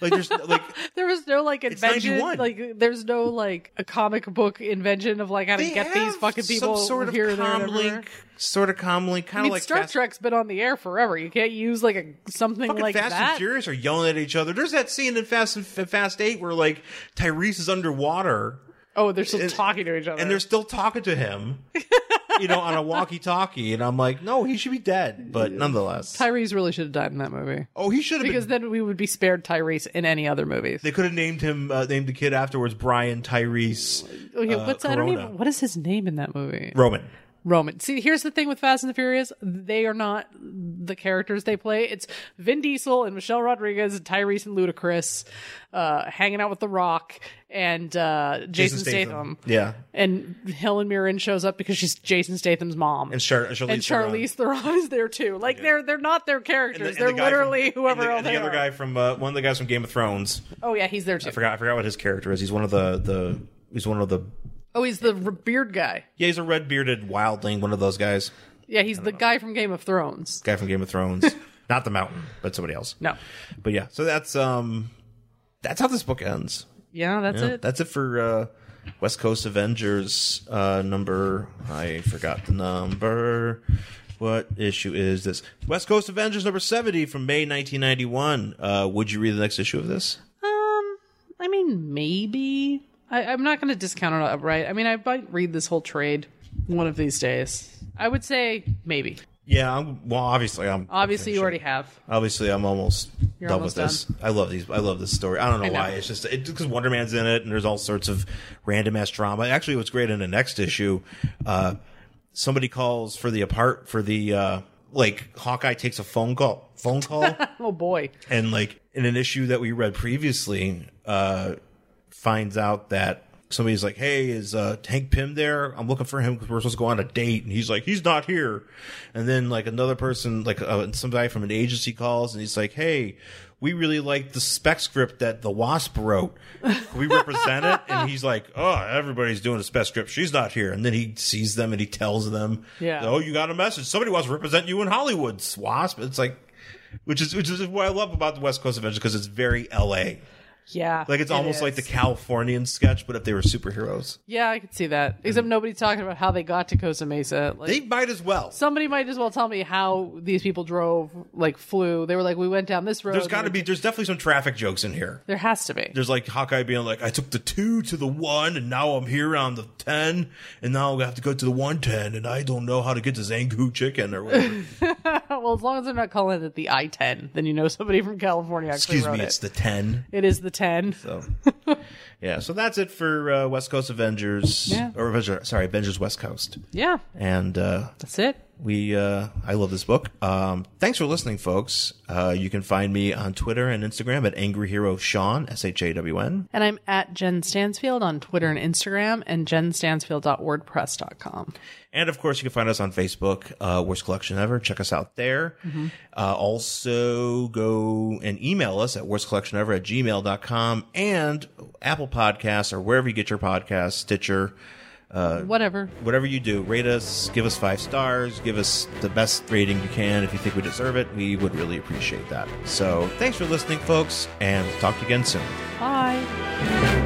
Speaker 3: like there's like
Speaker 1: There was no like invention.
Speaker 3: 91.
Speaker 1: Like there's no like a comic book invention of like how to
Speaker 3: they
Speaker 1: get these
Speaker 3: have
Speaker 1: fucking people
Speaker 3: some sort of
Speaker 1: here, there, and everywhere.
Speaker 3: comlink, sort of comlink,
Speaker 1: I
Speaker 3: kind of
Speaker 1: mean,
Speaker 3: like
Speaker 1: Star
Speaker 3: fast-
Speaker 1: Trek's been on the air forever. You can't use like a something
Speaker 3: fucking
Speaker 1: like
Speaker 3: Fast
Speaker 1: that.
Speaker 3: and Furious are yelling at each other. There's that scene in Fast and F- Fast Eight where like Tyrese is underwater
Speaker 1: oh, they're still
Speaker 3: and-
Speaker 1: talking to each other.
Speaker 3: and they're still talking to him, you know, on a walkie-talkie, and I'm like, no, he should be dead. But nonetheless,
Speaker 1: Tyrese really should have died in that movie
Speaker 3: oh, he should have
Speaker 1: because
Speaker 3: been.
Speaker 1: then we would be spared Tyrese in any other movies.
Speaker 3: They could have named him, uh, named the kid afterwards, Brian Tyrese
Speaker 1: Okay,
Speaker 3: uh,
Speaker 1: what's I don't
Speaker 3: Corona.
Speaker 1: even what is his name in that movie?
Speaker 3: Roman.
Speaker 1: Roman. See, here's the thing with Fast and the Furious: they are not the characters they play. It's Vin Diesel and Michelle Rodriguez and Tyrese and Ludacris uh, hanging out with The Rock and uh, Jason, Statham.
Speaker 3: Yeah,
Speaker 1: And Helen Mirren shows up because she's Jason Statham's mom.
Speaker 3: and, Char- Charlize
Speaker 1: and Charlize Theron is there too. Like they're they're not their characters.
Speaker 3: Theron. And the-
Speaker 1: they're
Speaker 3: and the guy
Speaker 1: literally
Speaker 3: from,
Speaker 1: whoever
Speaker 3: and the,
Speaker 1: else
Speaker 3: and the
Speaker 1: they
Speaker 3: other
Speaker 1: are.
Speaker 3: guy from uh, one of the guys from Game of Thrones.
Speaker 1: Oh yeah, he's there too.
Speaker 3: I forgot. I forgot what his character is. He's one of the the. He's one of the.
Speaker 1: Oh, he's the r- beard guy.
Speaker 3: Yeah, he's a red bearded wildling. One of those guys.
Speaker 1: Yeah, he's the guy from Game of Thrones.
Speaker 3: guy from Game of Thrones, not the Mountain, but somebody else.
Speaker 1: No.
Speaker 3: But yeah, so that's um, that's how this book ends.
Speaker 1: Yeah, that's
Speaker 3: Yeah,
Speaker 1: it.
Speaker 3: that's it for uh, West Coast Avengers uh, number. I forgot the number. What issue is this? West Coast Avengers number seventy from May nineteen ninety one. Uh, would you read the next issue of this?
Speaker 1: Um, I mean, maybe. I, I'm not going to discount it outright. I mean, I might read this whole trade one of these days. I would say maybe.
Speaker 3: Yeah. I'm, well, obviously, I'm
Speaker 1: Obviously, you
Speaker 3: Sure.
Speaker 1: already have.
Speaker 3: Obviously, I'm almost
Speaker 1: You're
Speaker 3: done
Speaker 1: almost
Speaker 3: with this. I love these. I love this story. I don't know,
Speaker 1: know.
Speaker 3: why. It's just because Wonder Man's in it, and there's all sorts of random ass drama. Actually, what's great in the next issue, uh, somebody calls for the apart for the uh, like Hawkeye takes a phone call, phone call,
Speaker 1: Oh boy.
Speaker 3: and like in an issue that we read previously, uh, finds out that. Somebody's like, "Hey, is uh, Hank Pym there? I'm looking for him because we're supposed to go on a date." And he's like, "He's not here." And then like another person, like uh, some guy from an agency calls, and he's like, "Hey, we really like the spec script that the Wasp wrote. Can We represent it." And he's like, "Oh, everybody's doing a spec script. She's not here." And then he sees them and he tells them,
Speaker 1: Yeah.
Speaker 3: "Oh, you got a message. Somebody wants to represent you in Hollywood, Wasp." It's like. Which is which is what I love about the West Coast Avengers because it's very L.A.
Speaker 1: Yeah.
Speaker 3: Like it's
Speaker 1: it
Speaker 3: almost
Speaker 1: is.
Speaker 3: like the Californian sketch, but if they were superheroes,
Speaker 1: Yeah, I could see that. Except nobody's talking about how they got to Costa Mesa. Like,
Speaker 3: they might as well.
Speaker 1: somebody might as well tell me how these people drove, like flew. They were like, we went down this road.
Speaker 3: There's
Speaker 1: and
Speaker 3: got to
Speaker 1: we-
Speaker 3: be. There's definitely some traffic jokes in here.
Speaker 1: There has to be.
Speaker 3: There's like Hawkeye being like, I took the two to the one, and now I'm here on the ten, and now I have to go to the one ten, and I don't know how to get to Zangu chicken or whatever.
Speaker 1: well, as long as they're not calling it the I-10, then you know somebody from California actually
Speaker 3: Excuse
Speaker 1: wrote
Speaker 3: me,
Speaker 1: it.
Speaker 3: it's the ten.
Speaker 1: it is the 10.
Speaker 3: So, yeah. So that's it for uh, West Coast Avengers,
Speaker 1: Yeah.
Speaker 3: or Avenger, sorry, Avengers West Coast,
Speaker 1: Yeah,
Speaker 3: and uh,
Speaker 1: that's it.
Speaker 3: we uh, I love this book. Um, thanks for listening, folks. Uh, you can find me on Twitter and Instagram at Angry Hero Sean S H A W N.
Speaker 6: And I'm at Jen Stansfield on Twitter and Instagram and jenstansfield.wordpress.com.
Speaker 3: And of course, you can find us on Facebook, uh, Worst Collection Ever. Check us out there. Uh, also, go and email us at worstcollectionever at gmail.com and Apple Podcasts or wherever you get your podcasts, Stitcher,
Speaker 6: Whatever.
Speaker 3: whatever you do. Rate us, give us five stars, give us the best rating you can if you think we deserve it. We would really appreciate that. So, thanks for listening, folks, and we'll talk to you again soon.
Speaker 6: Bye.